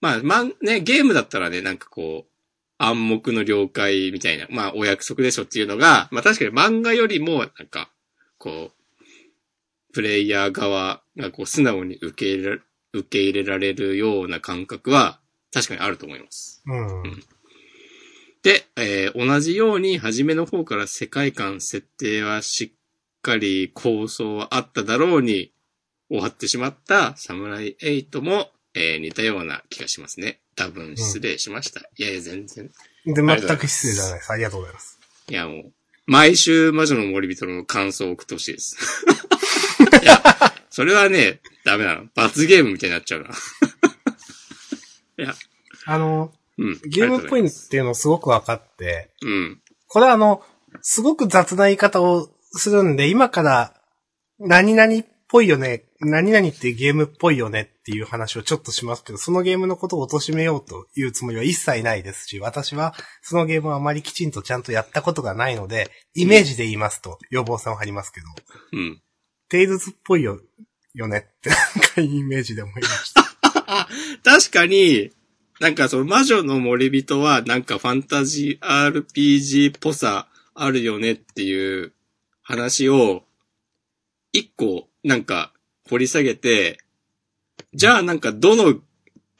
Speaker 1: まあ、まん、ね、ゲームだったらね、なんかこう、暗黙の了解みたいな、まあ、お約束でしょっていうのが、まあ確かに漫画よりも、なんか、こう、プレイヤー側がこう、素直に受け入れら、受け入れられるような感覚は、確かにあると思います。
Speaker 2: うん。うん。
Speaker 1: で、えー同じように初めの方から世界観設定はしっかり構想はあっただろうに終わってしまったサムライ8も、えー似たような気がしますね。多分失礼しました。いやいや全然。
Speaker 2: で、
Speaker 1: ありがとうございます
Speaker 2: 全く失礼じゃないです。ありがとうございます。
Speaker 1: いやもう、毎週魔女の森人の感想を送ってほしい です。いや、それはね、ダメなの。罰ゲームみたいになっ ちゃうな。いや、
Speaker 2: あの、
Speaker 1: うん。
Speaker 2: ゲー
Speaker 1: ありがと
Speaker 2: ムっぽ
Speaker 1: うござ
Speaker 2: い
Speaker 1: ま
Speaker 2: のっていうのすごく分かって、
Speaker 1: す。うん。
Speaker 2: これはあの、すごく雑な言い方をするんで、今から、何々っぽいよね、何々っていうゲームっぽいよねっていう話をちょっとしますけど、そのゲームのことを貶めようというつもりは一切ないですし、私はそのゲームをあまりきちんとちゃんとやったことがないので、イメージで言いますと、予防線を張りますけど、
Speaker 1: うん。
Speaker 2: テイルズっぽいよ、よねって、なんかいいイメージで思いました。
Speaker 1: 確かに、なんかその魔女の森人はなんかファンタジー RPG っぽさあるよねっていう話を一個なんか掘り下げて、じゃあなんかどの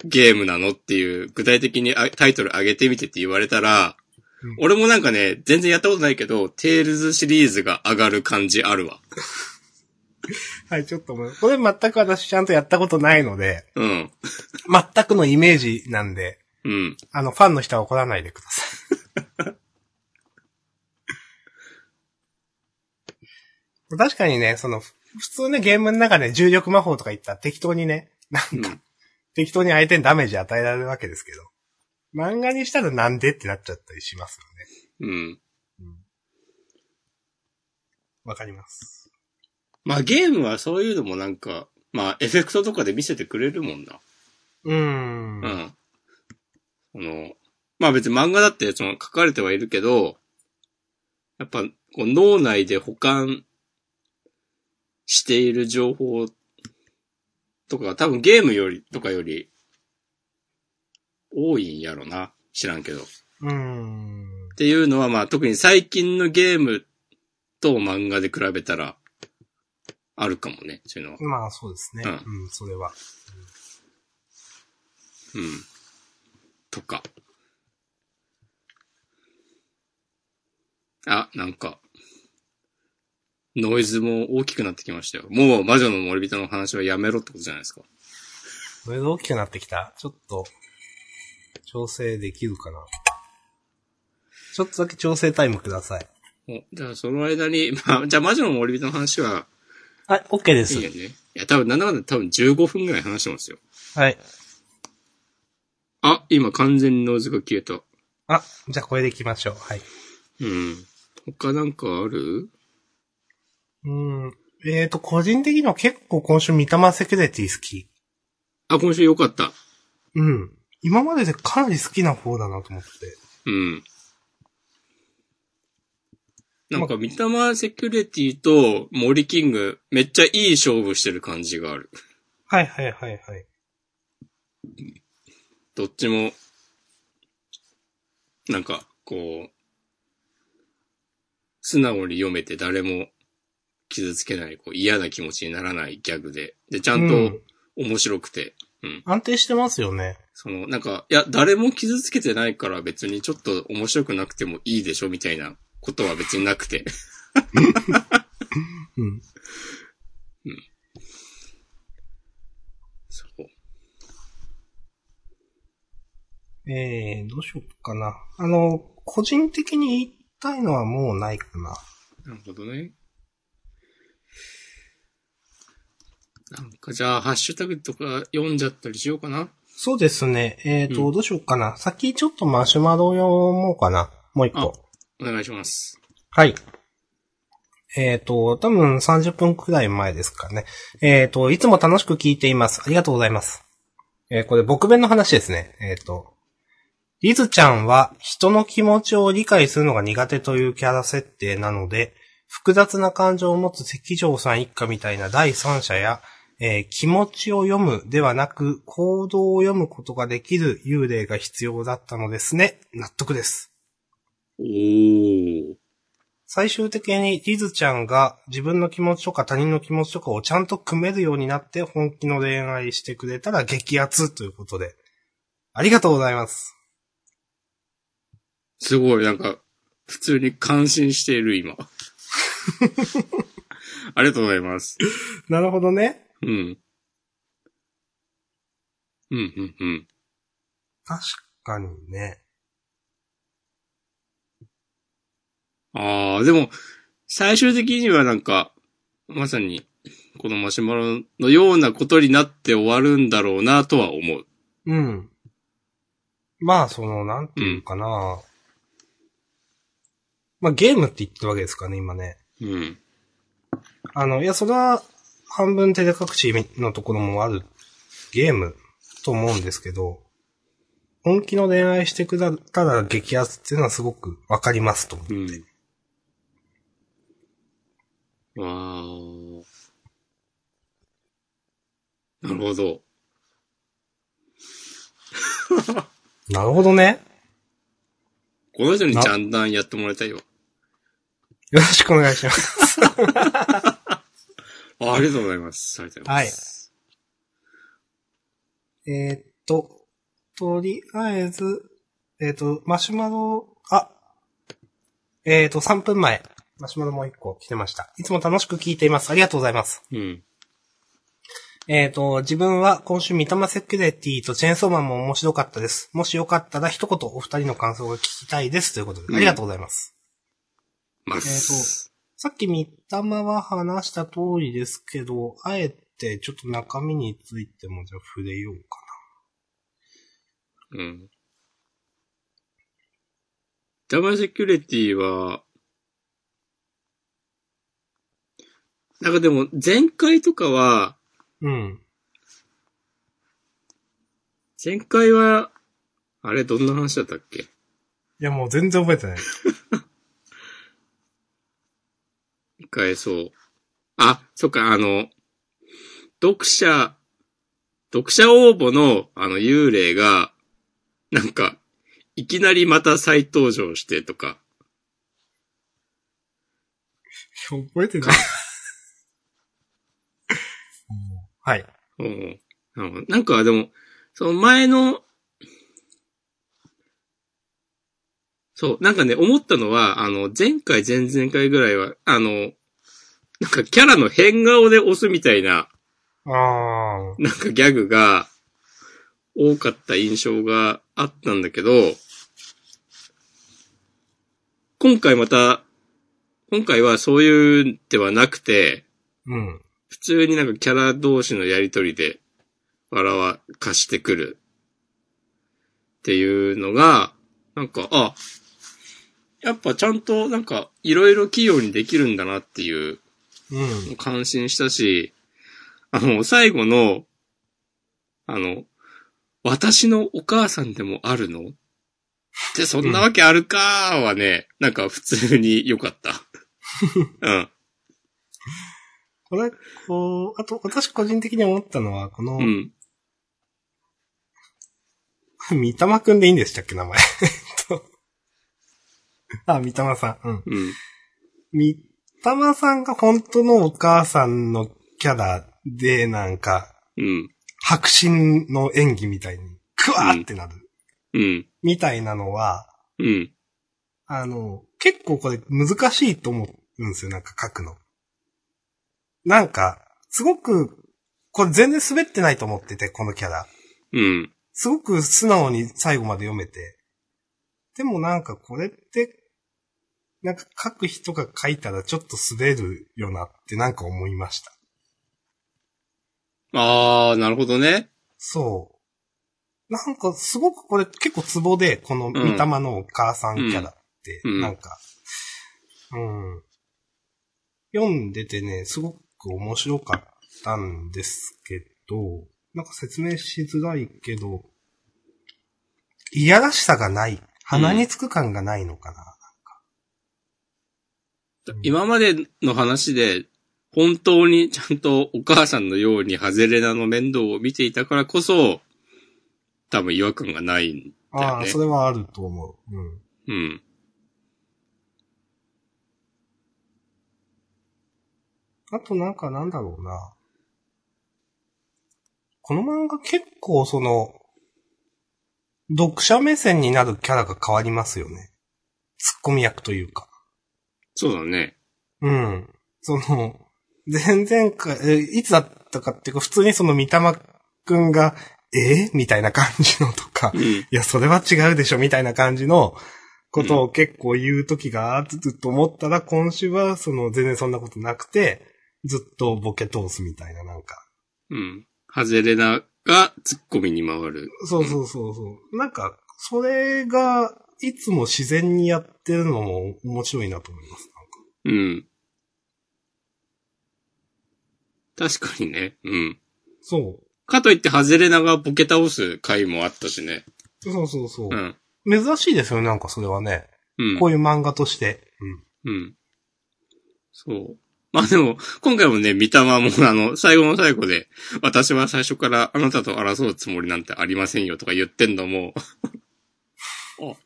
Speaker 1: ゲームなのっていう具体的にあタイトル上げてみてって言われたら、
Speaker 2: うん
Speaker 1: 俺もなんかね、全然やったことないけど、テイルズシリーズが上がる感じあるわ。
Speaker 2: はい、ちょっと思う。これ全く私ちゃんとやったことないので、
Speaker 1: うん。
Speaker 2: 全くのイメージなんで、
Speaker 1: うん。
Speaker 2: あの、ファンの人は怒らないでください。 確かにね、その、ふ普通ね、ゲームの中で重力魔法とか言ったら適当にね、
Speaker 1: うん
Speaker 2: 適当に相手にダメージ与えられるわけですけど、漫画にしたらなんでってなっちゃったりしますよね。
Speaker 1: うん。
Speaker 2: わかります。
Speaker 1: まあゲームはそういうのもなんか、まあエフェクトとかで見せてくれるもんな。
Speaker 2: うーん。
Speaker 1: う
Speaker 2: うん
Speaker 1: ん。その、まあ別に漫画だってその書かれてはいるけど、やっぱこう脳内で保管している情報とかが多分ゲームより、とかより多いんやろな。知らんけど。
Speaker 2: ーん。
Speaker 1: っていうのは、まあ特に最近のゲームと漫画で比べたら、あるかもね、そういうのは。
Speaker 2: まあ、そうですね。
Speaker 1: う
Speaker 2: うんん、それは。
Speaker 1: うん。とか。あ、なんか、ノイズも大きくなってきましたよ。もう魔女の森人の話はやめろってことじゃないですか。
Speaker 2: それで大きくなってきたちょっと、調整できるかな。ちょっとだけ調整タイムください。
Speaker 1: おじゃあその間に、 まあ、じゃあ魔女の森人の話は
Speaker 2: はい、OK で
Speaker 1: いいよね。いや、多分、なんだかんだ多分15分ぐらい話してますよ。
Speaker 2: はい。
Speaker 1: あ、今完全にノイズが消えた。
Speaker 2: あ、じゃあこれでいきましょう。はい。
Speaker 1: うん。他なんかある
Speaker 2: うん。えっ、ー、と、個人的には結構今週三玉セキュリティ好き。
Speaker 1: あ、今週よかった。
Speaker 2: うん。今まででかなり好きな方だなと思って。
Speaker 1: うん。なんか、三玉セキュリティと森キング、めっちゃいい勝負してる感じがある。
Speaker 2: はいはいはいはい。
Speaker 1: どっちも、なんか、こう、素直に読めて誰も傷つけない、こう嫌な気持ちにならないギャグで、で、ちゃん
Speaker 2: うん
Speaker 1: と面白くて、
Speaker 2: 安定してますよね。
Speaker 1: その、なんか、いや、誰も傷つけてないから別にちょっと面白くなくてもいいでしょ、みたいなことは別になくて。
Speaker 2: うん。
Speaker 1: そう。
Speaker 2: えー、どうしようかな。あの、個人的に言いたいのはもうないかな。
Speaker 1: なるほどね。なんかじゃあ、ハッシュタグとか読んじゃったりしようかな。
Speaker 2: そうですね。えっ、と、
Speaker 1: う
Speaker 2: どうしようかな。先ちょっとマシュマロを読もうかな。もう一
Speaker 1: あ
Speaker 2: 個。
Speaker 1: お願いします。
Speaker 2: はい。えっ、と、多分30分くらい前ですかね。えっ、と、いつも楽しく聞いています。ありがとうございます。えーこれ僕弁の話ですね。えっ、と、リズちゃんは人の気持ちを理解するのが苦手というキャラ設定なので、複雑な感情を持つ関城さん一家みたいな第三者や、えー気持ちを読むではなく行動を読むことができる幽霊が必要だったのですね。納得です。
Speaker 1: おー。
Speaker 2: 最終的にリズちゃんが自分の気持ちとか他人の気持ちとかをちゃんと組めるようになって本気の恋愛してくれたら激アツということで。ありがとうございます。
Speaker 1: すごい、なんか、普通に感心している、 今。ありがとうございます。
Speaker 2: なるほどね。
Speaker 1: うん。うん、うん、うん。
Speaker 2: 確かにね。
Speaker 1: あー、でも、最終的にはなんか、まさに、このマシュマロのようなことになって終わるんだろうなとは思う。
Speaker 2: うん。まあ、その、なんていうかな。まあ、ゲームって言ってるわけですかね、今ね。
Speaker 1: うん。
Speaker 2: あの、いや、それは、半分照れ隠しのところもあるゲームと思うんですけど、本気の恋愛してくだったら激アツっていうのはすごくわかりますと思う。
Speaker 1: うん。わー。なるほど。
Speaker 2: なるほどね。
Speaker 1: この人にジャンダンやってもらいたいよ。
Speaker 2: よろしくお願いします。
Speaker 1: あありがとうございます。ありがとうございます。
Speaker 2: えーっと、とりあえず、えーっと、マシュマロ、あ、えーっと、3分前。マシュマロもう1個来てました。いつも楽しく聞いています。ありがとうございます。
Speaker 1: うん。
Speaker 2: えっ、と、自分は今週三玉セキュリティとチェーンソーマンも面白かったです。もしよかったら一言お二人の感想が聞きたいです。ということ
Speaker 1: う
Speaker 2: で、
Speaker 1: ん
Speaker 2: ありがとうございます。
Speaker 1: ます。
Speaker 2: さっき三玉は話した通りですけど、あえてちょっと中身についてもじゃあ触れようか
Speaker 1: うん。ダブルセキュリティは、なんかでも前回とかは、
Speaker 2: な。うん。
Speaker 1: 前回は、あれどんな話だったっけ
Speaker 2: いや、もう全然覚えてない。
Speaker 1: 一回そう。あ、そっか、あの、読者、読者応募の、あの、幽霊が、なんか、いきなりまた再登場してとか、
Speaker 2: 覚えてない。 はい。
Speaker 1: うん。なるほどなんかでも、その前の、そう、なんかね、思ったのは、あの、前回、前々回ぐらいは、あの、なんかキャラの変顔で押すみたいな、
Speaker 2: あ
Speaker 1: なんかギャグが多かった印象があったんだけど、今回また、今回はそういうんではなくて、
Speaker 2: ー。うん。
Speaker 1: 普通になんかキャラ同士のやりとりで笑わかしてくるっていうのが、なんか、あ、やっぱちゃんとなんかいろいろ器用にできるんだなっていう
Speaker 2: うん。
Speaker 1: 感心したし、あの、最後の、あの、私のお母さんでもあるのって、そんなわけあるかーはね、なんか普通に良かった。うん。
Speaker 2: これ、こう、あと、私個人的に思ったのは、この、
Speaker 1: うん。
Speaker 2: 三玉くんでいいんでしたっけ、名前。 えっとあ、三玉さん。うん。
Speaker 1: うん。
Speaker 2: 三玉さんが本当のお母さんのキャラで、なんか、
Speaker 1: うん。
Speaker 2: 白真の演技みたいに、クワーってなる。
Speaker 1: うん。
Speaker 2: みたいなのは、
Speaker 1: うん。
Speaker 2: あの、結構これ難しいと思うんですよ、なんか書くの。なんか、すごく、これ全然滑ってないと思ってて、このキャラ。
Speaker 1: うん。
Speaker 2: すごく素直に最後まで読めて。でもなんかこれって、なんか書く人が書いたらちょっと滑るよなってなんか思いました。
Speaker 1: あー、なるほどね。
Speaker 2: そう。なんかすごくこれ結構ツボで、この見たまのお母さんキャラって、
Speaker 1: うんうん
Speaker 2: なんか、うん。読んでてね、すごく面白かったんですけど、なんか説明しづらいけど、いやらしさがない。鼻につく感がないのかな。うん
Speaker 1: 今までの話で、本当にちゃんとお母さんのようにハゼレナの面倒を見ていたからこそ、多分違和感がないんだ
Speaker 2: あ
Speaker 1: よ
Speaker 2: あ、
Speaker 1: ね
Speaker 2: そ。れはあると思う。うん。
Speaker 1: うん。
Speaker 2: あとなんかなんだろうな。この漫画結構その、読者目線になるキャラが変わりますよね。ツッコミ役というか。
Speaker 1: そうだね。
Speaker 2: うん。その、前々回、えいつだったかっていうか、普通にその三玉くんが、えみたいな感じのとか
Speaker 1: う、ん。
Speaker 2: いや、それは違うでしょ、みたいな感じのことを結構言うときがあると思ったら、今週はその全然そんなことなくて、ずっとボケ通すみたいな、なんか。
Speaker 1: うん。ハゼレナがツッコミに回る。
Speaker 2: そうそうそうそう。なんか、それが、いつも自然にやってるのも面白いなと思います。
Speaker 1: うん。確かにね。うん。
Speaker 2: そう。
Speaker 1: かといってハゼレナがボケ倒す回もあったしね。
Speaker 2: そうそうそう
Speaker 1: う。ん。
Speaker 2: 珍しいですよね、なんかそれはね。
Speaker 1: うん。
Speaker 2: こういう漫画として。
Speaker 1: うん。そう。まあでも、今回もね、三玉もあの、最後の最後で、私は最初からあなたと争うつもりなんてありませんよとか言ってんのも、 あ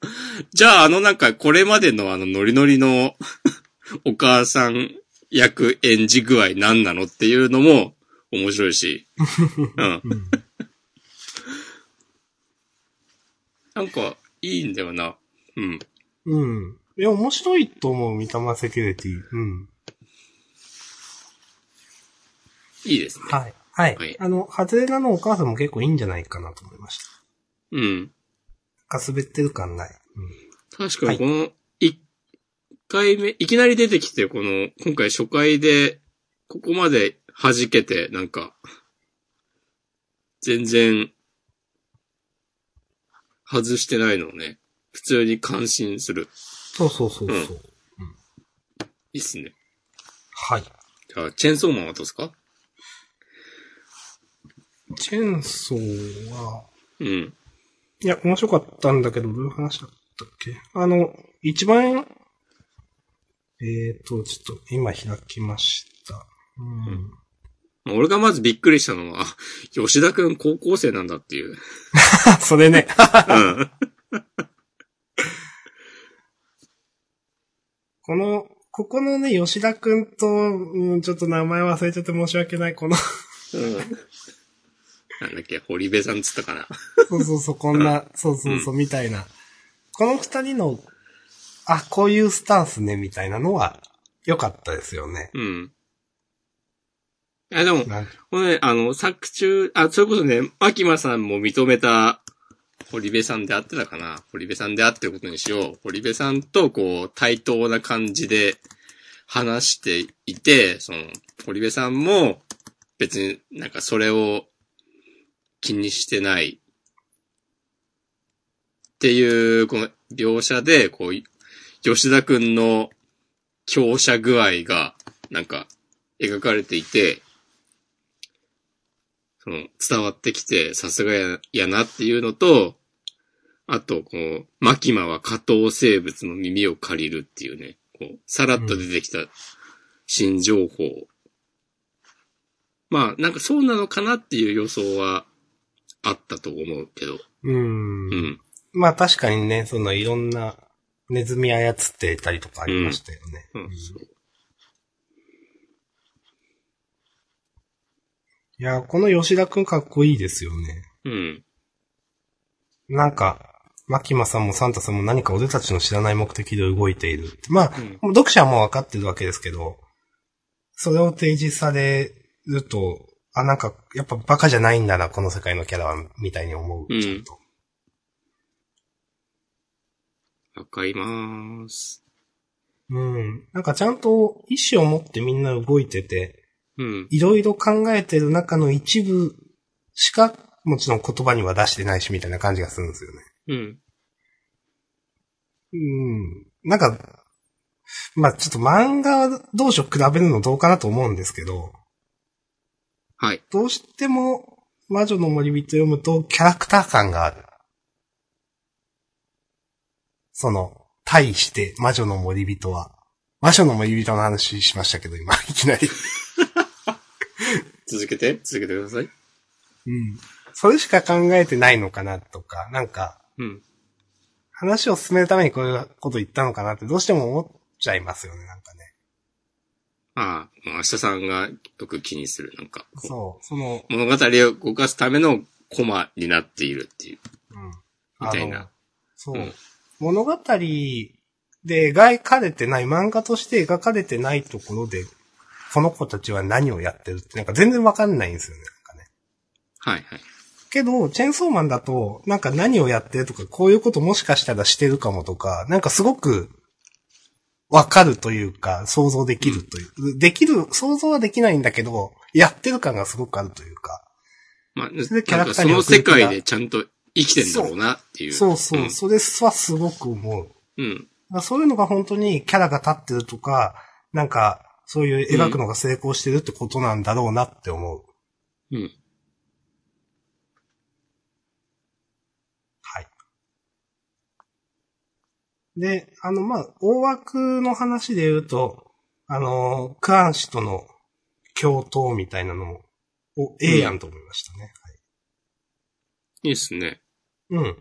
Speaker 1: じゃああのなんかこれまでのあのノリノリのお母さん役演じ具合何なのっていうのも面白いし、 うん。
Speaker 2: うん。うん、
Speaker 1: なんかいいんだよな。うん。
Speaker 2: うん。いや、面白いと思う、三玉セキュリティ。うん。
Speaker 1: いいですね。
Speaker 2: はい。はい。
Speaker 1: はい
Speaker 2: あの、ハズレナのお母さんも結構いいんじゃないかなと思いました。
Speaker 1: うん。
Speaker 2: なんか滑ってる感ない。うん
Speaker 1: 確かにこの、一回目、いきなり出てきて、この、今回初回で、ここまで弾けて、なんか、全然、外してないのをね、普通に感心する。
Speaker 2: そうそうそうそう。
Speaker 1: いいっすね。
Speaker 2: はい。
Speaker 1: じゃあ、チェーンソーマンはどうですか
Speaker 2: チェーンソーは、
Speaker 1: うん。
Speaker 2: いや、面白かったんだけど、どういう話だったっけあの、一番、えっ、ー、と、ちょっと今開きました。うん。
Speaker 1: まあ俺がまずびっくりしたのは、あ吉田くん高校生なんだっていう。
Speaker 2: あ、 それね。
Speaker 1: うん。
Speaker 2: この、ここのね、吉田くんと、うん、ちょっと名前忘れちゃって申し訳ない。この、
Speaker 1: うん。なんだっけ、堀部さんっつったかな。
Speaker 2: そうそうそう、こんな、そうそうそう、みたいな。この二人の、あ、こういうスタンスね、みたいなのは、良かったですよね。
Speaker 1: うん。あ、でも、
Speaker 2: なん
Speaker 1: これね、あの、作中、あ、そういうことね、マキマさんも認めた、堀部さんであってたかな。堀部さんであってることにしよう。堀部さんと、こう、対等な感じで話していて、その、堀部さんも、別になんかそれを気にしてない。っていう、この描写で、こう、吉田くんの強者具合が、なんか、描かれていて、そその、伝わってきて、さすがややなっていうのと、あと、こう、マキマは下等生物の耳を借りるっていうね、こう、さらっと出てきた新情報。まあ、なんかそうなのかなっていう予想はあったと思うけど、
Speaker 2: うん
Speaker 1: う。ん。
Speaker 2: まあ確かにね、そのいろんなネズミ操ってたりとかありましたよね。
Speaker 1: うん
Speaker 2: うんい
Speaker 1: そう
Speaker 2: や、この吉田くんかっこいいですよね。
Speaker 1: うん。
Speaker 2: なんか、マキマさんもサンタさんも何か俺たちの知らない目的で動いている。まあ、
Speaker 1: うん
Speaker 2: もう読者はもう分かってるわけですけど、それを提示されると、あ、なんか、やっぱバカじゃないんだな、この世界のキャラは、みたいに思
Speaker 1: うん
Speaker 2: う。ちょっと。
Speaker 1: わかりまーす。
Speaker 2: うん。なんかちゃんと意志を持ってみんな動いてて、
Speaker 1: うん。
Speaker 2: いろいろ考えてる中の一部しか、もちろん言葉には出してないし、みたいな感じがするんですよね。
Speaker 1: うん。
Speaker 2: うん。なんか、まあちょっと漫画同士を比べるのどうかなと思うんですけど、
Speaker 1: はい。
Speaker 2: どうしても魔女の森人読むとキャラクター感がある。その、対して魔女の森人は、魔女の森人の話しましたけど、今、いきなり。
Speaker 1: 続けて、続けてください。
Speaker 2: うん。それしか考えてないのかなとか、なんか、
Speaker 1: うん。
Speaker 2: 話を進めるためにこういうこと言ったのかなってどうしても思っちゃいますよね、なんかね。
Speaker 1: ああ、明日さんがよく気にする、なんか、こう
Speaker 2: そう、その、
Speaker 1: 物語を動かすためのコマになっているっていう。
Speaker 2: うん。
Speaker 1: みたいな
Speaker 2: あの。そ
Speaker 1: う
Speaker 2: う。
Speaker 1: ん
Speaker 2: 物語で描かれてない、漫画として描かれてないところで、この子たちは何をやってるって、なんか全然わかんないんですよね、なんかね。
Speaker 1: はいはい。
Speaker 2: けど、チェーンソーマンだと、なんか何をやってるとか、こういうこともしかしたらしてるかもとか、なんかすごく、わかるというか、想像できるという、できる、想像はできないんだけど、やってる感がすごくあるというか、
Speaker 1: まあ、
Speaker 2: れでキャ
Speaker 1: な
Speaker 2: ラ
Speaker 1: んか
Speaker 2: ク
Speaker 1: そ
Speaker 2: ターに
Speaker 1: の
Speaker 2: 奥行
Speaker 1: 世
Speaker 2: きが
Speaker 1: 界でちゃんと生きてんだろうなっていう。
Speaker 2: そうそう、
Speaker 1: ん
Speaker 2: それはすごく思う。
Speaker 1: うん。
Speaker 2: だからそういうのが本当にキャラが立ってるとか、なんか、そういう描くのが成功してるってことなんだろうなって思う。
Speaker 1: うん。
Speaker 2: はい。で、あの、まあ、大枠の話で言うと、あの、クアン氏との共闘みたいなのも、お、ええやんと思いましたね。
Speaker 1: いいっすね。
Speaker 2: はい、うん。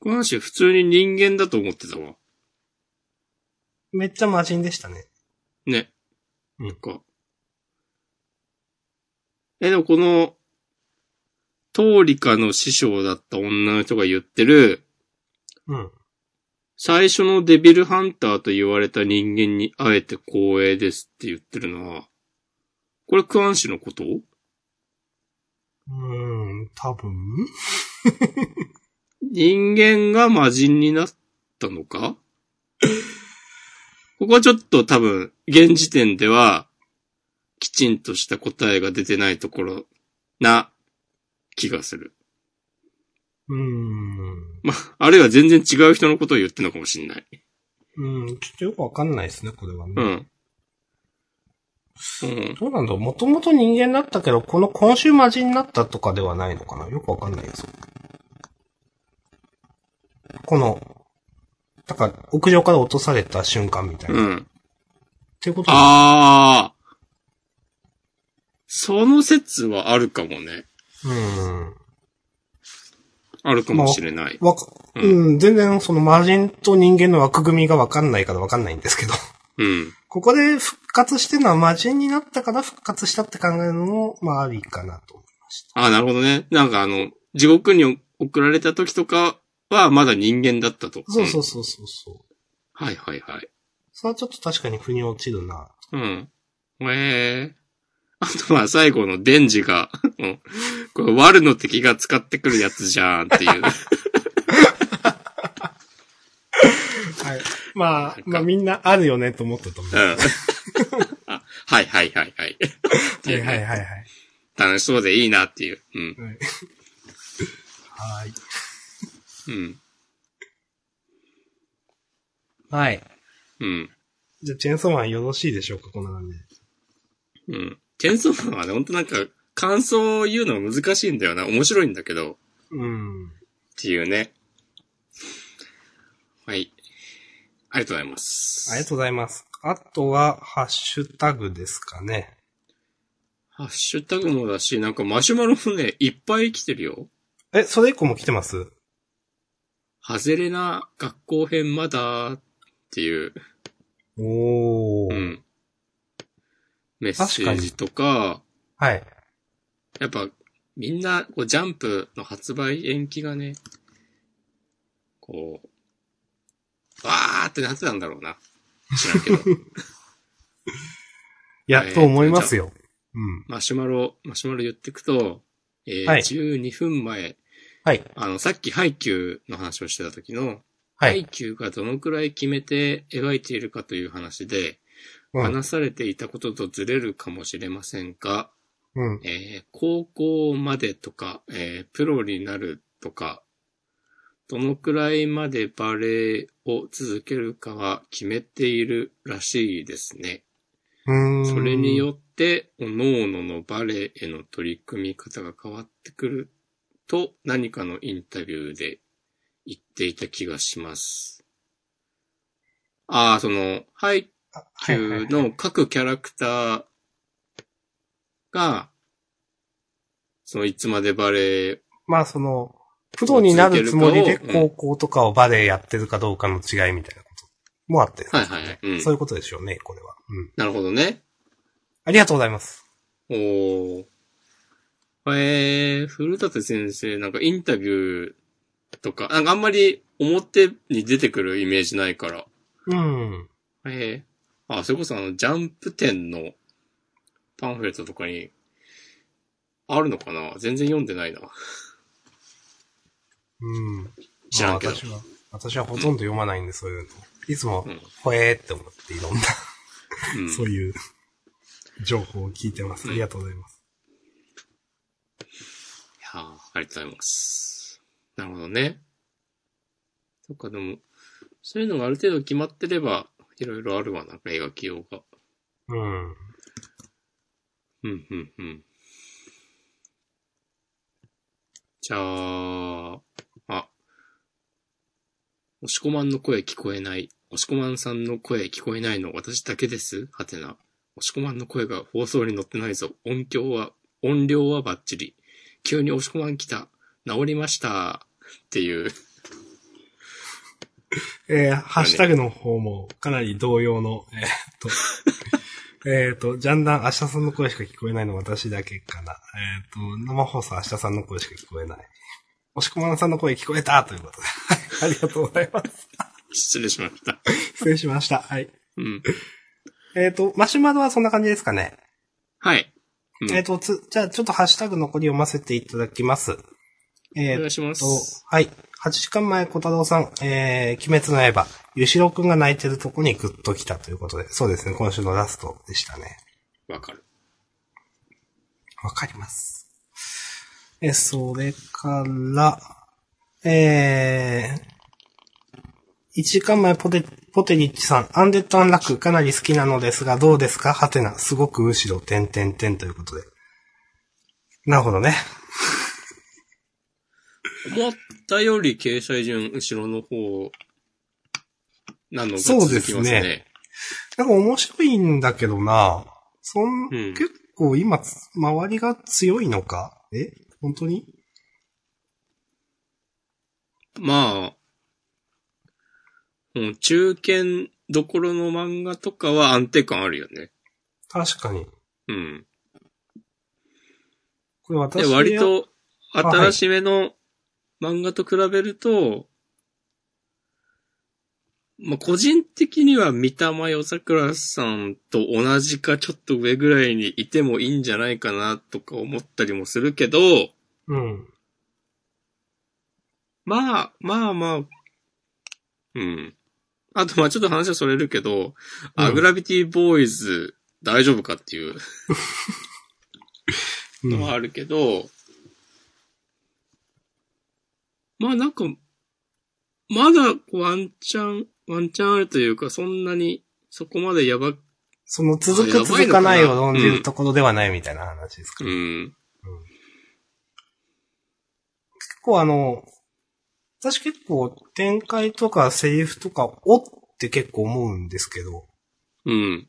Speaker 1: この話普通に人間だと思ってたわ。
Speaker 2: めっちゃ魔人でしたね。
Speaker 1: ね。
Speaker 2: うん
Speaker 1: なんか。え、でもこの、通りかの師匠だった女の人が言ってる、
Speaker 2: うん。
Speaker 1: 最初のデビルハンターと言われた人間に会えて光栄ですって言ってるのは、これクアン氏のこと
Speaker 2: うーん、多分
Speaker 1: 人間が魔人になったのか ここはちょっと多分、現時点では、きちんとした答えが出てないところな気がする。
Speaker 2: うーん。
Speaker 1: まあ、あるいは全然違う人のことを言ってるのかもしれない。
Speaker 2: うん、ちょっとよくわかんないですね、これはね。
Speaker 1: うん。うん。
Speaker 2: どうなんだもともと人間だったけど、この今週魔人になったとかではないのかなよくわかんないです。この、だから、屋上から落とされた瞬間みたいな。
Speaker 1: う
Speaker 2: っ
Speaker 1: ん。
Speaker 2: ていうことは
Speaker 1: ああ。その説はあるかもね。
Speaker 2: うん。
Speaker 1: あるかもしれない。
Speaker 2: わか、
Speaker 1: う
Speaker 2: うん、全然その魔人と人間の枠組みがわかんないからわかんないんですけど。
Speaker 1: うん。
Speaker 2: ここで復活してるのは魔人になったから復活したって考えるのも、まあありかなと思いました。
Speaker 1: ああ、なるほどね。なんかあの、地獄に送られた時とかはまだ人間だったと。
Speaker 2: そうそううそうそうそう。
Speaker 1: ん。はいはいはい。
Speaker 2: それはちょっと確かに腑に落ちるな。
Speaker 1: うん。ええあとまあ最後のデンジが、 もうこれ悪の敵が使ってくるやつじゃんって いう。
Speaker 2: はい。まあ
Speaker 1: んか、
Speaker 2: まあみんなあるよねと思ったと思
Speaker 1: う
Speaker 2: う。
Speaker 1: ん。あはいはいはいはい。っていうね
Speaker 2: はいはいはい。
Speaker 1: 楽しそうでいいなっていう。うん。
Speaker 2: はい。はい。
Speaker 1: うん。
Speaker 2: はい。
Speaker 1: うん。
Speaker 2: じゃあ、チェーンソーマンよろしいでしょうかこんな感じで。
Speaker 1: うん。テンソーマンはね、ほんとなんか、感想を言うのが難しいんだよな。面白いんだけど、っ
Speaker 2: うん。
Speaker 1: ていうね。はい。ありがとうございます。
Speaker 2: ありがとうございます。あとは、ハッシュタグですかね。
Speaker 1: ハッシュタグもだし、なんかマシュマロもね、いっぱい来てるよ。
Speaker 2: え、それ以降も来てます
Speaker 1: ハゼレな学校編まだっていう、
Speaker 2: お
Speaker 1: う
Speaker 2: ー。
Speaker 1: ん。メッセージとか、
Speaker 2: はい。
Speaker 1: やっぱみんなこうジャンプの発売延期がね、こう、わーってなってたんだろうな。知らんけど。
Speaker 2: いや、
Speaker 1: えー
Speaker 2: と思いますよ。うん。
Speaker 1: マシュマロ、マシュマロ言ってくと、えー
Speaker 2: はい
Speaker 1: 12分前、
Speaker 2: はい。
Speaker 1: あの、さっきハイキューの話をしてた時の、
Speaker 2: は
Speaker 1: ハイ
Speaker 2: い。
Speaker 1: キューがどのくらい決めて描いているかという話で、
Speaker 2: うん。
Speaker 1: 話されていたこととずれるかもしれませんが、
Speaker 2: うん。
Speaker 1: えー高校までとか、えープロになるとか、どのくらいまでバレエを続けるかは決めているらしいですね。
Speaker 2: うーん。
Speaker 1: それによって、おのおののバレエへの取り組み方が変わってくると何かのインタビューで言っていた気がします。ああ、その、ハイキ
Speaker 2: はいはい
Speaker 1: ュ
Speaker 2: はい
Speaker 1: ーの各キャラクターが、その、いつまでバレエ、
Speaker 2: まあ、その、プロになるつもりで高校とかをバレエやってるかどうかの違いみたいなこともあって、
Speaker 1: はいはいはい。うん
Speaker 2: そういうことでしょうね、これは。うん。
Speaker 1: なるほどね。
Speaker 2: ありがとうございます。
Speaker 1: おー。えー、古舘先生、なんかインタビューとか、なんかあんまり表に出てくるイメージないから。
Speaker 2: うん。
Speaker 1: えー、あ、それこそあの、ジャンプ店のパンフレットとかに、あるのかな全然読んでないな。
Speaker 2: うん。
Speaker 1: 知らんけど
Speaker 2: まあ私は、私はほとんど読まないんで、そういうの。いつも
Speaker 1: うん、
Speaker 2: ほえーって思って、いろんな、
Speaker 1: うん。
Speaker 2: そういう、情報を聞いてます。ありがとうございます。
Speaker 1: いやーありがとうございます。なるほどね。そっか、でも、そういうのがある程度決まってれば、いろいろあるわ、なんか描きようが。
Speaker 2: う
Speaker 1: う
Speaker 2: ん。
Speaker 1: ん、うん、うん。じゃあ、あ、押し込まんの声聞こえない。押し込まんさんの声聞こえないの私だけですはてな。押し込まんの声が放送に乗ってないぞ。音響は、音量はバッチリ。急に押し込まん来た。治りました。っていう。
Speaker 2: えーハッシュタグの方もかなり同様の、えーっと、 えーっと、ジャンダン、明日さんの声しか聞こえないの私だけかな。えーっと、生放送明日さんの声しか聞こえない。押し込まんさんの声聞こえたということで。 はいありがとうござい ます。
Speaker 1: 失礼しました。
Speaker 2: 失礼しました。はい。
Speaker 1: うん。
Speaker 2: えーっと、マシュマロはそんな感じですかね。
Speaker 1: はい。うん
Speaker 2: えーっと、つ、じゃあちょっとハッシュタグ残り読ませていただきます。え
Speaker 1: お
Speaker 2: ーっ
Speaker 1: 願いしま
Speaker 2: と
Speaker 1: す。、
Speaker 2: はい。8時間前、小太郎さん、えー、鬼滅の刃、ゆしろくんが泣いてるとこにグッときたということで、そうですね、今週のラストでしたね。
Speaker 1: わかる。
Speaker 2: わかります。え、それから、えー、1時間前ポテ、ポテリッチさん、アンデッドアンラックかなり好きなのですが、どうですかハテナ、すごくむしろ、てんてんてんということで。なるほどね。
Speaker 1: 思ったより掲載順後ろの方なのが
Speaker 2: そうで
Speaker 1: 続き
Speaker 2: す
Speaker 1: ますね
Speaker 2: ね。なんか面白いんだけどなそん、
Speaker 1: うん
Speaker 2: 結構今、周りが強いのかえ本当に
Speaker 1: まあ、もう中堅どころの漫画とかは安定感あるよね。
Speaker 2: 確かに。
Speaker 1: うん。
Speaker 2: これ私
Speaker 1: で、
Speaker 2: は
Speaker 1: 割、と
Speaker 2: あはい
Speaker 1: 新しめの漫画と比べると、まあ個人的には三玉夜桜さんと同じかちょっと上ぐらいにいてもいいんじゃないかなとか思ったりもするけど、
Speaker 2: うん。
Speaker 1: まあ、まあまあ、うん。あと、まあちょっと話はそれるけど、あ、
Speaker 2: うん
Speaker 1: グラビティボーイズ大丈夫かっていう
Speaker 2: う
Speaker 1: のは
Speaker 2: ん、
Speaker 1: あるけど、まあなんか、まだこうワンチャン、ワンチャンあるというか、そんなにそこまでやば
Speaker 2: その続く続かないを論じるところではないみたいな話ですか。
Speaker 1: うん。
Speaker 2: 結構あの、私結構展開とかセリフとか、おって結構思うんですけど、
Speaker 1: うん。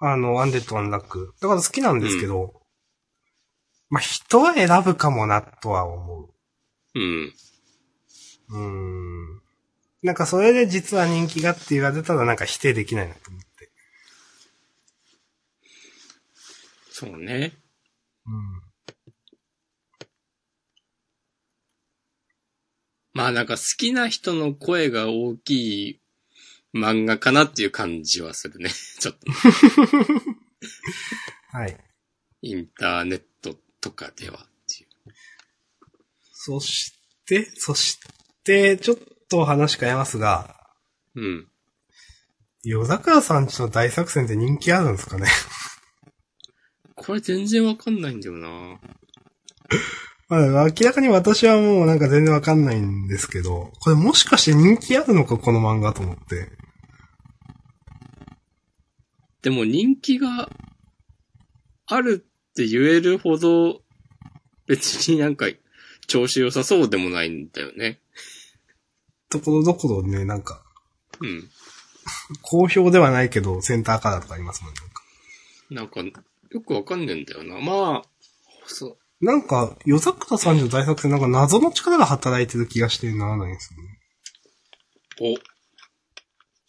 Speaker 2: あの、アンデッド・アンラック。だから好きなんですけど、まあ、人は選ぶかもなとは思う。
Speaker 1: うん。
Speaker 2: うーん。なんかそれで実は人気がって言われたらなんか否定できないなと思って。
Speaker 1: そうね。
Speaker 2: うん。
Speaker 1: まあなんか好きな人の声が大きい漫画かなっていう感じはするね。 ちょっと。
Speaker 2: はい。
Speaker 1: インターネットとかではっていう。
Speaker 2: そして、そして、ちょっと話変えますが、
Speaker 1: うん。
Speaker 2: 夜桜さんちの大作戦って人気あるんですかね
Speaker 1: これ全然わかんないんだよな。
Speaker 2: まあ明らかに私はもうなんか全然わかんないんですけど、これもしかして人気あるのかこの漫画と思って。
Speaker 1: でも人気があるって言えるほど別になんか調子良さそうでもないんだよね。
Speaker 2: ところどころね、なんか、
Speaker 1: うん。
Speaker 2: 好評ではないけど、センターカラーとかありますもんね。
Speaker 1: なんかよくわかんねえんだよな。まあ、そう。
Speaker 2: なんか、夜桜さんちの大作戦なんか謎の力が働いてる気がしてならないんですよね。
Speaker 1: お。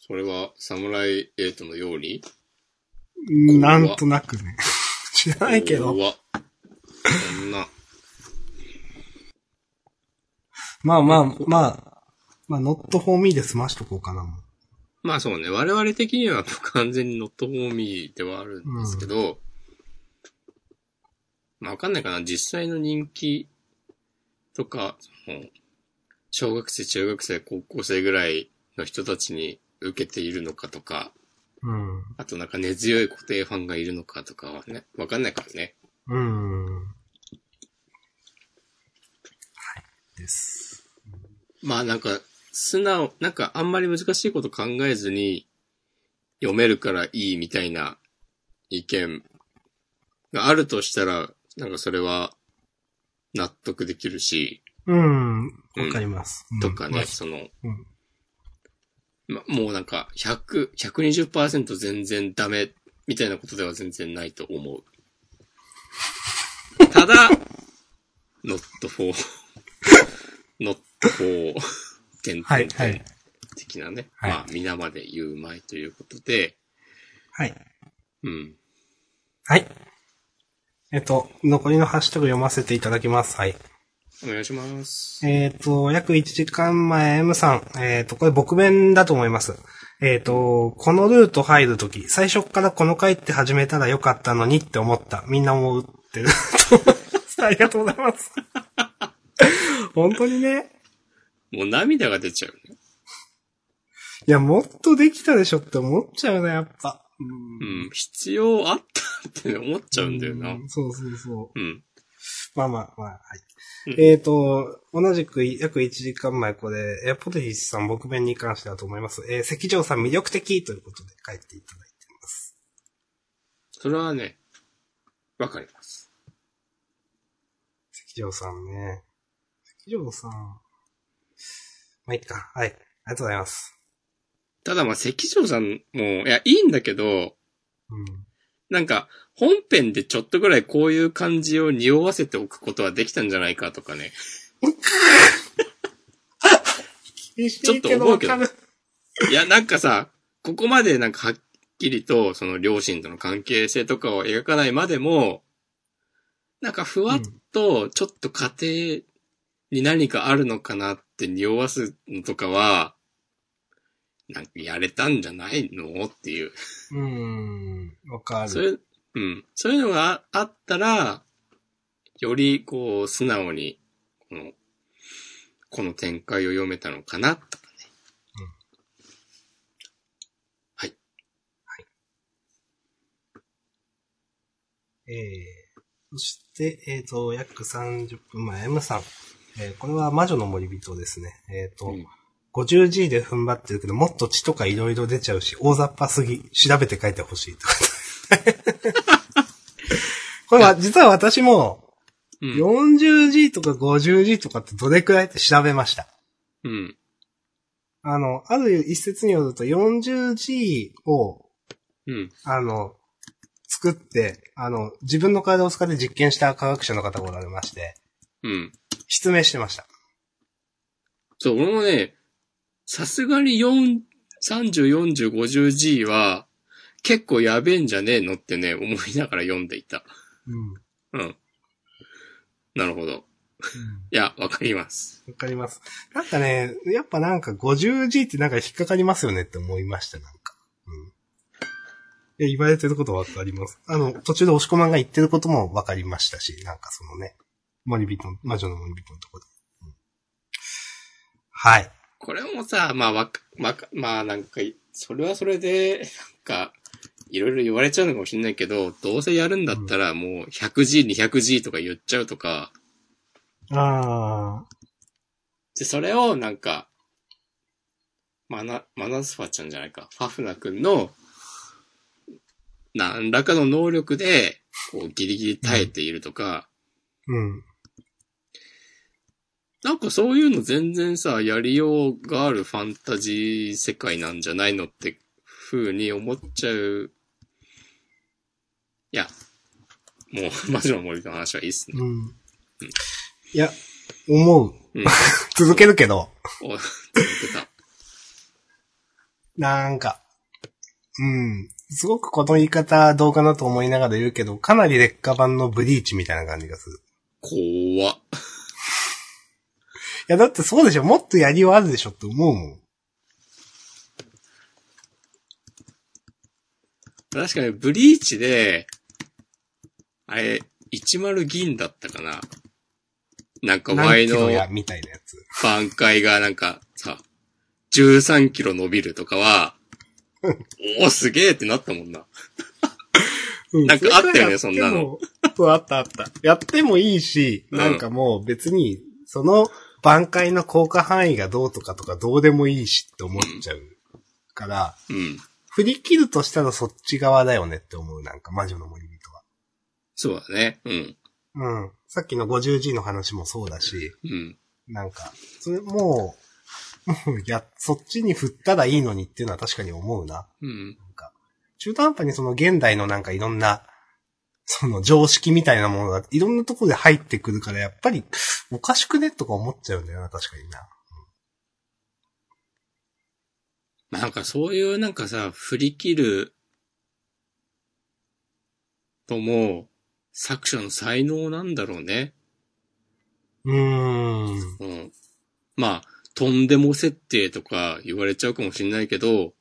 Speaker 1: それは、サムライエイトのように
Speaker 2: うんなんとなくね。 知らないけど。
Speaker 1: 怖っそんな。
Speaker 2: まあまあ、まあ、まあ、ノットフォーミーで済ましとこうかな。もう
Speaker 1: まあそうね、我々的には完全にノットホーミーではあるんですけど、まあわかんないかな、実際の人気とか、その小学生、中学生、高校生ぐらいの人たちに受けているのかとか、
Speaker 2: うん。
Speaker 1: あとなんか根強い固定ファンがいるのかとかはね、わかんないからね。
Speaker 2: うん。はい。です。
Speaker 1: まあなんか、素直、なんかあんまり難しいこと考えずに読めるからいいみたいな意見があるとしたら、なんかそれは納得できるし、
Speaker 2: うん。わかります。うん
Speaker 1: とかね、
Speaker 2: まあ
Speaker 1: その、
Speaker 2: うん
Speaker 1: ま、もうなんか100、120%全然ダメみたいなことでは全然ないと思う。ただ、not for, not for, 点々
Speaker 2: はい、
Speaker 1: 点
Speaker 2: はい。
Speaker 1: 的なね、
Speaker 2: はい
Speaker 1: まあ皆まで言うまいということで、
Speaker 2: はい。
Speaker 1: うん。
Speaker 2: はい。えっと、残りのハッシュタグ読ませていただきます。はい。
Speaker 1: お願いします。
Speaker 2: えっ、と、約1時間前、M さん、えっ、と、これ、僕弁だと思います。えっ、と、このルート入るとき、最初っからこの回って始めたらよかったのにって思った。みんな思ってる と思います。ありがとうございます。本当にね。
Speaker 1: もう涙が出ちゃうね。
Speaker 2: いや、もっとできたでしょって思っちゃうね、やっぱ。うん
Speaker 1: うん。必要あったってね思っちゃうんだよな。
Speaker 2: うそうそうそう。
Speaker 1: うん。
Speaker 2: まあまあまあ、はい。
Speaker 1: うん
Speaker 2: えっ、と、同じく約1時間前、これ、エアポティスさん、僕弁に関してだと思います。えー、関城さん魅力的ということで書いていただいてます。
Speaker 1: それはね、わかります。
Speaker 2: 関城さんね。関城さん。まあいいか。はい。ありがとうございます。
Speaker 1: ただまあ、関城さんも、いや、いいんだけど、なんか、本編でちょっとぐらいこういう感じを匂わせておくことはできたんじゃないかとかね。
Speaker 2: うん。
Speaker 1: ちょっと思うけど
Speaker 2: わかる
Speaker 1: いや、なんかさ、ここまでなんかはっきりと、その両親との関係性とかを描かないまでも、なんかふわっと、ちょっと家庭に何かあるのかなって匂わすのとかは、なんかやれたんじゃないのっていう。
Speaker 2: うん。わか
Speaker 1: そう
Speaker 2: る。
Speaker 1: いう、うん。そういうのがああったら、よりこう、素直に、この、この展開を読めたのかな、とかね。
Speaker 2: うん
Speaker 1: はい。
Speaker 2: えー、そして、えっ、と、約30分前、M さん。えー、これは魔女の森人ですね。えっ、と、
Speaker 1: うん
Speaker 2: 50G で踏ん張ってるけど、もっと血とかいろいろ出ちゃうし、大雑把すぎ、調べて書いてほしい とか。これは、実は私も、
Speaker 1: うん。
Speaker 2: 40G とか 50G とかってどれくらいって調べました。
Speaker 1: うん。
Speaker 2: あの、ある一説によると 40G を、
Speaker 1: うん。
Speaker 2: あの、作って、あの、自分の体を使って実験した科学者の方がおられまして、
Speaker 1: うん。
Speaker 2: 失明してました。
Speaker 1: そう、俺もね、さすがに4、30、40、50G は、結構やべえんじゃねえのってね、思いながら読んでいた。
Speaker 2: うん。
Speaker 1: うん。なるほど。いや、わかります。
Speaker 2: わかります。なんかね、やっぱなんか 50G ってなんか引っかかりますよねって思いました、なんか。うん。いや、言われてることわかります。あの、途中で押し込まんが言ってることもわかりましたし、なんかそのね、森人の、魔女の森人のところで。うんはい。
Speaker 1: これもさ、まあ、わか、まあ、まあ、なんか、それはそれで、なんか、いろいろ言われちゃうのかもしれないけど、どうせやるんだったらもう 100G、200G とか言っちゃうとか、
Speaker 2: あ
Speaker 1: で、それをなんか、マナ、マナスファちゃんじゃないか、ファフナ君の、何らかの能力で、こう、ギリギリ耐えているとか、
Speaker 2: うん。
Speaker 1: なんかそういうの全然さ、やりようがあるファンタジー世界なんじゃないのって、風に思っちゃう。いや、もう、魔女の森の話はいいっ すね。
Speaker 2: うん。いや、思う。
Speaker 1: うん。
Speaker 2: 続けるけど、
Speaker 1: お、続けた。
Speaker 2: なんか、うん。すごくこの言い方どうかなと思いながら言うけど、かなり劣化版のブリーチみたいな感じがする。
Speaker 1: 怖っ。
Speaker 2: いや、だってそうでしょ。もっとやりようあるでしょって思うもん。
Speaker 1: 確かに、ブリーチで、あれ、10銀だったかななんか、
Speaker 2: 何
Speaker 1: Y
Speaker 2: キロ
Speaker 1: の
Speaker 2: や、みたいなやつ。
Speaker 1: 挽回がなんかさ、13キロ伸びるとか は、おお、すげえってなったもんな。
Speaker 2: うん
Speaker 1: なんかあったよねそんな。
Speaker 2: れ
Speaker 1: の
Speaker 2: くらいやってもそう、あったあった。やってもいいし、
Speaker 1: うん
Speaker 2: なんかもう別に、その挽回の効果範囲がどうとかとかどうでもいいしって思っちゃうから、
Speaker 1: うん。
Speaker 2: 振り切るとしたらそっち側だよねって思う、なんか魔女の森人
Speaker 1: そうだね。うん。
Speaker 2: は。うん。さっきの 50G の話もそうだし、
Speaker 1: うん。
Speaker 2: なんか、それもう、もうや、そっちに振ったらいいのにっていうのは確かに思うな。
Speaker 1: うん。
Speaker 2: なんか、中途半端にその現代のなんかいろんな、その常識みたいなものがいろんなところで入ってくるから、やっぱりおかしくねとか思っちゃうんだよな、確かにな。
Speaker 1: なんかそういうなんかさ、振り切るとも、作者の才能なんだろうね。
Speaker 2: うーん。
Speaker 1: うん。まあ、とんでも設定とか言われちゃうかもしれないけど、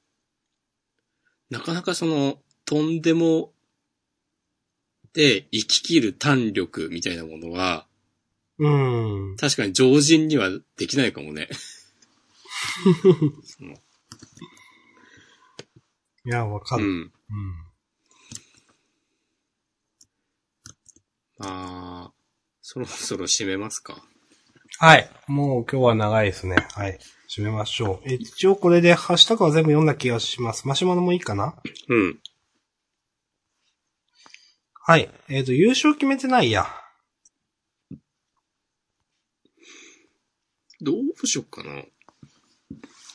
Speaker 1: なかなかその、とんでもで生き切る胆力みたいなものは、
Speaker 2: うーん。
Speaker 1: 確かに常人にはできないかもね。その
Speaker 2: いや、わか
Speaker 1: う
Speaker 2: る。
Speaker 1: ん。
Speaker 2: う
Speaker 1: まあ、そろそろ締めますか。
Speaker 2: ん。はい。もう今日は長いですね。はい。締めましょう。え一応これでハッシュタグは全部読んだ気がします。マシュマロもいいかな
Speaker 1: うん。
Speaker 2: はい。えっ、と、優勝決めてないや。
Speaker 1: どうしよっかな。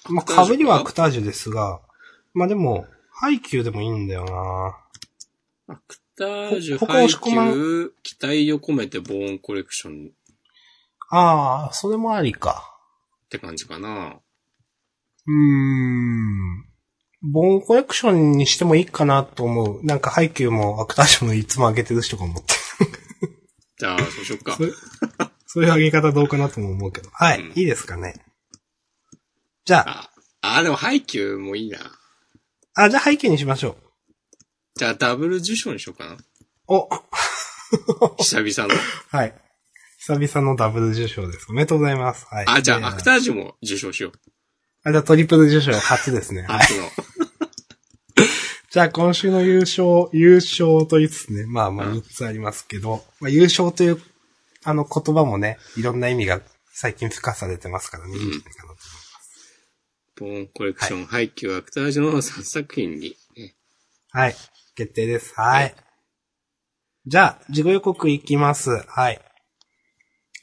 Speaker 2: ま
Speaker 1: クター
Speaker 2: あ、
Speaker 1: ジュ
Speaker 2: 被りはアクタージュですが、まあでも、配給でもいいんだよな
Speaker 1: アクタージュ、
Speaker 2: こここ
Speaker 1: 配
Speaker 2: 押し込まん
Speaker 1: 給、期待を込めてボーンコレクション
Speaker 2: ああ、それもありか。
Speaker 1: って感じかな。
Speaker 2: うーん。ボーンコレクションにしてもいいかなと思う。なんか配給もアクターションもいつも上げてる人が思って。
Speaker 1: じゃあ、そうしよっか
Speaker 2: そ。れ、そういう上げ方どうかなとも思うけど。はい、
Speaker 1: うん
Speaker 2: いいですかね。じゃあ、
Speaker 1: あ、あ、でも配給もいいな。
Speaker 2: あ、じゃあ配給にしましょ
Speaker 1: じゃあ、ダブル受賞にしようかな。
Speaker 2: う。お、
Speaker 1: 久々の。
Speaker 2: はい。久々のダブル受賞です。おめでとうございます。はい。
Speaker 1: あ、じゃ
Speaker 2: い
Speaker 1: あ、
Speaker 2: や
Speaker 1: アクタージュも受賞しよう。
Speaker 2: あ、じゃあトリプル受賞初ですね。はい。
Speaker 1: 初の。
Speaker 2: じゃあ今週の優勝、優勝と言いつつね、まあまあ
Speaker 1: うん
Speaker 2: 3つありますけど、まあ優勝という、あの言葉もね、いろんな意味が最近付加されてますからね、いいんじゃないかなと思います。
Speaker 1: ポーンコレクション、廃棄は芥味の3作品に、ね。
Speaker 2: はい。決定です。はい。じゃあ、事後予告いきます。はい。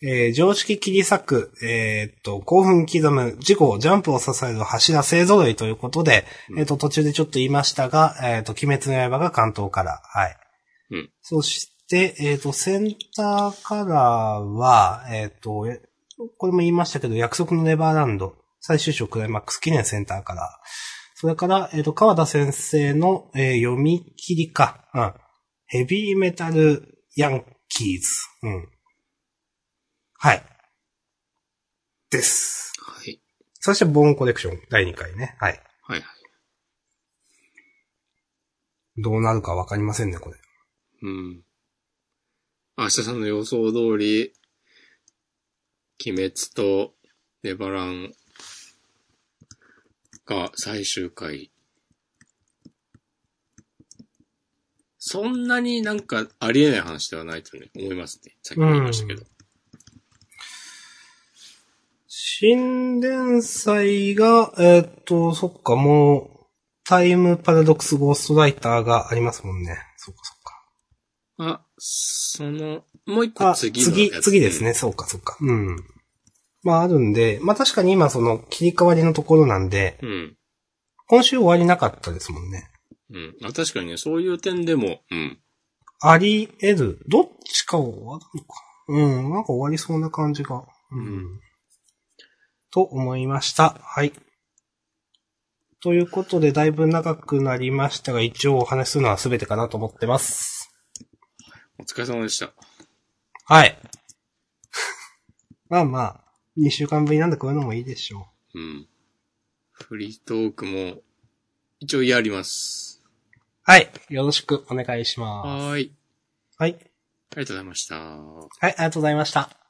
Speaker 2: えー常識切り裂く、えーっと、興奮刻む、事故、ジャンプを支える柱勢揃いということで、えーっと、途中でちょっと言いましたが、えーっと、鬼滅の刃が関東から、はい。
Speaker 1: うん
Speaker 2: そして、えーっと、センターカラーは、えーっと、えこれも言いましたけど、約束のネバーランド、最終章クライマックス記念センターカラー。それから、えっ、と、川田先生の、えー読み切りか。うん。ヘビーメタルヤンキーズ。うん。はい。です。
Speaker 1: はい。
Speaker 2: そして、ボーンコレクション、第2回ね。はい。
Speaker 1: はいはい。
Speaker 2: どうなるかわかりませんね、これ。
Speaker 1: うん。明日さんの予想通り、鬼滅とネバランが最終回。そんなになんかありえない話ではないとね、思いますね。さっきも言いましたけど。
Speaker 2: 新連載が、えっ、と、そっか、もう、タイムパラドックスゴーストライターがありますもんね。そっかそっか。
Speaker 1: あ、その、もう一個
Speaker 2: あ、
Speaker 1: 次の
Speaker 2: 次
Speaker 1: や、つ
Speaker 2: 次です。ね。そうか、そうか。うん。まあ、あるんで、まあ確かに今その切り替わりのところなんで、
Speaker 1: うん。
Speaker 2: 今週終わりなかったですもんね。
Speaker 1: うん。あ、確かにね、そういう点でも、うん。
Speaker 2: あり得る。どっちか終わるのか。うん、なんか終わりそうな感じが。うん。
Speaker 1: うん
Speaker 2: と思いました。はい。ということで、だいぶ長くなりましたが、一応お話しするのは全てかなと思ってます。
Speaker 1: お疲れ様でした。
Speaker 2: はい。 まあまあ、2週間ぶりなんでこういうのもいいでしょう。
Speaker 1: うん。フリートークも、一応やります。
Speaker 2: はい。よろしくお願いします。
Speaker 1: はーい。
Speaker 2: はい。
Speaker 1: ありがとうございました。
Speaker 2: はい、ありがとうございました。